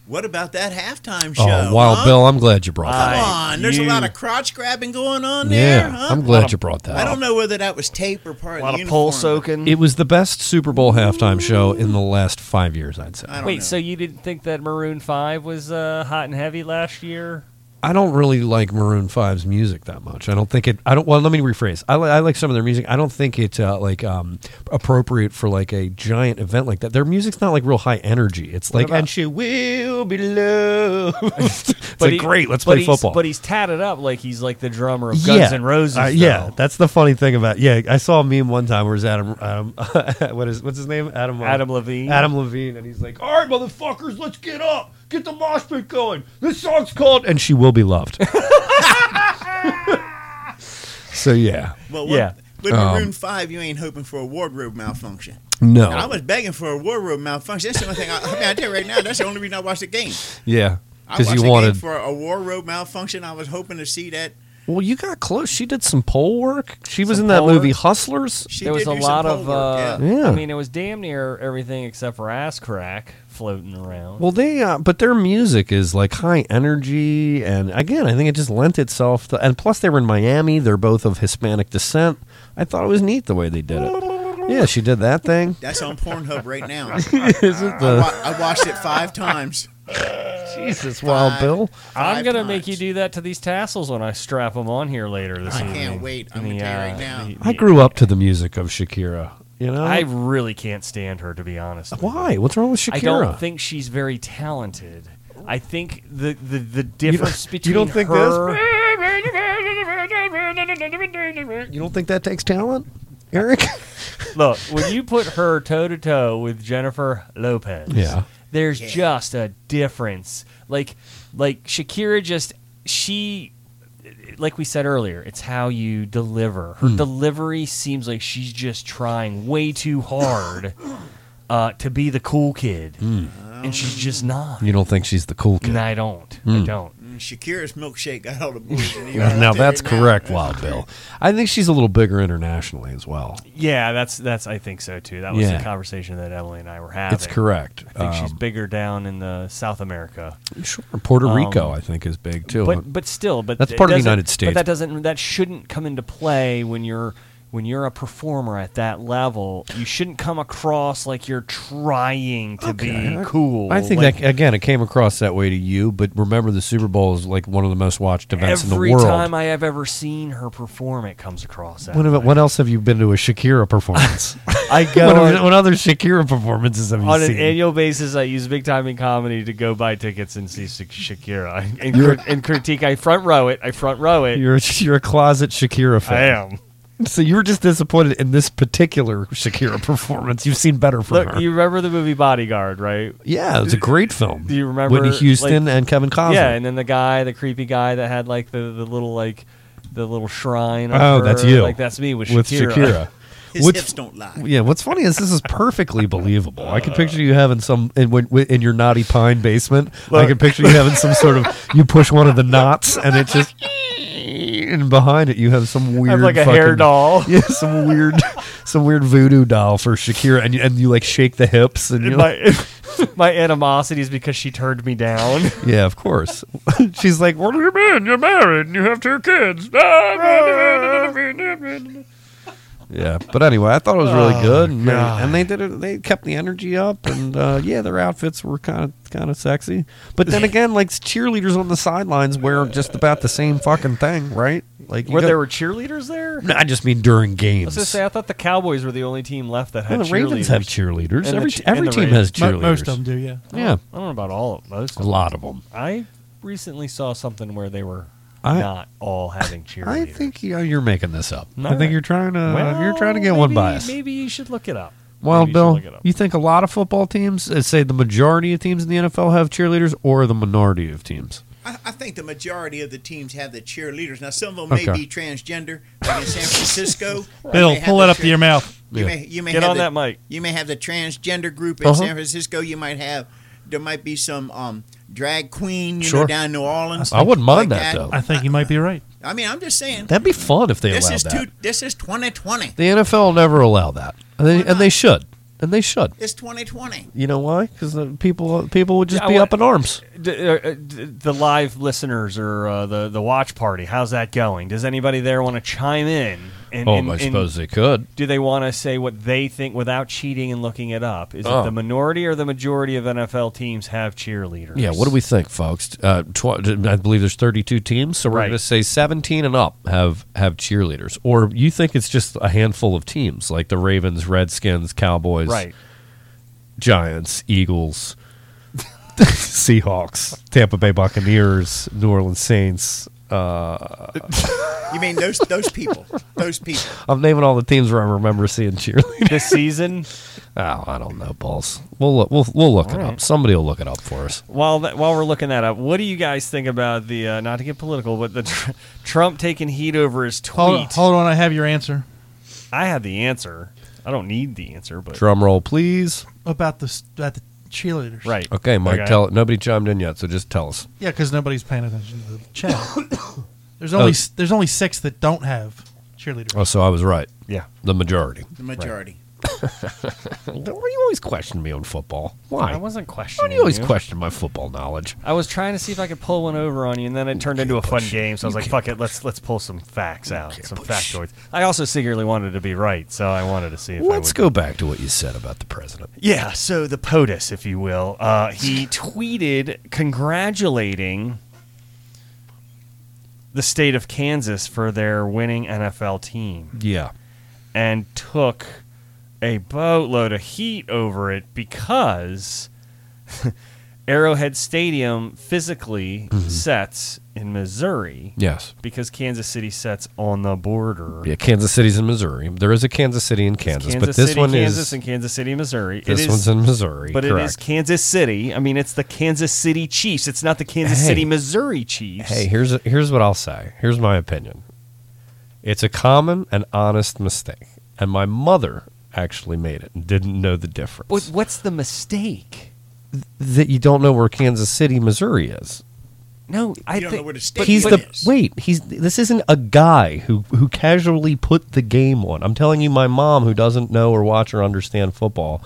[SPEAKER 9] what about that halftime show?
[SPEAKER 7] Oh, Wild
[SPEAKER 9] huh?
[SPEAKER 7] Bill, I'm glad you brought
[SPEAKER 9] Come
[SPEAKER 7] that.
[SPEAKER 6] I-
[SPEAKER 9] on, there's a
[SPEAKER 6] you-
[SPEAKER 9] lot of crotch grabbing going on
[SPEAKER 7] up.
[SPEAKER 9] there.
[SPEAKER 7] Yeah,
[SPEAKER 9] huh?
[SPEAKER 7] I'm glad you brought that.
[SPEAKER 9] I
[SPEAKER 7] up.
[SPEAKER 9] don't know whether that was tape or part
[SPEAKER 6] A lot
[SPEAKER 9] of the
[SPEAKER 6] of pole
[SPEAKER 9] uniform, but-
[SPEAKER 6] soaking.
[SPEAKER 7] It was the best Super Bowl halftime show in the last five years, I'd say.
[SPEAKER 9] I don't
[SPEAKER 6] Wait,
[SPEAKER 9] know.
[SPEAKER 6] so you didn't think that Maroon Five was uh, hot and heavy last year?
[SPEAKER 7] I don't really like Maroon 5's music that much. I don't think it. I don't. Well, let me rephrase. I, li- I like some of their music. I don't think it's uh, like um, appropriate for like a giant event like that. Their music's not like real high energy. It's like
[SPEAKER 6] about-
[SPEAKER 7] and she will be loved. it's
[SPEAKER 6] But
[SPEAKER 7] like
[SPEAKER 6] he-
[SPEAKER 7] great. Let's
[SPEAKER 6] but
[SPEAKER 7] play
[SPEAKER 6] he's-
[SPEAKER 7] football.
[SPEAKER 6] But he's tatted up like he's like the drummer of Guns N' Roses.
[SPEAKER 7] Uh, yeah,
[SPEAKER 6] though.
[SPEAKER 7] that's the funny thing about. Yeah, I saw a meme one time where it's Adam. Adam what is what's his name? Adam. uh,
[SPEAKER 6] Adam Levine.
[SPEAKER 7] Adam Levine, and he's like, "Oh, "All right, motherfuckers, let's get up, get the mosh pit going. This song's called and she will be loved." so yeah,
[SPEAKER 9] But what,
[SPEAKER 6] Yeah.
[SPEAKER 9] With Maroon Five, you ain't hoping for a wardrobe malfunction.
[SPEAKER 7] Um, no,
[SPEAKER 9] I was begging for a wardrobe malfunction. That's the only thing I, I mean. I tell you right now, that's the only reason I watched the game.
[SPEAKER 7] yeah,
[SPEAKER 9] I
[SPEAKER 7] because
[SPEAKER 9] watched
[SPEAKER 7] you
[SPEAKER 9] the
[SPEAKER 7] wanted.
[SPEAKER 9] game for a wardrobe malfunction. I was hoping to see that
[SPEAKER 7] well, you got close. She did some pole work. She was
[SPEAKER 6] Some
[SPEAKER 7] in that
[SPEAKER 6] pole
[SPEAKER 7] movie
[SPEAKER 6] work.
[SPEAKER 7] Hustlers.
[SPEAKER 9] she
[SPEAKER 6] there was
[SPEAKER 9] did
[SPEAKER 6] a
[SPEAKER 9] do some
[SPEAKER 6] lot
[SPEAKER 9] pole
[SPEAKER 6] of.
[SPEAKER 9] work,
[SPEAKER 6] Uh,
[SPEAKER 9] yeah.
[SPEAKER 7] Yeah.
[SPEAKER 6] I mean, it was damn near everything except for ass crack floating around.
[SPEAKER 7] Well, they uh, but their music is like high energy, and again, I think it just lent itself. To, and plus, they were in Miami. They're both of Hispanic descent. I thought it was neat the way they did it. Yeah, she did that thing.
[SPEAKER 9] That's on Pornhub right now.
[SPEAKER 7] Is it
[SPEAKER 9] I,
[SPEAKER 7] the
[SPEAKER 9] wa- I watched it five times.
[SPEAKER 7] Ah, Jesus Wild Bill?
[SPEAKER 6] I'm
[SPEAKER 9] Five
[SPEAKER 6] gonna make you
[SPEAKER 9] times.
[SPEAKER 6] do that to these tassels when I strap them on here later this
[SPEAKER 9] I
[SPEAKER 6] evening.
[SPEAKER 9] can't wait. I'm
[SPEAKER 6] In
[SPEAKER 9] gonna
[SPEAKER 6] the,
[SPEAKER 9] tell you right
[SPEAKER 6] uh,
[SPEAKER 9] now.
[SPEAKER 6] the-
[SPEAKER 7] I
[SPEAKER 6] the-
[SPEAKER 7] grew up to the music of Shakira. You know
[SPEAKER 6] I really can't stand her to be honest. with you.
[SPEAKER 7] why? What's wrong with Shakira?
[SPEAKER 6] I don't think she's very talented. I think the the, the difference between
[SPEAKER 7] you don't think this?
[SPEAKER 6] her.
[SPEAKER 7] you don't think that takes talent, Eric?
[SPEAKER 6] Look, when you put her toe to toe with Jennifer Lopez,
[SPEAKER 7] Yeah.
[SPEAKER 6] there's just a difference. Like, like Shakira just she, like we said earlier, it's how you deliver.
[SPEAKER 7] Hmm.
[SPEAKER 6] Her delivery seems like she's just trying way too hard uh, to be the cool kid,
[SPEAKER 7] Hmm.
[SPEAKER 6] and she's just not.
[SPEAKER 7] you don't think she's the cool kid?
[SPEAKER 6] And I don't.
[SPEAKER 7] Hmm.
[SPEAKER 6] I don't.
[SPEAKER 9] Shakira's milkshake got all the boys in the yard. I'll
[SPEAKER 7] Now
[SPEAKER 9] tell you
[SPEAKER 7] that's
[SPEAKER 9] right now.
[SPEAKER 7] correct, Wild Bill. I think she's a little bigger internationally as well.
[SPEAKER 6] Yeah, that's that's. I think so too. That was
[SPEAKER 7] Yeah.
[SPEAKER 6] the conversation that Emily and I were having.
[SPEAKER 7] It's correct.
[SPEAKER 6] I think she's
[SPEAKER 7] Um,
[SPEAKER 6] bigger down in the South America.
[SPEAKER 7] Sure, Puerto
[SPEAKER 6] Um,
[SPEAKER 7] Rico, I think, is big too.
[SPEAKER 6] but but still, but
[SPEAKER 7] That's
[SPEAKER 6] it
[SPEAKER 7] part of the
[SPEAKER 6] doesn't-
[SPEAKER 7] United States.
[SPEAKER 6] But that doesn't that shouldn't come into play when you're when you're a performer at that level. You shouldn't come across like you're trying to be cool.
[SPEAKER 7] I think
[SPEAKER 6] Like,
[SPEAKER 7] that again, it came across that way to you. But remember, the Super Bowl is like one of the most watched events in the
[SPEAKER 6] every
[SPEAKER 7] world.
[SPEAKER 6] time I have ever seen her perform, it comes across that.
[SPEAKER 7] what,
[SPEAKER 6] way.
[SPEAKER 7] about- what else have you been to a Shakira performance?
[SPEAKER 6] I go
[SPEAKER 7] what,
[SPEAKER 6] on,
[SPEAKER 7] what other Shakira performances have you
[SPEAKER 6] on an
[SPEAKER 7] seen?
[SPEAKER 6] annual basis, I use big time in comedy to go buy tickets and see Sha- Shakira I- and, cri- and critique. I front row it. I front row it.
[SPEAKER 7] you're a, you're a closet Shakira
[SPEAKER 6] I
[SPEAKER 7] fan.
[SPEAKER 6] am.
[SPEAKER 7] So you were just disappointed in this particular Shakira performance. You've seen better from
[SPEAKER 6] Look,
[SPEAKER 7] her.
[SPEAKER 6] you remember the movie Bodyguard, right?
[SPEAKER 7] yeah, it's a great film.
[SPEAKER 6] Do you remember,
[SPEAKER 7] Whitney Houston
[SPEAKER 6] like-
[SPEAKER 7] and Kevin Costner?
[SPEAKER 6] Yeah, and then the guy, the creepy guy that had like the, the little like the little shrine. of
[SPEAKER 7] Oh,
[SPEAKER 6] her,
[SPEAKER 7] that's you.
[SPEAKER 6] Like that's me with Shakira.
[SPEAKER 7] with Shakira.
[SPEAKER 9] His
[SPEAKER 7] What's-
[SPEAKER 9] hips don't lie.
[SPEAKER 7] Yeah, what's funny is this is perfectly believable. I
[SPEAKER 6] Uh,
[SPEAKER 7] can picture you having some in, when- wi- in your knotty pine basement. I can picture you having some sort of you push one of the knots and it just and behind it you have some weird
[SPEAKER 6] I have like a hair
[SPEAKER 7] fucking-
[SPEAKER 6] doll.
[SPEAKER 7] Yeah, some weird some weird voodoo doll for Shakira and you, and you like shake the hips and you like,
[SPEAKER 6] My, my animosity is because she turned me down.
[SPEAKER 7] yeah, of course. She's like, "What do you mean? You're married and you have two kids?" Yeah, but anyway, I thought it was really
[SPEAKER 6] Oh,
[SPEAKER 7] good, and, they- and they did it. They kept the energy up, and uh, yeah, their outfits were kind of kind of sexy. But then again, like cheerleaders on the sidelines wear just about the same fucking thing, right? Like, you
[SPEAKER 6] Where
[SPEAKER 7] got-
[SPEAKER 6] there were cheerleaders there.
[SPEAKER 7] No, I just mean
[SPEAKER 6] I
[SPEAKER 7] during
[SPEAKER 6] was
[SPEAKER 7] games.
[SPEAKER 6] gonna say I thought the Cowboys were the only team left that had
[SPEAKER 7] Well, the Ravens
[SPEAKER 6] cheerleaders.
[SPEAKER 7] have
[SPEAKER 6] And
[SPEAKER 7] cheerleaders.
[SPEAKER 6] the
[SPEAKER 7] every
[SPEAKER 6] ch- and
[SPEAKER 7] every
[SPEAKER 6] the
[SPEAKER 7] team has
[SPEAKER 6] Ravens.
[SPEAKER 7] cheerleaders.
[SPEAKER 10] Most of them do, yeah.
[SPEAKER 7] Yeah,
[SPEAKER 6] I don't know about all of most. Of
[SPEAKER 7] a
[SPEAKER 6] them.
[SPEAKER 7] lot of them.
[SPEAKER 6] I recently saw something where they were
[SPEAKER 7] I-
[SPEAKER 6] not all having cheerleaders.
[SPEAKER 7] I think you know, you're making this up. I
[SPEAKER 6] Alright.
[SPEAKER 7] think you're trying to
[SPEAKER 6] Well,
[SPEAKER 7] you're trying to get
[SPEAKER 6] maybe,
[SPEAKER 7] one bias.
[SPEAKER 6] Maybe you should look it up.
[SPEAKER 7] Well,
[SPEAKER 6] Maybe you should
[SPEAKER 7] Bill,
[SPEAKER 6] look it up.
[SPEAKER 7] you think a lot of football teams, uh, say the majority of teams in the NFL, have cheerleaders, or the minority of teams?
[SPEAKER 9] I, I think the majority of the teams have the cheerleaders. Now, some of them may
[SPEAKER 7] Okay.
[SPEAKER 9] be transgender, like in San Francisco. you
[SPEAKER 10] Bill,
[SPEAKER 9] may have
[SPEAKER 10] pull
[SPEAKER 9] the
[SPEAKER 10] it up to
[SPEAKER 9] cheer-
[SPEAKER 10] your mouth.
[SPEAKER 9] You may, you may
[SPEAKER 6] Get
[SPEAKER 9] have
[SPEAKER 6] on
[SPEAKER 9] the-
[SPEAKER 6] that mic.
[SPEAKER 9] You may have the transgender group in
[SPEAKER 7] Uh-huh.
[SPEAKER 9] San Francisco. You might have there might be some um, drag queen, you
[SPEAKER 7] Sure.
[SPEAKER 9] know, down in New Orleans.
[SPEAKER 7] I wouldn't mind
[SPEAKER 9] like
[SPEAKER 7] that, though.
[SPEAKER 10] I think you might be right.
[SPEAKER 9] I mean, I'm just saying.
[SPEAKER 7] That'd be fun if they
[SPEAKER 9] this
[SPEAKER 7] allowed
[SPEAKER 9] is
[SPEAKER 7] that.
[SPEAKER 9] two, this is 2020.
[SPEAKER 7] the NFL will never allow that, and they, and they
[SPEAKER 9] not?
[SPEAKER 7] should, and they should.
[SPEAKER 9] It's 2020.
[SPEAKER 7] You know why? Because people people would just
[SPEAKER 6] Yeah, I
[SPEAKER 7] be
[SPEAKER 6] want-
[SPEAKER 7] up in arms.
[SPEAKER 6] D- uh, uh, d- the live listeners or uh, the the watch party, how's that going? Does anybody there want to chime in And,
[SPEAKER 7] Oh,
[SPEAKER 6] and-
[SPEAKER 7] I
[SPEAKER 6] and
[SPEAKER 7] suppose they could.
[SPEAKER 6] Do they want to say what they think without cheating and looking it up? Is
[SPEAKER 7] Oh.
[SPEAKER 6] it the minority or the majority of NFL teams have cheerleaders?
[SPEAKER 7] Yeah, what do we think, folks? Uh, tw- I believe there's 32 teams, so we're
[SPEAKER 6] Right.
[SPEAKER 7] going to say 17 and up have have cheerleaders. Or you think it's just a handful of teams, like the Ravens, Redskins, Cowboys,
[SPEAKER 6] Right.
[SPEAKER 7] Giants, Eagles, Seahawks, Tampa Bay Buccaneers, New Orleans Saints. uh,
[SPEAKER 9] You mean those those people? Those people.
[SPEAKER 7] I'm naming all the teams where I remember seeing cheerleaders.
[SPEAKER 6] This season,
[SPEAKER 7] Oh, I don't know, balls. We'll look, we'll, we'll look it up. Somebody will look it up for us.
[SPEAKER 6] while that, while we're looking that up, what do you guys think about the uh, not to get political, but the tr- Trump taking heat over his tweet?
[SPEAKER 8] Hold, hold on, I have your answer
[SPEAKER 6] I have the answer. I don't need the answer, but
[SPEAKER 7] Drum roll, please.
[SPEAKER 8] about the s- about the cheerleaders.
[SPEAKER 6] right.
[SPEAKER 7] Okay, Mike. Tell it. Nobody chimed in yet, so just tell us.
[SPEAKER 8] Yeah, because nobody's paying attention to the chat. there's only
[SPEAKER 6] Oh.
[SPEAKER 8] s there's only six that don't have cheerleaders.
[SPEAKER 7] Oh, so I was right.
[SPEAKER 6] Yeah.
[SPEAKER 7] The majority.
[SPEAKER 9] The majority.
[SPEAKER 7] Why do you always question me on football? Why?
[SPEAKER 6] I
[SPEAKER 7] Why
[SPEAKER 6] wasn't
[SPEAKER 7] do
[SPEAKER 6] questioning.
[SPEAKER 7] you always
[SPEAKER 6] you.
[SPEAKER 7] question my football knowledge?
[SPEAKER 6] I was trying to see if I could pull one over on you, and then it turned into a fun game. So I was like, "Fuck it, let's let's pull some facts out, some factoids." I also secretly wanted to be right, so I wanted to see if I
[SPEAKER 7] Let's
[SPEAKER 6] would.
[SPEAKER 7] go back to what you said about the president.
[SPEAKER 6] Yeah, so the POTUS, if you will, uh, he tweeted congratulating the state of Kansas for their winning NFL team
[SPEAKER 7] Yeah.
[SPEAKER 6] and took a boatload of heat over it because Arrowhead Stadium physically
[SPEAKER 7] Mm-hmm.
[SPEAKER 6] sets in Missouri
[SPEAKER 7] Yes.
[SPEAKER 6] because Kansas City sets on the border.
[SPEAKER 7] Yeah, Kansas City's in Missouri. There is a Kansas City in
[SPEAKER 6] It's
[SPEAKER 7] Kansas, but this
[SPEAKER 6] City,
[SPEAKER 7] one
[SPEAKER 6] Kansas
[SPEAKER 7] is
[SPEAKER 6] and Kansas City, Missouri.
[SPEAKER 7] this
[SPEAKER 6] it is,
[SPEAKER 7] one's in Missouri.
[SPEAKER 6] but it is
[SPEAKER 7] correct.
[SPEAKER 6] Kansas City. I mean, it's the Kansas City Chiefs. It's not the Kansas
[SPEAKER 7] Hey.
[SPEAKER 6] City, Missouri Chiefs.
[SPEAKER 7] Hey, here's here's what I'll say. Here's my opinion. It's a common and honest mistake, and my mother actually made it and didn't know the difference.
[SPEAKER 6] What, what's the mistake?
[SPEAKER 7] that you don't know where Kansas City, Missouri is.
[SPEAKER 6] No, I
[SPEAKER 9] You don't
[SPEAKER 6] think
[SPEAKER 9] know where to stay.
[SPEAKER 7] he's
[SPEAKER 9] But-
[SPEAKER 7] the
[SPEAKER 9] but-
[SPEAKER 7] wait. He's this isn't a guy who who casually put the game on. I'm telling you, my mom, who doesn't know or watch or understand football,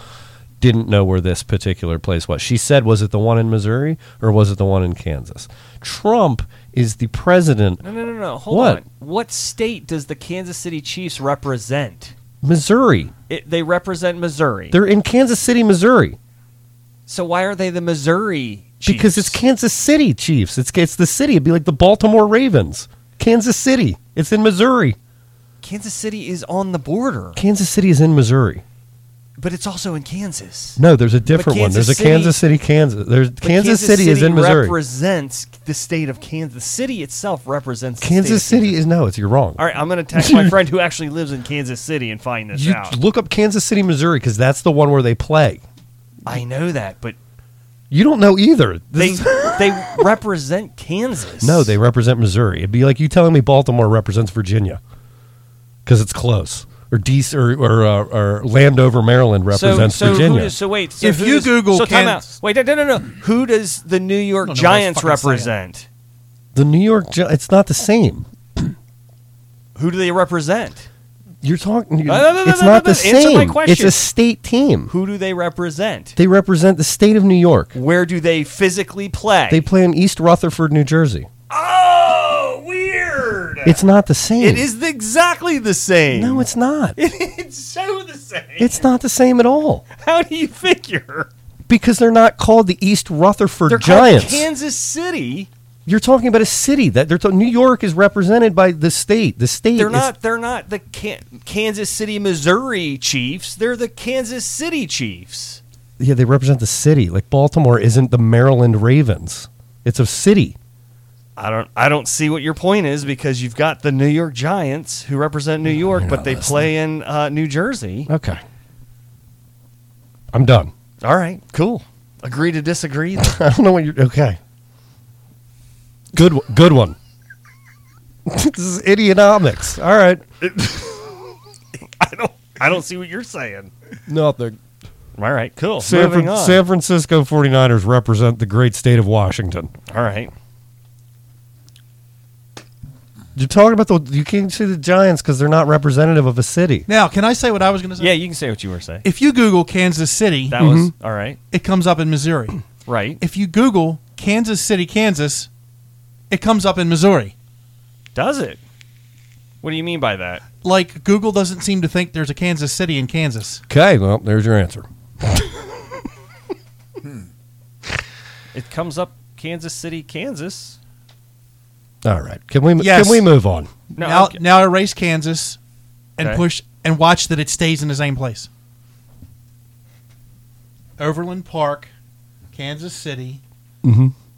[SPEAKER 7] didn't know where this particular place was. She said, "Was it the one in Missouri or was it the one in Kansas?" Trump is the president.
[SPEAKER 6] No, no, no, no. Hold
[SPEAKER 7] What?
[SPEAKER 6] on. What state does the Kansas City Chiefs represent?
[SPEAKER 7] Missouri.
[SPEAKER 6] It, they represent Missouri.
[SPEAKER 7] They're in Kansas City, Missouri,
[SPEAKER 6] so why are they the Missouri Chiefs?
[SPEAKER 7] because it's Kansas City Chiefs. It's it's the city. It'd be like the Baltimore Ravens. Kansas City. It's in Missouri.
[SPEAKER 6] Kansas City is on the border,
[SPEAKER 7] Kansas City is in Missouri.
[SPEAKER 6] but it's also in Kansas.
[SPEAKER 7] No, there's a different one.
[SPEAKER 6] Kansas
[SPEAKER 7] There's a
[SPEAKER 6] City-
[SPEAKER 7] Kansas City, Kansas. There's
[SPEAKER 6] But
[SPEAKER 7] Kansas, City, is in Missouri.
[SPEAKER 6] Represents the state of Kansas. The city itself represents the state
[SPEAKER 7] Kansas
[SPEAKER 6] of Kansas.
[SPEAKER 7] City is no. It's you're wrong.
[SPEAKER 6] All right, I'm gonna text my friend who actually lives in Kansas City and find this
[SPEAKER 7] you
[SPEAKER 6] out.
[SPEAKER 7] look up Kansas City, Missouri, because that's the one where they play.
[SPEAKER 6] I know that, but
[SPEAKER 7] You don't know either.
[SPEAKER 6] they
[SPEAKER 7] This is-
[SPEAKER 6] they represent Kansas.
[SPEAKER 7] no, they represent Missouri. It'd be like you telling me Baltimore represents Virginia because it's close, or DC, or or, uh, or Landover, Maryland
[SPEAKER 6] so,
[SPEAKER 7] represents
[SPEAKER 6] so who
[SPEAKER 7] Virginia.
[SPEAKER 6] does- so wait, so
[SPEAKER 8] If
[SPEAKER 6] who
[SPEAKER 8] you
[SPEAKER 6] does-
[SPEAKER 8] Google
[SPEAKER 6] so time out.
[SPEAKER 8] Kansas-
[SPEAKER 6] Wait, no, no, no, no. Who does the New York
[SPEAKER 8] don't know what I was
[SPEAKER 6] Giants
[SPEAKER 8] fucking saying.
[SPEAKER 6] represent?
[SPEAKER 7] the New York, Gi- it's not the same.
[SPEAKER 6] Who do they represent?
[SPEAKER 7] You're talking.
[SPEAKER 6] No, no, no,
[SPEAKER 7] it's
[SPEAKER 6] no, no,
[SPEAKER 7] not
[SPEAKER 6] no,
[SPEAKER 7] the
[SPEAKER 6] no. Answer my
[SPEAKER 7] same. It's
[SPEAKER 6] question.
[SPEAKER 7] a state team.
[SPEAKER 6] Who do they represent?
[SPEAKER 7] They represent the state of New York.
[SPEAKER 6] Where do they physically play?
[SPEAKER 7] They play in East Rutherford, New Jersey.
[SPEAKER 6] oh, weird.
[SPEAKER 7] It's not the same.
[SPEAKER 6] It is the- exactly the same.
[SPEAKER 7] No, it's not.
[SPEAKER 6] it's so the same.
[SPEAKER 7] It's not the same at all
[SPEAKER 6] How do you figure?
[SPEAKER 7] because they're not called the East Rutherford
[SPEAKER 6] They're
[SPEAKER 7] Giants.
[SPEAKER 6] called Kansas City.
[SPEAKER 7] You're talking about a city that they're ta- New York is represented by the state. The state.
[SPEAKER 6] They're
[SPEAKER 7] is-
[SPEAKER 6] not. They're not the Can- Kansas City, Missouri Chiefs. They're the Kansas City Chiefs.
[SPEAKER 7] Yeah, they represent the city. Like Baltimore isn't the Maryland Ravens. It's a city.
[SPEAKER 6] I don't I don't see what your point is because you've got the New York Giants who represent New York, but they play in uh, New Jersey.
[SPEAKER 7] Okay. I'm done.
[SPEAKER 6] All right, cool. Agree to disagree. then.
[SPEAKER 7] I don't know what you're. Okay. Good. one- Good one. this is idionomics. All right.
[SPEAKER 6] I don't I don't see what you're saying.
[SPEAKER 7] Nothing.
[SPEAKER 6] All right, cool.
[SPEAKER 7] San,
[SPEAKER 6] Moving
[SPEAKER 7] Fran-
[SPEAKER 6] on.
[SPEAKER 7] San Francisco 49ers represent the great state of Washington.
[SPEAKER 6] All right.
[SPEAKER 7] You're talking about the you can't say the Giants because they're not representative of a city.
[SPEAKER 8] Now, can I say what I was going to say?
[SPEAKER 6] Yeah, you can say what you were saying.
[SPEAKER 8] If you Google Kansas City,
[SPEAKER 6] That was
[SPEAKER 8] Mm-hmm.
[SPEAKER 6] all right.
[SPEAKER 8] it comes up in Missouri.
[SPEAKER 6] Right.
[SPEAKER 8] If you Google Kansas City, Kansas, it comes up in Missouri.
[SPEAKER 6] Does it? What do you mean by that?
[SPEAKER 8] like Google doesn't seem to think there's a Kansas City in Kansas.
[SPEAKER 7] Okay, well, there's your answer.
[SPEAKER 6] It comes up Kansas City, Kansas.
[SPEAKER 7] All right. Can we
[SPEAKER 8] Yes.
[SPEAKER 7] can we move on?
[SPEAKER 6] No,
[SPEAKER 8] now,
[SPEAKER 6] okay.
[SPEAKER 8] now erase Kansas and
[SPEAKER 6] Okay.
[SPEAKER 8] push and watch that it stays in the same place. Overland Park, Kansas City,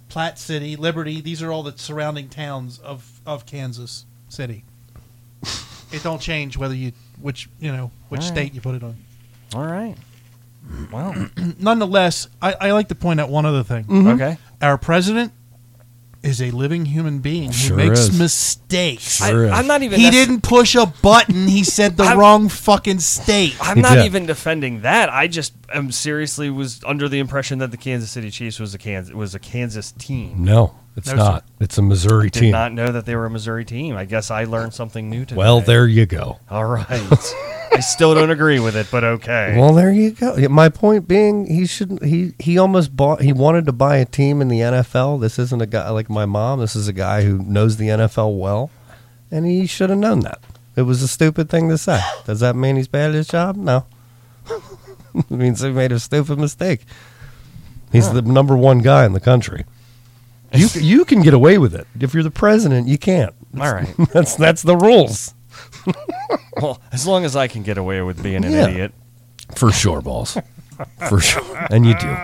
[SPEAKER 8] Platt City, Liberty. These are all the surrounding towns of, of Kansas City. it don't change whether you which you know which
[SPEAKER 6] All right.
[SPEAKER 8] state you put it on.
[SPEAKER 6] all right. Well,
[SPEAKER 8] Nonetheless, I, I like to point out one other thing.
[SPEAKER 7] Mm.
[SPEAKER 6] okay.
[SPEAKER 8] Our president is a living human being
[SPEAKER 7] Sure
[SPEAKER 8] who makes
[SPEAKER 7] is.
[SPEAKER 8] mistakes.
[SPEAKER 6] I,
[SPEAKER 7] Sure is.
[SPEAKER 6] I'm not even.
[SPEAKER 8] He
[SPEAKER 6] that's-
[SPEAKER 8] didn't push a button. He said the
[SPEAKER 6] I'm-
[SPEAKER 8] wrong fucking state.
[SPEAKER 6] I'm
[SPEAKER 7] He
[SPEAKER 6] not
[SPEAKER 7] did.
[SPEAKER 6] even defending that. I just am seriously was under the impression that the Kansas City Chiefs was a Kansas was a Kansas team.
[SPEAKER 7] No, it's
[SPEAKER 8] No,
[SPEAKER 7] not. It's a Missouri
[SPEAKER 6] Did
[SPEAKER 7] team.
[SPEAKER 6] not know that they were a Missouri team. I guess I learned something new today.
[SPEAKER 7] well, there you go.
[SPEAKER 6] All right. I still don't agree with it, but okay.
[SPEAKER 7] Well, there you go. Yeah, My point being, he shouldn't. He he almost bought. He wanted to buy a team in the NFL. This isn't a guy like my mom. This is a guy who knows the NFL well, and he should have known that. It was a stupid thing to say. Does that mean he's bad at his job? No. it means he made a stupid mistake. He's the number one guy in the country. You you can get away with it if you're the president. You can't.
[SPEAKER 6] All right.
[SPEAKER 7] That's that's the rules
[SPEAKER 6] Well, as long as I can get away with being an
[SPEAKER 7] Yeah.
[SPEAKER 6] idiot.
[SPEAKER 7] for sure, balls. For sure, and you do.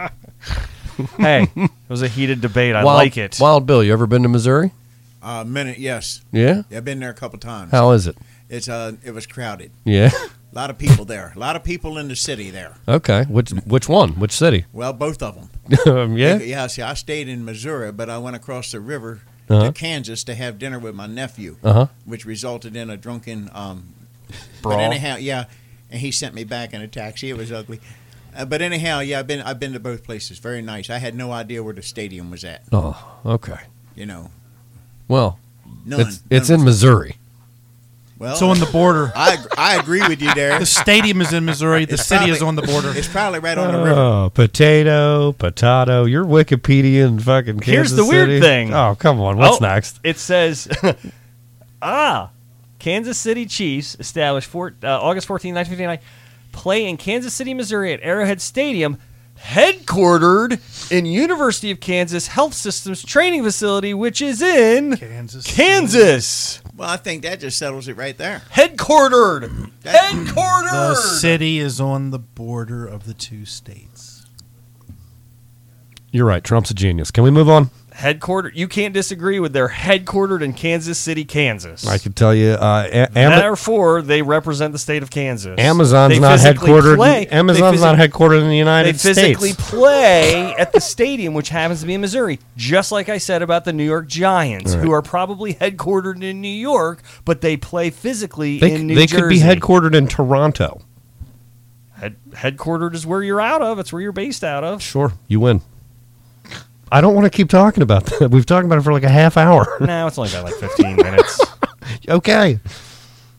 [SPEAKER 6] Hey, it was a heated debate. I
[SPEAKER 7] Wild-
[SPEAKER 6] like it.
[SPEAKER 7] Wild Bill, you ever been to Missouri?
[SPEAKER 9] Uh, minute, yes.
[SPEAKER 7] Yeah.
[SPEAKER 9] I've been there a couple times.
[SPEAKER 7] How is it?
[SPEAKER 9] It's uh, it was crowded.
[SPEAKER 7] Yeah.
[SPEAKER 9] A lot of people there. A lot of people in the city there.
[SPEAKER 7] Okay. Which which one? Which city?
[SPEAKER 9] Well, both of them.
[SPEAKER 7] um, yeah.
[SPEAKER 9] Yeah. See, I stayed in Missouri, but I went across the river
[SPEAKER 7] Uh-huh.
[SPEAKER 9] to Kansas to have dinner with my nephew,
[SPEAKER 7] Uh-huh.
[SPEAKER 9] which resulted in a drunken um, But
[SPEAKER 6] Brawl.
[SPEAKER 9] anyhow, yeah, and he sent me back in a taxi. It was ugly. Uh, but anyhow, yeah, I've been I've been to both places. Very nice. I had no idea where the stadium was at.
[SPEAKER 7] Oh. Okay.
[SPEAKER 9] You know,
[SPEAKER 7] Well,
[SPEAKER 9] none.
[SPEAKER 7] it's it's
[SPEAKER 9] None
[SPEAKER 7] in
[SPEAKER 9] was-
[SPEAKER 7] Missouri.
[SPEAKER 9] Well,
[SPEAKER 8] It's on the border.
[SPEAKER 9] I ag- I agree with you there.
[SPEAKER 8] The stadium is in Missouri. The city is on the border.
[SPEAKER 9] It's probably right on the river.
[SPEAKER 7] Oh, potato, potato. You're Wikipedia and fucking.
[SPEAKER 6] Here's
[SPEAKER 7] Kansas
[SPEAKER 6] the weird
[SPEAKER 7] City.
[SPEAKER 6] thing.
[SPEAKER 7] Oh, come on. What's
[SPEAKER 6] Oh,
[SPEAKER 7] next?
[SPEAKER 6] It says, ah, Kansas City Chiefs established four, uh, August 14, 1959, play in Kansas City, Missouri at Arrowhead Stadium, headquartered in University of Kansas Health Systems Training Facility, which is in
[SPEAKER 8] Kansas.
[SPEAKER 6] Kansas.
[SPEAKER 9] Well, I think that just settles it right there.
[SPEAKER 6] Headquartered.
[SPEAKER 8] The
[SPEAKER 6] Headquartered.
[SPEAKER 8] city is on the border of the two states.
[SPEAKER 7] You're right. Trump's a genius. Can we move on?
[SPEAKER 6] Headquartered. You can't disagree with they're headquartered in Kansas City, Kansas.
[SPEAKER 7] I could tell you. Uh, a- Ama-
[SPEAKER 6] Therefore, they represent the state of Kansas.
[SPEAKER 7] Amazon's
[SPEAKER 6] They
[SPEAKER 7] not
[SPEAKER 6] physically
[SPEAKER 7] headquartered.
[SPEAKER 6] play- they
[SPEAKER 7] Amazon's
[SPEAKER 6] physi-
[SPEAKER 7] not headquartered in the
[SPEAKER 6] They
[SPEAKER 7] United
[SPEAKER 6] physically
[SPEAKER 7] States.
[SPEAKER 6] play at the stadium, which happens to be in Missouri, just like I said about the New York Giants, who are probably headquartered in New York, but they play physically
[SPEAKER 7] They,
[SPEAKER 6] in
[SPEAKER 7] c-
[SPEAKER 6] New
[SPEAKER 7] they
[SPEAKER 6] Jersey.
[SPEAKER 7] could be headquartered in Toronto.
[SPEAKER 6] Head- headquartered is where you're out of. It's where you're based out of.
[SPEAKER 7] Sure, you win. I don't want to keep talking about that. We've talked about it for like a half hour.
[SPEAKER 6] No, it's only got like 15 minutes.
[SPEAKER 7] okay.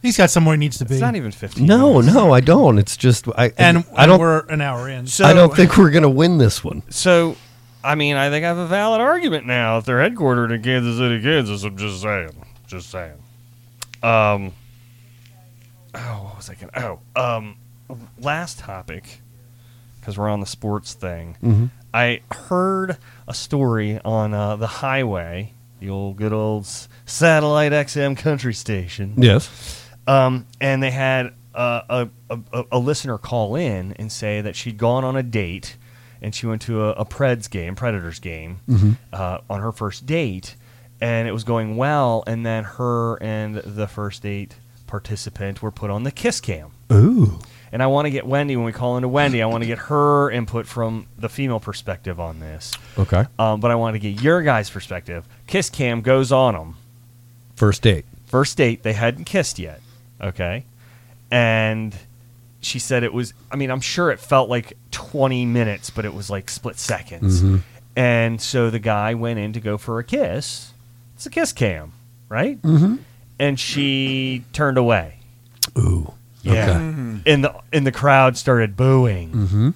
[SPEAKER 8] He's got somewhere he needs to be.
[SPEAKER 6] It's not even 15.
[SPEAKER 7] No,
[SPEAKER 6] minutes.
[SPEAKER 7] no, I don't. It's just I
[SPEAKER 8] and
[SPEAKER 7] I don't
[SPEAKER 8] we're an hour in.
[SPEAKER 6] So,
[SPEAKER 7] I don't think we're gonna win this one.
[SPEAKER 6] so. I mean, I think I have a valid argument now. If they're headquartered in Kansas City, Kansas, I'm just saying, just saying. Um. Oh, what was I going? to Oh, um, last topic, because we're on the sports thing. I heard a story on uh, the highway, the old good old s- satellite XM country station.
[SPEAKER 7] Yes.
[SPEAKER 6] Um, and they had uh, a, a, a listener call in and say that she'd gone on a date and she went to a, a Preds game, Predators game, uh, on her first date, and it was going well. And then her and the first date participant were put on the kiss cam.
[SPEAKER 7] Ooh.
[SPEAKER 6] And I want to get Wendy when we call into Wendy. I want to get her input from the female perspective on this.
[SPEAKER 7] Okay.
[SPEAKER 6] Um, but I want to get your guys' perspective. Kiss cam goes on them
[SPEAKER 7] First date.
[SPEAKER 6] first date they hadn't kissed yet okay and she said it was i mean i'm sure it felt like 20 minutes but it was like split seconds and so the guy went in to go for a kiss it's a kiss cam right mm-hmm. and she turned away
[SPEAKER 7] Ooh.
[SPEAKER 6] yeah Mm-hmm.
[SPEAKER 7] Okay.
[SPEAKER 6] and the and the crowd started booing mm-hmm.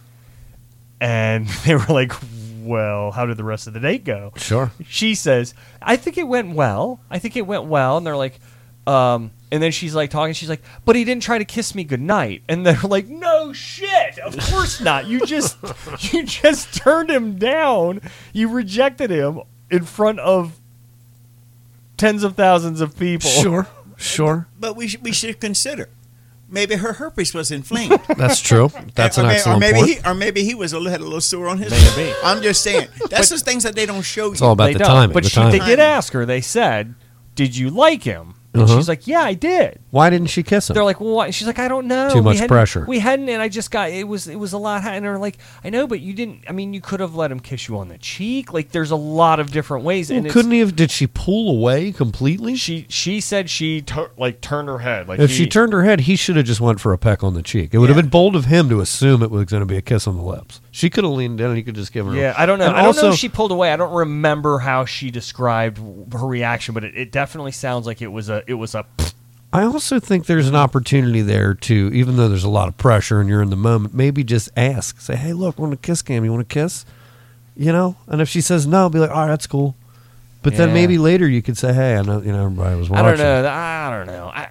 [SPEAKER 6] and they were like well how did the rest of the date go
[SPEAKER 7] Sure.
[SPEAKER 6] she says, I think it went well. I think it went well. And they're like, um, And then she's like talking. She's like, "But he didn't try to kiss me goodnight." And they're like, "No shit, of course not. You just, you just turned him down. You rejected him in front of tens of thousands of people."
[SPEAKER 7] Sure, sure.
[SPEAKER 9] But we should we should consider. Maybe her herpes was inflamed.
[SPEAKER 7] That's true. That's
[SPEAKER 9] or,
[SPEAKER 7] an
[SPEAKER 9] may-
[SPEAKER 7] excellent
[SPEAKER 9] or maybe
[SPEAKER 7] point.
[SPEAKER 9] He, or maybe he was a little, had a little sore on his.
[SPEAKER 6] Maybe.
[SPEAKER 9] I'm just saying. That's the things that they don't show
[SPEAKER 7] it's all
[SPEAKER 9] you.
[SPEAKER 7] about
[SPEAKER 6] they
[SPEAKER 7] the
[SPEAKER 6] don't.
[SPEAKER 7] timing.
[SPEAKER 6] But
[SPEAKER 7] the
[SPEAKER 6] she,
[SPEAKER 7] timing.
[SPEAKER 6] they did ask her. They said, "Did you like him?" And
[SPEAKER 7] Uh-huh.
[SPEAKER 6] she's like, "Yeah, I did."
[SPEAKER 7] Why didn't she kiss him?
[SPEAKER 6] They're like, well, why? she's like, I don't know.
[SPEAKER 7] Too
[SPEAKER 6] We
[SPEAKER 7] much
[SPEAKER 6] hadn't-
[SPEAKER 7] pressure.
[SPEAKER 6] We hadn't, and I just got it was it was a lot. high," And they're like, I know, but you didn't. I mean, you could have let him kiss you on the cheek. Like, there's a lot of different ways.
[SPEAKER 7] Well,
[SPEAKER 6] and
[SPEAKER 7] couldn't
[SPEAKER 6] it's,
[SPEAKER 7] he have? Did she pull away completely?
[SPEAKER 6] she she said she tur like turned her head. Like
[SPEAKER 7] if
[SPEAKER 6] he-
[SPEAKER 7] she turned her head, he should have just went for a peck on the cheek. It would have been bold of him to assume it was going to be a kiss on the lips. She could have leaned in and he could just give her.
[SPEAKER 6] Yeah, I don't know.
[SPEAKER 7] And
[SPEAKER 6] I don't know
[SPEAKER 7] also-
[SPEAKER 6] if she pulled away. I don't remember how she described w- her reaction, but it, it definitely sounds like it was a it was a
[SPEAKER 7] I also think there's an opportunity there to, even though there's a lot of pressure and you're in the moment, maybe just ask. Say, hey, look, we're on a kiss game. You want to kiss? You know? And if she says no, be like, all right, that's cool. But then
[SPEAKER 6] Yeah.
[SPEAKER 7] maybe later you could say, hey, I know, you know, everybody was
[SPEAKER 6] I
[SPEAKER 7] watching.
[SPEAKER 6] don't know. I don't know. I,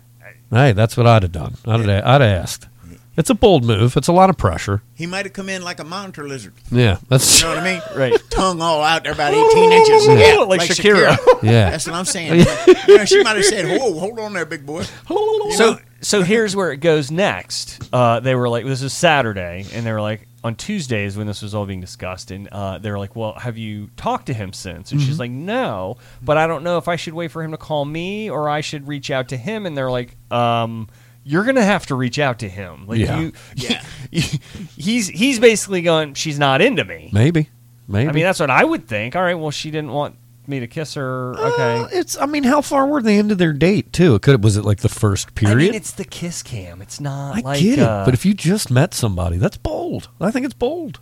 [SPEAKER 7] Hey, that's what I'd have done. I'd have, I'd have asked. It's a bold move. It's a lot of pressure.
[SPEAKER 9] He might have come in like a monitor lizard.
[SPEAKER 7] Yeah, that's
[SPEAKER 9] You know what I mean?
[SPEAKER 6] Right.
[SPEAKER 9] Tongue all out there, about 18 inches. Yeah,
[SPEAKER 6] Like Shakira.
[SPEAKER 7] Yeah.
[SPEAKER 9] That's what I'm saying. you know, she might have said, "Whoa, hold on there, big boy."
[SPEAKER 6] so so here's where it goes next. Uh, they were like, this is Saturday, and they were like, on Tuesdays when this was all being discussed, and uh, they were like, well, have you talked to him since? And
[SPEAKER 7] Mm-hmm.
[SPEAKER 6] she's like, no, but I don't know if I should wait for him to call me or I should reach out to him. And they're like, um. You're gonna have to reach out to him. Like
[SPEAKER 7] Yeah.
[SPEAKER 6] you,
[SPEAKER 9] Yeah.
[SPEAKER 6] he's he's basically going. She's not into me.
[SPEAKER 7] Maybe. Maybe.
[SPEAKER 6] I mean, that's what I would think. All right, well, she didn't want me to kiss her. Okay,
[SPEAKER 7] Uh, it's. I mean, how far were they into their date too? It could. Was it like the first period?
[SPEAKER 6] I mean, it's the kiss cam. It's not
[SPEAKER 7] I
[SPEAKER 6] like
[SPEAKER 7] get it,
[SPEAKER 6] uh,
[SPEAKER 7] but if you just met somebody, that's bold. I think it's bold.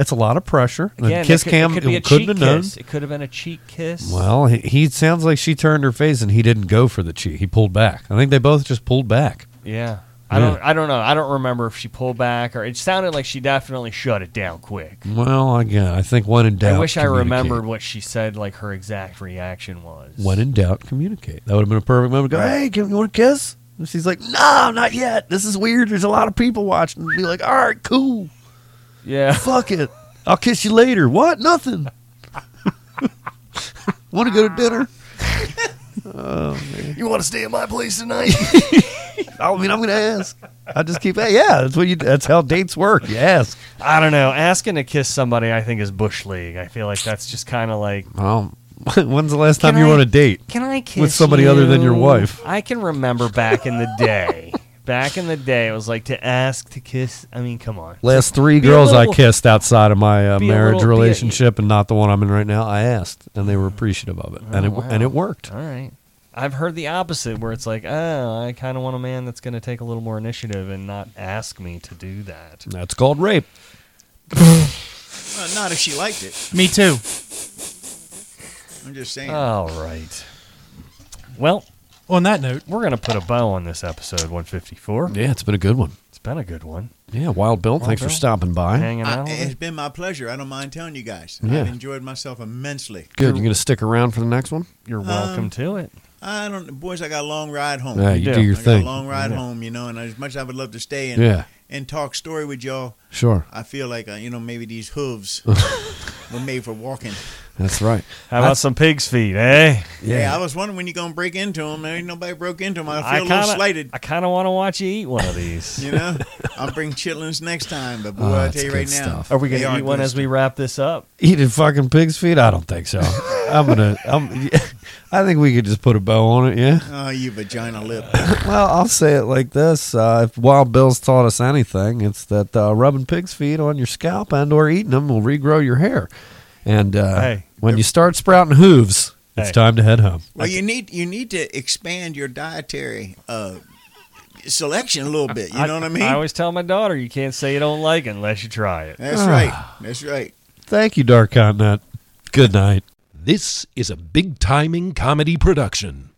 [SPEAKER 7] It's a lot of pressure. The
[SPEAKER 6] Again,
[SPEAKER 7] kiss
[SPEAKER 6] it could,
[SPEAKER 7] cam,
[SPEAKER 6] it could be a
[SPEAKER 7] couldn't
[SPEAKER 6] cheek
[SPEAKER 7] have known.
[SPEAKER 6] kiss. It could have been a cheek kiss.
[SPEAKER 7] Well, he, he sounds like she turned her face and he didn't go for the cheek. He pulled back. I think they both just pulled back.
[SPEAKER 6] yeah. I
[SPEAKER 7] Yeah.
[SPEAKER 6] don't. I don't know. I don't remember if she pulled back or it sounded like she definitely shut it down quick.
[SPEAKER 7] Well, again, I think when in doubt,
[SPEAKER 6] I wish I
[SPEAKER 7] communicate.
[SPEAKER 6] remembered what she said. Like her exact reaction was.
[SPEAKER 7] When in doubt, communicate. That would have been a perfect moment to go, hey, can you want to kiss? And she's like, no, not yet. This is weird. There's a lot of people watching. And be like, all right, cool.
[SPEAKER 6] yeah.
[SPEAKER 7] Fuck it. I'll kiss you later. What? Nothing. want to go to dinner? oh, man. You want to stay at my place tonight? I mean, I'm going to ask. I just keep, hey, yeah, that's what you. That's how dates work. You ask.
[SPEAKER 6] I don't know. Asking to kiss somebody, I think, is bush league. I feel like that's just kind of like.
[SPEAKER 7] Well, when's the last
[SPEAKER 6] Can
[SPEAKER 7] time you
[SPEAKER 6] I-
[SPEAKER 7] were on a date?
[SPEAKER 6] Can I kiss
[SPEAKER 7] With somebody other than your
[SPEAKER 6] you?
[SPEAKER 7] wife.
[SPEAKER 6] I can remember back in the day. back in the day, it was like to ask to kiss. I mean, come on.
[SPEAKER 7] Last three
[SPEAKER 6] Be a
[SPEAKER 7] girls
[SPEAKER 6] little-
[SPEAKER 7] I kissed outside of my uh,
[SPEAKER 6] be a
[SPEAKER 7] marriage
[SPEAKER 6] little- be a-
[SPEAKER 7] relationship, and not the one I'm in right now, I asked, and they were appreciative of it, and it and it worked.
[SPEAKER 6] All right. I've heard the opposite where it's like, oh, I kind of want a man that's going to take a little more initiative and not ask me to do that.
[SPEAKER 7] That's called rape.
[SPEAKER 9] Well, uh, not if she liked it.
[SPEAKER 8] Me too.
[SPEAKER 9] I'm just saying.
[SPEAKER 7] Uh,
[SPEAKER 6] All right. Well,
[SPEAKER 8] On that note,
[SPEAKER 6] we're going to put a bow on this episode 154.
[SPEAKER 7] Yeah, it's been a good one.
[SPEAKER 6] It's been a good one.
[SPEAKER 7] Yeah, Wild Bill, thanks
[SPEAKER 6] Bill.
[SPEAKER 7] for stopping by.
[SPEAKER 6] Hanging
[SPEAKER 9] I-
[SPEAKER 6] out.
[SPEAKER 9] it's been my pleasure. I don't mind telling you guys.
[SPEAKER 7] Yeah.
[SPEAKER 9] I've enjoyed myself immensely.
[SPEAKER 7] Good. You gonna stick around for the next one?
[SPEAKER 6] You're
[SPEAKER 9] um,
[SPEAKER 6] welcome to it.
[SPEAKER 9] I don't, boys. I got a long ride home.
[SPEAKER 7] Yeah, you
[SPEAKER 6] do.
[SPEAKER 7] do your
[SPEAKER 9] I got
[SPEAKER 7] thing.
[SPEAKER 9] a long ride home, you know. And as much as I would love to stay and
[SPEAKER 7] Yeah.
[SPEAKER 9] and talk story with y'all,
[SPEAKER 7] Sure.
[SPEAKER 9] I feel like uh, you know maybe these hooves were made for walking.
[SPEAKER 7] That's right.
[SPEAKER 6] How about some pig's feet, eh?
[SPEAKER 9] Yeah. I was wondering when you gonna break into them. There ain't nobody broke into them. I feel
[SPEAKER 6] I
[SPEAKER 9] a little
[SPEAKER 6] kinda-
[SPEAKER 9] slighted.
[SPEAKER 6] I kind of want to watch you eat one of these.
[SPEAKER 9] You know, I'll bring chitlins next time. But boy,
[SPEAKER 7] Oh,
[SPEAKER 9] I
[SPEAKER 7] that's
[SPEAKER 9] tell you
[SPEAKER 7] good
[SPEAKER 9] right
[SPEAKER 7] stuff.
[SPEAKER 9] now,
[SPEAKER 6] Are we going
[SPEAKER 9] they
[SPEAKER 6] to
[SPEAKER 9] are
[SPEAKER 6] eat one
[SPEAKER 9] good
[SPEAKER 6] as we wrap this up?
[SPEAKER 7] Eating fucking pig's feet? I don't think so. I'm gonna. I'm, I think we could just put a bow on it. Yeah.
[SPEAKER 9] stuff. Oh, you vagina lip.
[SPEAKER 7] Well, I'll say it like this: uh, If Wild Bill's taught us anything, it's that uh, rubbing pig's feet on your scalp and/or eating them will regrow your hair. And uh,
[SPEAKER 6] Hey.
[SPEAKER 7] when you start sprouting hooves, it's
[SPEAKER 6] Hey.
[SPEAKER 7] time to head home.
[SPEAKER 9] Well, you need you need to expand your dietary uh, selection a little bit. You know what I mean?
[SPEAKER 6] I always tell my daughter, you can't say you don't like it unless you try it.
[SPEAKER 9] That's right.
[SPEAKER 7] Ah.
[SPEAKER 9] That's right.
[SPEAKER 7] Thank you, Dark Continent. Good night.
[SPEAKER 5] This is a big timing comedy production.